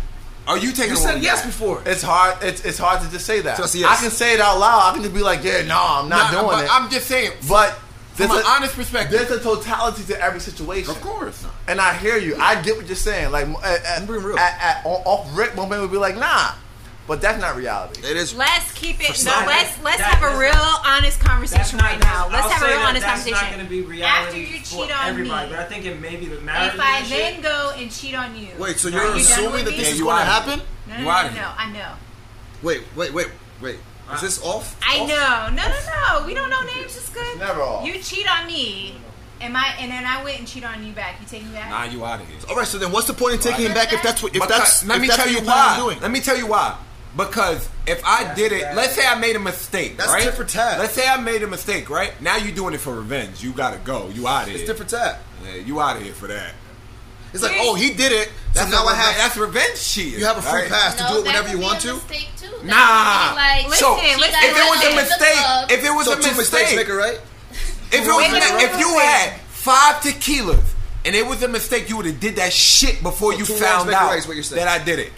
Are you taking?
You
a
said
woman
yes
back?
before.
It's hard. It's it's hard to just say that.
So it's yes.
I can say it out loud. I can just be like, yeah, no, I'm not
Nah,
doing
but
it.
I'm just saying.
but
From
there's
an
a-
honest perspective,
there's a totality to every situation.
of course.
And I hear you. I get what you're saying. Like, at, at,
I'm being real.
At, at, on- off Rick, one man would be like, nah, but that's not reality.
It is.
Let's keep it. No,
some-
let's let's
That-
have a
that's
real honest
That's
conversation
not
right now. Let's
I'll
have a
say
real
that
honest
that's
conversation.
not going to be reality
After you
for
cheat on
everybody,
me.
But I think it may be the marriage.
If I
and shit.
then go and cheat on you,
Wait, so
Are
you're
you done
assuming
with
that
me?
this is
you
going to
are.
happen?
No, no,
You
no,
out
no,
of
no,
here.
I know.
Wait, wait, wait, wait. Is this off?
I
Off?
know. No, no, no. We don't know names. It's good.
Never off.
You cheat on me, and I and then I went and cheat on you back. You take me back.
Nah, you out of here.
All right, so then what's the point in taking him back if that's what if
Because-
that's
let
if
me
that's
tell
what
you
plan on
why. Let me tell you why. Because if I did it,
bad.
let's say I made a mistake,
That's
right?
tit for tat.
Let's say I made a mistake, right? Now you're doing it for revenge. You gotta go. You out of here.
It's different tap.
Yeah, you out of here for that.
It's like, oh, he did it. So
That's
now
a
I
reven-
have
That's revenge cheating.
you have a free
right?
pass to do it
that
whenever
could
you
be
want
a
to.
mistake, too. That
Nah.
could be Like,
so
Listen,
she
listen,
got
if it was a
invited to the club.
mistake, if it was
So
a
two mistakes
mistake,
make it right.
If it was,
Wait, wait, wait,
if you
wait.
had five tequilas and it was a mistake, you would have did that shit before
So
you
two wrongs
found
make a
out
right is what you're saying.
that I did it.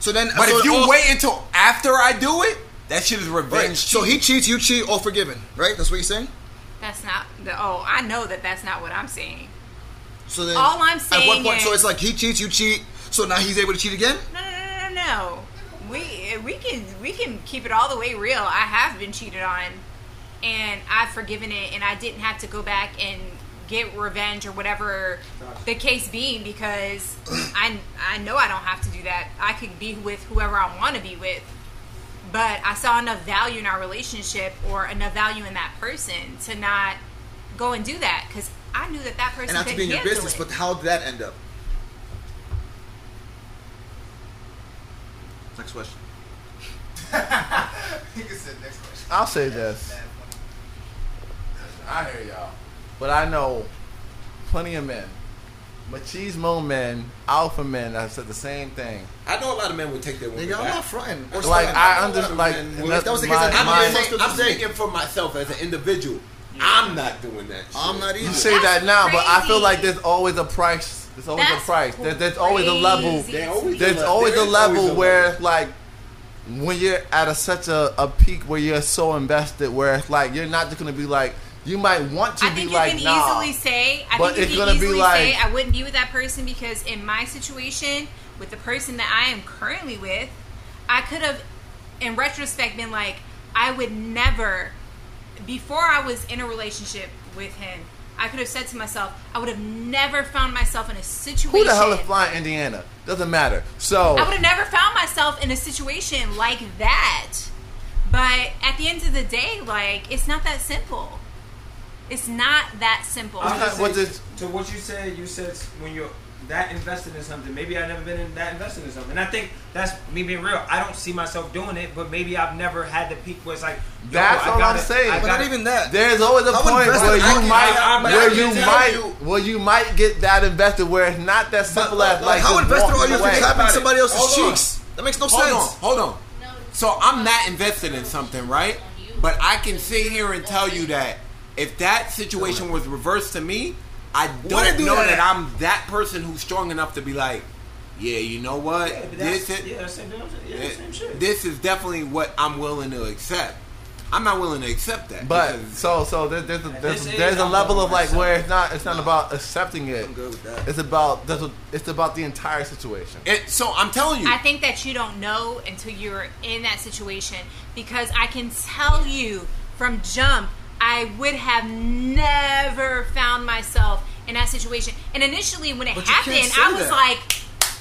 So then,
But
so
if you
all-
wait until after I do it, that shit is revenge.
right, so he cheats, you cheat, all forgiven, right? That's what you're saying.
That's not the. Oh, I know that. That's not what I'm saying.
So then,
All I'm
at
saying
one point, so
is-
it's like he cheats, you cheat, so now he's able to cheat again.
No, no, no, no, no. We we can we can keep it all the way real. I have been cheated on, and I've forgiven it, and I didn't have to go back and get revenge or whatever the case being because I I know I don't have to do that. I could be with whoever I want to be with, but I saw enough value in our relationship or enough value in that person to not go and do that because I knew that that person
and not to
could
be in your
handle
business.
it.
But how did that end up? Next question.
I'll say this. I hear y'all. But I know plenty of men, machismo men, alpha men that have said the same thing.
I know a lot of men would take their woman
Nigga, I'm not fronting. Or
Like
something.
I understand. Like
If that was the case,
my-
I'd be
my-
the same.
I'm speaking for myself as an individual. I'm not doing that. Shit.
I'm not
You
either.
say that now, but I feel
crazy.
like there's always a price. There's always
That's
a price. There, there's always a level.
crazy.
always
There's
There
always
is
a level
always a
where
level.
it's like when you're at a such a, a peak where you're so invested, where it's like you're not just gonna be like you might want to
I
be
think you
like
can
nah.
easily say. I
But
think
it's
you
gonna
can
be
easily say
like-
I wouldn't be with that person because in my situation, with the person that I am currently with, I could have, in retrospect, been like, I would never. Before I was in a relationship with him, I could have said to myself, I would have never found myself in a situation.
Who the hell is flying Indiana? Doesn't matter. So
I would have never found myself in a situation like that. But at the end of the day, like, it's not that simple. It's not that simple.
I'm just
What
saying,
does-
to what you said, you said when you're that invested in something, maybe I've never been in that invested in something. And I think that's me being real. I don't see myself doing it, but maybe I've never had the peak where it's like, yo,
That's
I
all
gotta-
I'm saying.
I
But
But
gotta-
not even that.
There's always a
How
point
invested
where you
I can-
might,
I- I- but I
where
can
you
tell
might,
you-
where you might get that invested where it's not that simple as like
how
just
invested
walking
are you if
away.
you're tapping somebody else's
Hold on.
cheeks? That makes no
hold on,
sense.
hold on.
No,
So I'm not invested in something, right? But I can sit here and tell you that if that situation was reversed to me, I
Wouldn't
don't
do
know
that.
that. I'm that person who's strong enough to be like, yeah, you know what?
Yeah, but that's-
this, is,
yeah, that's the same, yeah,
eh,
same shit.
this is definitely what I'm willing to accept. I'm not willing to accept that.
But
because-
so so there, there's a, there's,
this is
there's a
I'm
level
over
of like
myself.
where it's not it's not about accepting it.
I'm good with that.
It's about that's what, it's about the entire situation.
it, so I'm telling you,
I think that you don't know until you're in that situation because I can tell you from jump, I would have never found myself in that situation. And initially, when it
But you can't
happened,
say
I was
that.
like,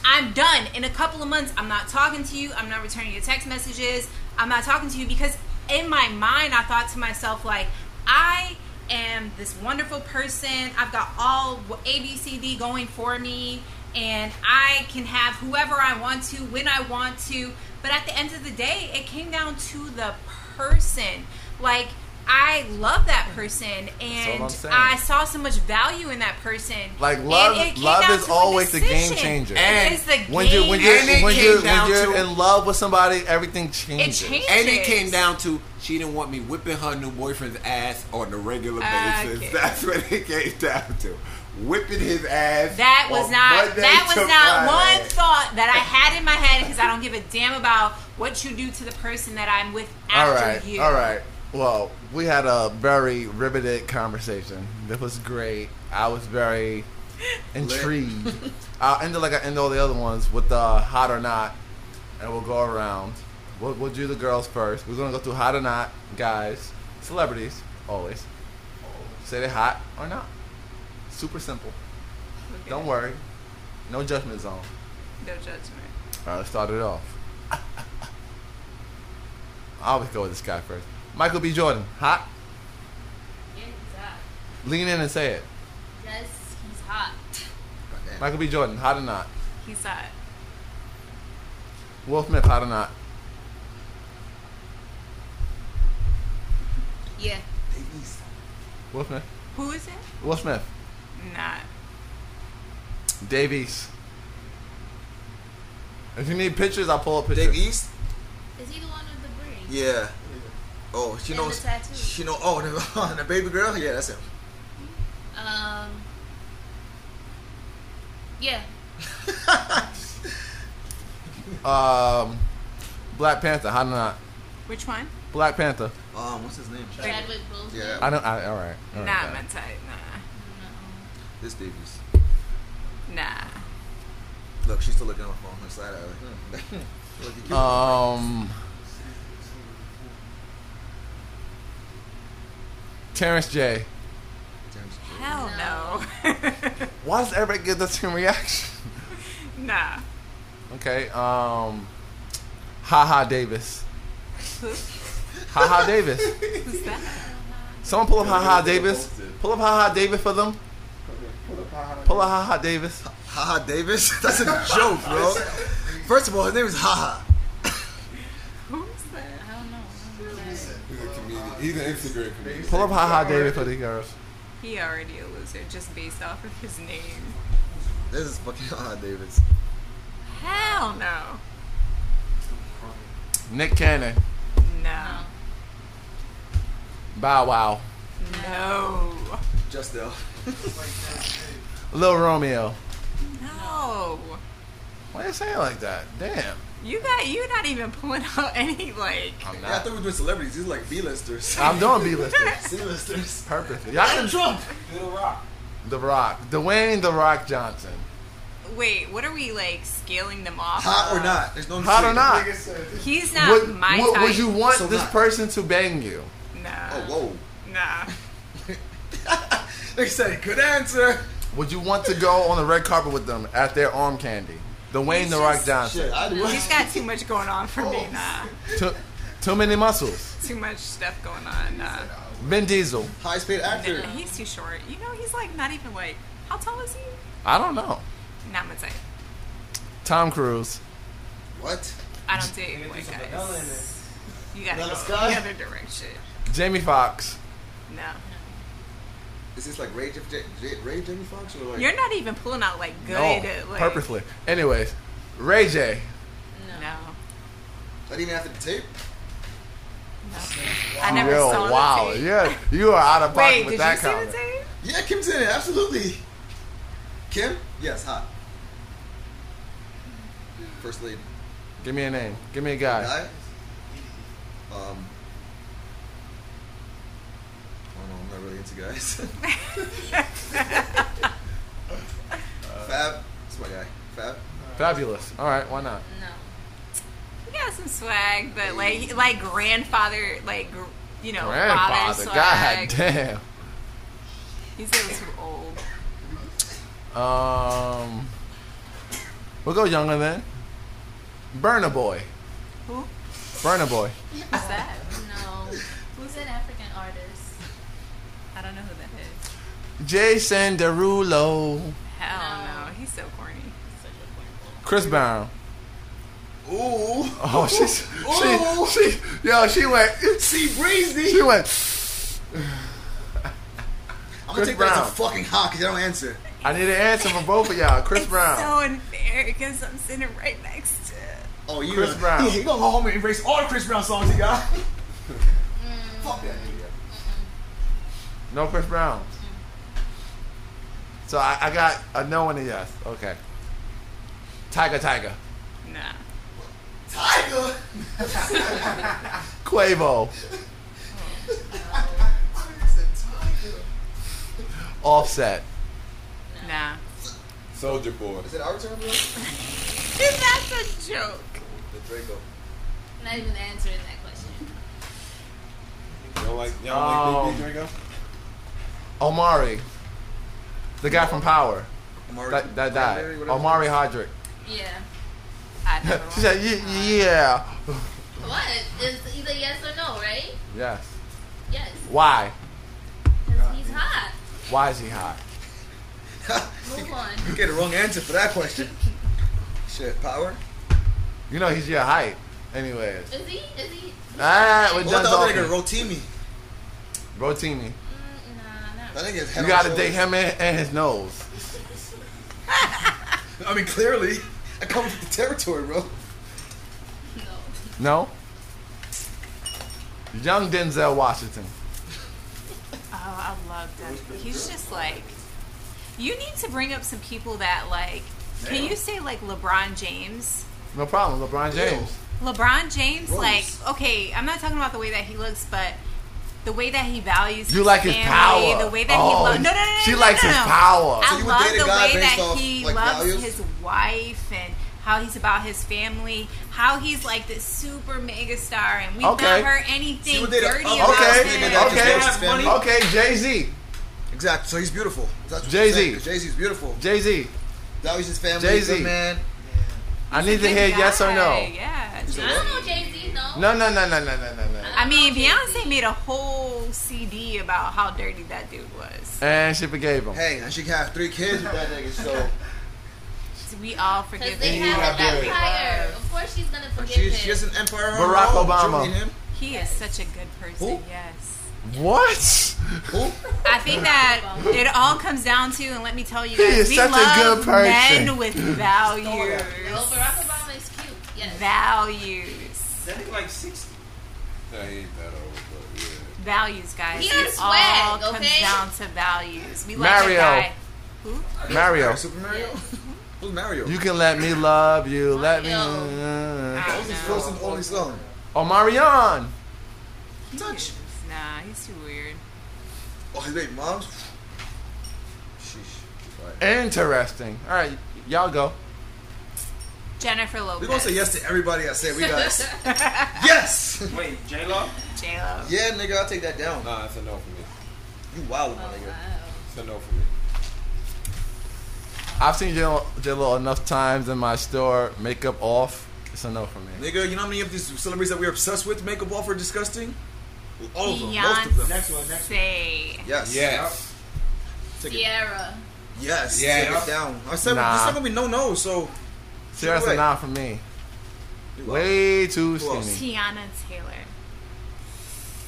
I'm done. In a couple of months, I'm not talking to you. I'm not returning your text messages. I'm not talking to you because in my mind, I thought to myself, like, I am this wonderful person. I've got all A, B, C, D going for me. And I can have whoever I want to when I want to. But at the end of the day, it came down to the person. Like, I love that person and
I'm saying.
I saw so much value in that person.
Like
And
love,
it came
love
down
is
to a
always the game
decision.
changer.
And
it is the
when
game
you when you
And it
when
came
you when
down
you're
to-
in love with somebody, everything
it
changes.
changes.
and it came down to she didn't want me whipping her new boyfriend's ass on a regular
Uh,
basis.
okay.
That's what it came down to. Whipping his ass.
That was
Oh,
on
not
Monday
that was
to
not
Friday.
one thought that I had in my head because I don't give a damn about what you do to the person that I'm with
All
after
right,
you.
all right. Well, we had a very riveted conversation. That was great. I was very intrigued. I'll end it like I end all the other ones with uh, hot or not, and we'll go around. We'll, we'll do the girls first. We're gonna go through hot or not, guys, celebrities, always. Say they hot or not. Super simple. Don't worry. No judgment zone.
No judgment.
All right, let's start it off. I always go with this guy first. Michael B. Jordan, hot.
He's hot.
Lean in and say it.
Yes, he's hot.
Michael B. Jordan, hot or not?
He's hot.
Will Smith, hot or not?
Yeah.
Will Smith.
Who is it?
Will Smith.
Not.
Dave East. If you need pictures, I'll pull up pictures.
Dave East?
Is he the one with the ring?
Yeah. Oh, she
And the
knows.
tattoo.
She know. Oh, the, the baby girl. Yeah, that's him.
Um. Yeah.
Um, Black Panther, hot or not?
Which one?
Black Panther.
Um, what's his name?
Chadwick Boseman.
Yeah.
I don't. I, all right. All right,
not
got
my
it.
type. Nah.
No.
This Davies.
Nah.
Look, she's still looking on her phone. Her side eye. Look, you cute.
Um. Terrence J.
James.
Hell
No.
no.
Why does everybody get the same reaction?
nah.
Okay. Um. Ha ha Davis.
Who?
Ha ha Davis.
Who's that?
Someone pull up Ha ha Davis. Pull up Ha ha Davis for them. Pull up Ha ha Davis.
Haha Davis? That's a joke, bro. First of all, his name is Haha.
Who's that?
I don't know. I don't know who that is.
He's a comedian. He's an Instagram comedian.
Pull up Ha ha Davis for the girls.
He already a loser just based off of his name.
This is fucking Haha Davis.
Hell no.
Nick Cannon.
No.
Bow Wow.
No.
Just though.
Lil Romeo.
No.
Why you say it like that? Damn.
You got you're not even pulling out any like
I'm
Yeah, I
not.
thought we were doing celebrities. These are like B-listers.
I'm doing B-listers.
C-listers.
Purposely. Y'all can Trump.
Little Rock.
The Rock. Dwayne The Rock Johnson.
wait, what are we like scaling them off?
Hot or
of?
not? There's no
Hot or
mistake.
not?
He's not
Would,
my
would,
type.
would you want
So
this
not.
person to bang you?
Nah.
Oh, whoa.
Nah.
They said, good answer.
Would you want to go on the red carpet with them at their arm candy? Dwayne The Rock Johnson.
Shit, I do.
He's got too much going on for me, nah.
Too, too many muscles.
Too much stuff going on, nah.
Ben Diesel.
Highest paid actor.
Nah, He's too short. You know, he's like not even like how tall is he?
I don't know.
Not my type.
Tom Cruise.
What?
I don't date
There's
white
some L in
guys.
it.
You gotta
Another
go
sky?
the other direction.
Jamie Foxx.
No.
Is this like Ray, J- J- Ray Jamie Foxx or like
You're not even pulling out like good
No,
like
purposely. Anyways, Ray J.
No.
not even after the tape?
I never
Yo,
saw
wow.
the tape.
Yeah, you are out of pocket
Wait,
with
did
that
you see
comment.
the tape?
Yeah, Kim's in it. Absolutely. Kim? Yes, hot. First lady.
Give me a name. Give me a guy.
Guy? Um,
kids, you guys. Fab, that's my guy. Fab.
Fabulous. All right, why not?
No.
He got some swag, but like like grandfather, like gr- you know,
Grandfather,
father
god
Oh, swag.
damn.
He's a little too old.
Um, we'll go younger then. Burner Boy.
Who?
Burner Boy.
Who's that?
No. Who's an African artist?
I don't know who that is.
Jason Derulo.
Hell no,
No.
he's so corny.
Such a cornball.
Chris Brown.
Ooh.
Oh, she's she she yo she went
See, breezy.
she went.
I'm
Chris
gonna take that as
Brown.
a fucking hawk. You don't answer.
I need an answer from both of y'all. Chris
it's
Brown.
so unfair because I'm sitting right next to.
Oh, you
Chris
gonna,
Brown.
Yeah, you gonna go home and erase all the Chris Brown songs you got. Fuck that nigga.
No Chris Brown. So I, I got a no and a yes. Okay. Tiger, Tiger.
Nah.
Tiger.
Quavo. Offset.
Nah.
Soldier Boy.
Is it our turn, bro?
That's a joke.
The Draco.
I'm not even answering that question.
You don't like, you
Um, Omari. The guy from Power.
Amari.
That, that died.
Whatever.
Omari Hardrick.
Yeah.
I never
she
watched.
said, "Ye- yeah.
What? It's either yes or no, right?
Yes.
Yes.
Why?
'Cause he's hot.
Why is he hot?
Move on.
You get a wrong answer for that question. Shit, power.
You know he's your height. Anyways.
Is he? Is he?
Ah, with
What about the other nigga,
Dunn
Rotimi?
Rotini.
Mm, nah, not
That nigga is head
You
on
gotta
shoulders.
dig him in and his nose.
I mean, clearly, I come with the territory, bro.
really. No.
No? Young Denzel Washington.
Oh, I love that. He's just like. You need to bring up some people that like. Can you say like LeBron James?
No problem. LeBron James.
LeBron James,
Rose.
like, okay, I'm not talking about the way that he looks, but the way that he values
You
his
like his
family,
power.
the way that
Oh,
he loves. No, no, no, no,
she
no,
likes
no,
his
no.
power. So
I
you would
love
date a
the
guy
way
based
that
off,
he
like,
loves
values?
his wife and how he's about his family, how he's like this super mega star, and we've
Okay.
not heard anything
She would date a-
dirty
okay,
about
okay,
him.
that
okay. Oh.
just loves his family.
Okay, Jay Z.
Exactly. So he's beautiful. That's what
Jay-Z.
Jay Z's beautiful.
Jay Z.
That was his family.
Jay-Z.
Good man.
I need to
Good
hear
guy,
yes or no.
Yeah.
I don't know Jay Z. No.
No, no, no, no, no, no, no, no.
I mean,
Jay-Z.
Beyonce made a whole CD about how dirty that dude was.
And she forgave him.
Hey, and she had three kids with that nigga, so
We all forgive
Because they
him.
have
Yeah,
an
dude.
empire. Of course, she's gonna forgive
she,
him.
she has an empire. of her
Barack
own.
Obama.
Join Him.
He is such a good person.
Who?
Yes.
What?
Who?
I think that it all comes down to, and let me tell you,
He
guys,
is
we
such a
love
good person.
men with
Well,
values.
Barack Obama is cute. Yes.
values,
That nigga like sixty.
I ain't that old, but yeah.
values, guys.
He
it
has swag,
all comes
okay?
down to values. We
Mario.
love a guy. Who?
Mario.
Super Mario. Who's Mario?
You can let me love you. Let me.
I
That was his
don't know.
first and only song.
Oh, Marion.
He
touch.
is- Nah, he's too weird.
Oh, his baby mom's. Sheesh. Right.
Interesting. All right, y'all go.
Jennifer Lopez.
We're gonna say yes to everybody I said we got. yes!
Wait, J Lo.
J Lo.
Yeah, nigga, I'll take that down.
Nah, it's a no for me.
You wild, my
Oh,
nigga.
wow.
It's a no for me.
I've seen J-Lo, J-Lo enough times in my store, makeup off. It's a no for me.
Nigga, you know how many of these celebrities that we're obsessed with make up all for disgusting? All of them. Most of them.
Next one, next
Say.
Yes.
Yes.
Take it.
Sierra.
Yes.
Yeah.
Take it down. I said
Nah.
this not gonna be no no, so
See, that's a
Wait.
nah for me.
You wild.
Way too
Who else?
skinny.
Tiana Taylor.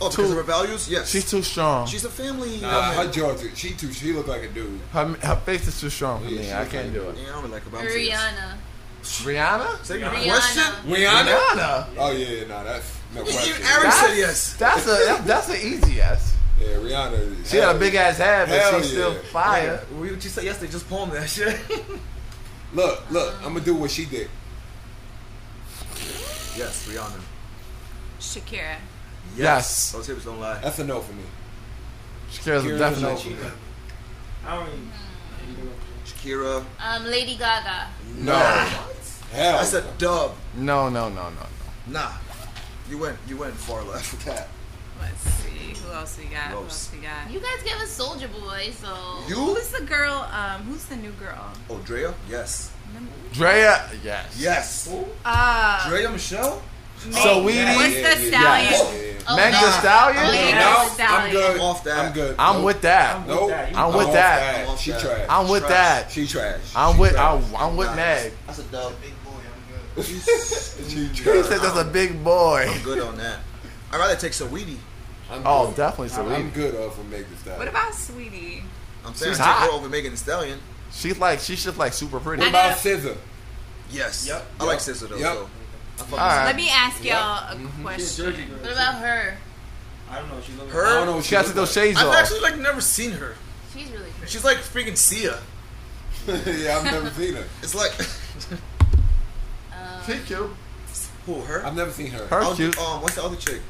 Oh, because
Two.
of her values? Yes.
She's too strong.
She's a family.
Nah, her
woman.
jaw too. She too. She look like a dude.
Her, her face is too strong for
Yeah,
me.
she
I
looks
can't
like-
do it.
Yeah, I don't really like her, but I'm serious.
Rihanna.
Rihanna?
Is that your
Rihanna.
question?
Rihanna.
Rihanna?
Oh yeah, nah, that's no question.
Even Aaron
That's-
said yes.
That's a that's, that's an easy yes.
Yeah, Rihanna.
She had a big ass head, but
Hell
she's still
yeah.
fire.
Nigga, We what you said yesterday, just palm that shit.
Look, look. I'm gonna do what she did.
yes, Rihanna.
Shakira.
Yes.
Those hips don't lie.
That's a no for me.
Shakira's
Shakira's
definitely.
over.
I don't even.
Shakira.
Um, Lady Gaga.
No,
Hell,
That's a dub.
no, no, no, no, no.
Nah. You went you went far left with that.
Let's see. Who else we got? Who else we got?
You guys gave us Soldier Boy, so
You?
Who's the girl? Um, who's the new girl?
Oh, Drea? Yes.
Drea, yes.
Yes.
Uh,
Drea Michelle?
So we
What's
need
the stallion?
yeah.
Oh,
Meg
no.
Thee Stallion.
Oh, yeah.
No,
no,
Stallion.
I'm good.
I'm off that.
I'm good.
I'm
Nope.
with that.
I'm
Nope.
that. You-
I'm with
off
that.
I'm off
She
that.
trash.
I'm with that.
She trash.
I'm
She
with
trash.
I'm, I'm with
Nah,
Meg.
That's a dub. Big boy, I'm good.
She
He
trash.
said that's a big boy.
I'm good on that. I'd rather take Saweetie.
I'm
Oh,
good.
definitely
I'm- I'm
Saweetie.
good off of Meg Thee
What
Stallion.
about Sweetie?
I'm saying
She's
take her
hot.
over Megan Thee Stallion.
She's like she's just like super pretty.
What about Scissor?
Yes.
Yep.
I like Scissor though.
Yep.
So. I fuck with
All right.
Let me ask
Yeah.
y'all a
Mm-hmm.
She's a
question.
Jersey girl.
What about her?
I don't know. She looks.
Her?
I don't know. What
She got to
look
those shades
I've
off.
actually like never seen her.
She's really pretty.
She's like freaking Sia.
like. yeah, I've never seen her.
It's like
Um,
She cute.
who her?
I've never seen her.
Her
Oh,
cute.
Um, what's the other chick?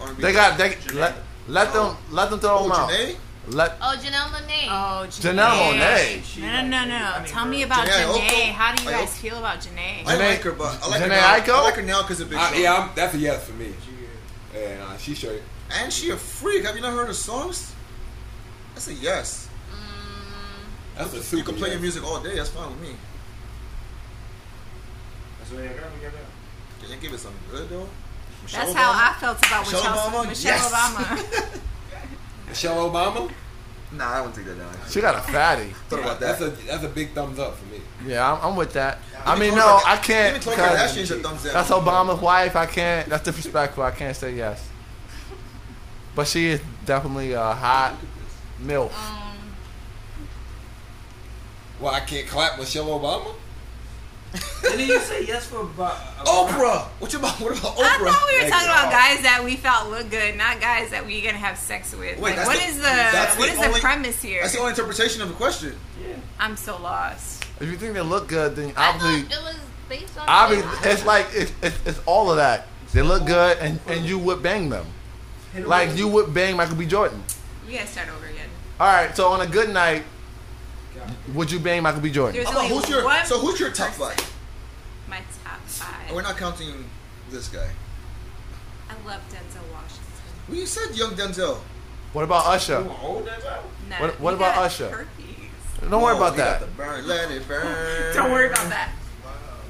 Ooh, R&B.
They got they let let
No.
them let them throw
Oh,
them out.
Janae?
Let
oh, Janelle Monae.
Oh,
Janelle Monae.
She
No, no, no, no.
I mean,
Tell
her-
me about
Janae
Janae.
Aiko?
How do you guys
Aiko?
feel about Janae?
I
Janae-
like her, but I like her
Janae
now.
Aiko?
I like her now because of Big
I,
Sean.
Uh, yeah, I'm, that's a yes for me.
She,
Yeah, nah, she straight.
And she a freak. Have you not heard her songs? That's a yes.
That's a super.
You can play
yes.
your music all day. That's fine with me.
that's what I got. We got that.
Can you give it something good though? Michelle
That's how
Obama?
I felt about
Michelle
Michelle
Obama?
Obama. Michelle
Yes.
Obama.
Michelle Obama.
Nah, I wouldn't take that down.
she got a fatty.
Thought about that.
That's a that's a big thumbs up for me.
Yeah, I'm, I'm with that. I
Even
mean,
Khloe
no,
Kar-
I can't.
Even Khloe
'cause
Kardashian's a thumbs down.
That's Obama's wife. I can't. That's disrespectful. I can't say yes. But she is definitely a hot milf.
Well, I can't clap Michelle Obama.
And then you say yes for about.
Oprah. What you about? What about
I
Oprah?
thought we were
Like,
talking about
oh.
guys that we felt look good, not guys that we gonna have sex with.
Wait,
like,
that's
what
the-
is the,
that's
what
the
is
only-
the premise here?
That's the only interpretation of the question.
I'm so lost.
If you think they look good, then
I thought
obviously,
it was based on.
obviously, it's like it's, it's, it's all of that. They look good, and, and you would bang them, like you would bang Michael B. Jordan.
You guys start over again.
All right, so on a good night, would you bang Michael B. Jordan?
There's
How about
only
who's your?
one
So who's your top
person.
five?
My top five.
And we're not counting this guy.
I love Denzel Washington.
Well, you said young Denzel.
What about Usher?
Old as well.
Nah,
What- what
he
about
got
Usher?
herpes.
Don't worry
Oh,
about
he
that.
got the burn. Let it burn.
Don't worry about that.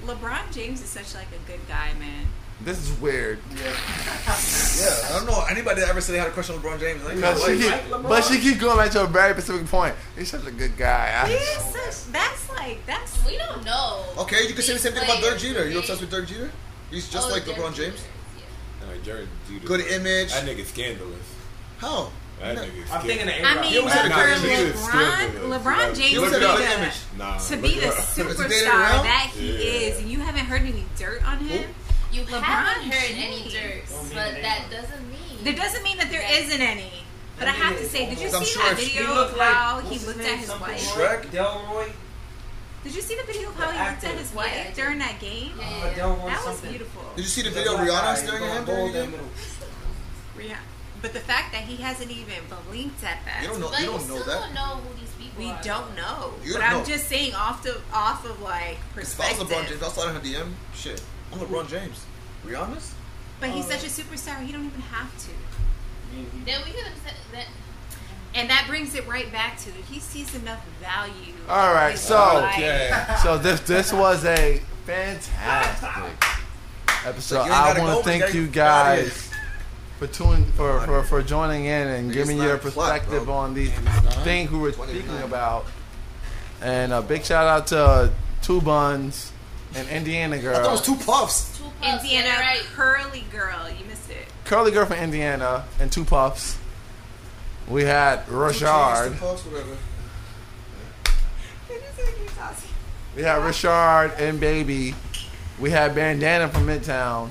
LeBron James is such like a good guy, man.
This is weird.
Yeah, I don't know anybody that ever said they had a question on LeBron James. Like,
But she,
like,
keep, but she keep going at your very specific point. He's such a good guy.
He
I-
is such. That's like that's.
We don't know.
okay, you can say the same thing about Dirk
Players,
Jeter. You
okay?
obsessed with Dirk Jeter? He's
Oh,
just like
Derek
LeBron
Jeter,
James.
yeah.
All right, Jerry, do this.
Good image.
That nigga scandalous.
How?
That
No.
nigga.
I'm thinking of
scandalous.
I
A-Rod.
mean,
He always had a
but
good
for LeBron,
image. Nah,
LeBron
he
James
was
is
a good
the-
image.
Nah.
to
look
be the
it up.
dated
superstar
around?
that he
Yeah.
is, and you haven't heard any dirt on him.
You
LeBron
haven't heard any
James.
dirt,
Don't mean
but
they
that
don't.
doesn't mean.
There doesn't mean that there
That-
isn't any. But I
That
have
nigga
to
is
say, did you
almost- I'm
see
sure
that
if
video
He
of
looked like
how
what's
he looked at his
something
wife?
Shrek?
Delroy.
Did you see the video of how he
The
looked at
actor.
his
Yeah, I
wife
did.
during that game?
Yeah,
Uh,
yeah, yeah.
That
Delroy
was
something.
beautiful.
Did you see the
He's a
video of
black guy.
Rihanna
He's
staring at
going
him during
bald
the
down
game?
middle.
Yeah. But the fact that he hasn't even blinked at that.
You don't know.
But
You don't
still
know
don't
that.
know who these people
we
are.
don't know.
You
but
don't
I'm
know.
just saying off the off of like
If I was
perspective.
LeBron James, I slide in her DM. Shit, I'm LeBron James. Rihanna's?
but he's such a superstar, he don't even have to.
I mean, he-
Then we could have said that.
And that brings it right back to he sees enough value.
All right,
in
so-
life.
Okay.
So this this was a fantastic episode.
Like, you ain't
I
gotta
want
go,
to
but
thank
you
you
gotta-
guys for tuning for, for, for joining in and
Niggas
giving
not
your
a plot,
perspective
bro.
on these things we were
29.
speaking about. And a big shout out to uh, Two Buns and Indiana
I thought it
Girl,
was two puffs.
Two puffs,
Indiana
yeah, right.
curly girl, you missed it.
Curly Girl from Indiana, and Two Puffs. We had Richard.
Two puffs, whatever.
We had Richard and Baby. We had Bandana from Midtown.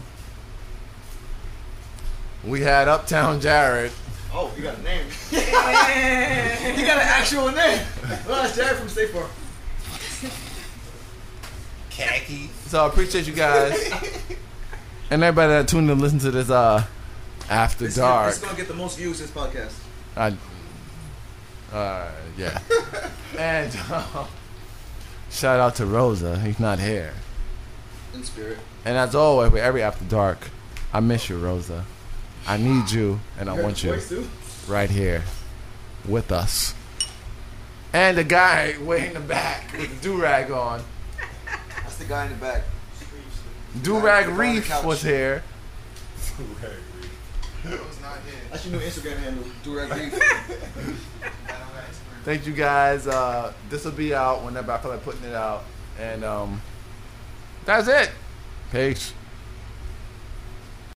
We had Uptown Jared.
Oh, you got a name. you got an actual name. Well, that's Jared from State Farm.
Khaki.
So I appreciate you guys. and everybody that tuned in and listened to this uh After
This is-
Dark.
This is gonna get the most views. This podcast.
I Uh, yeah. and um, shout out to Rosa. He's not here.
in spirit.
And as always, with every after dark, I miss you, Rosa. I need you, and I want you right here with us. And the guy way in the back with the do rag on,
That's the guy in the back.
do rag
Guy on the
Reef
couch.
was here.
That's your new Instagram handle. Durag Reef.
Thank you guys. Uh, this will be out whenever I feel like putting it out, and um, that's it. Peace.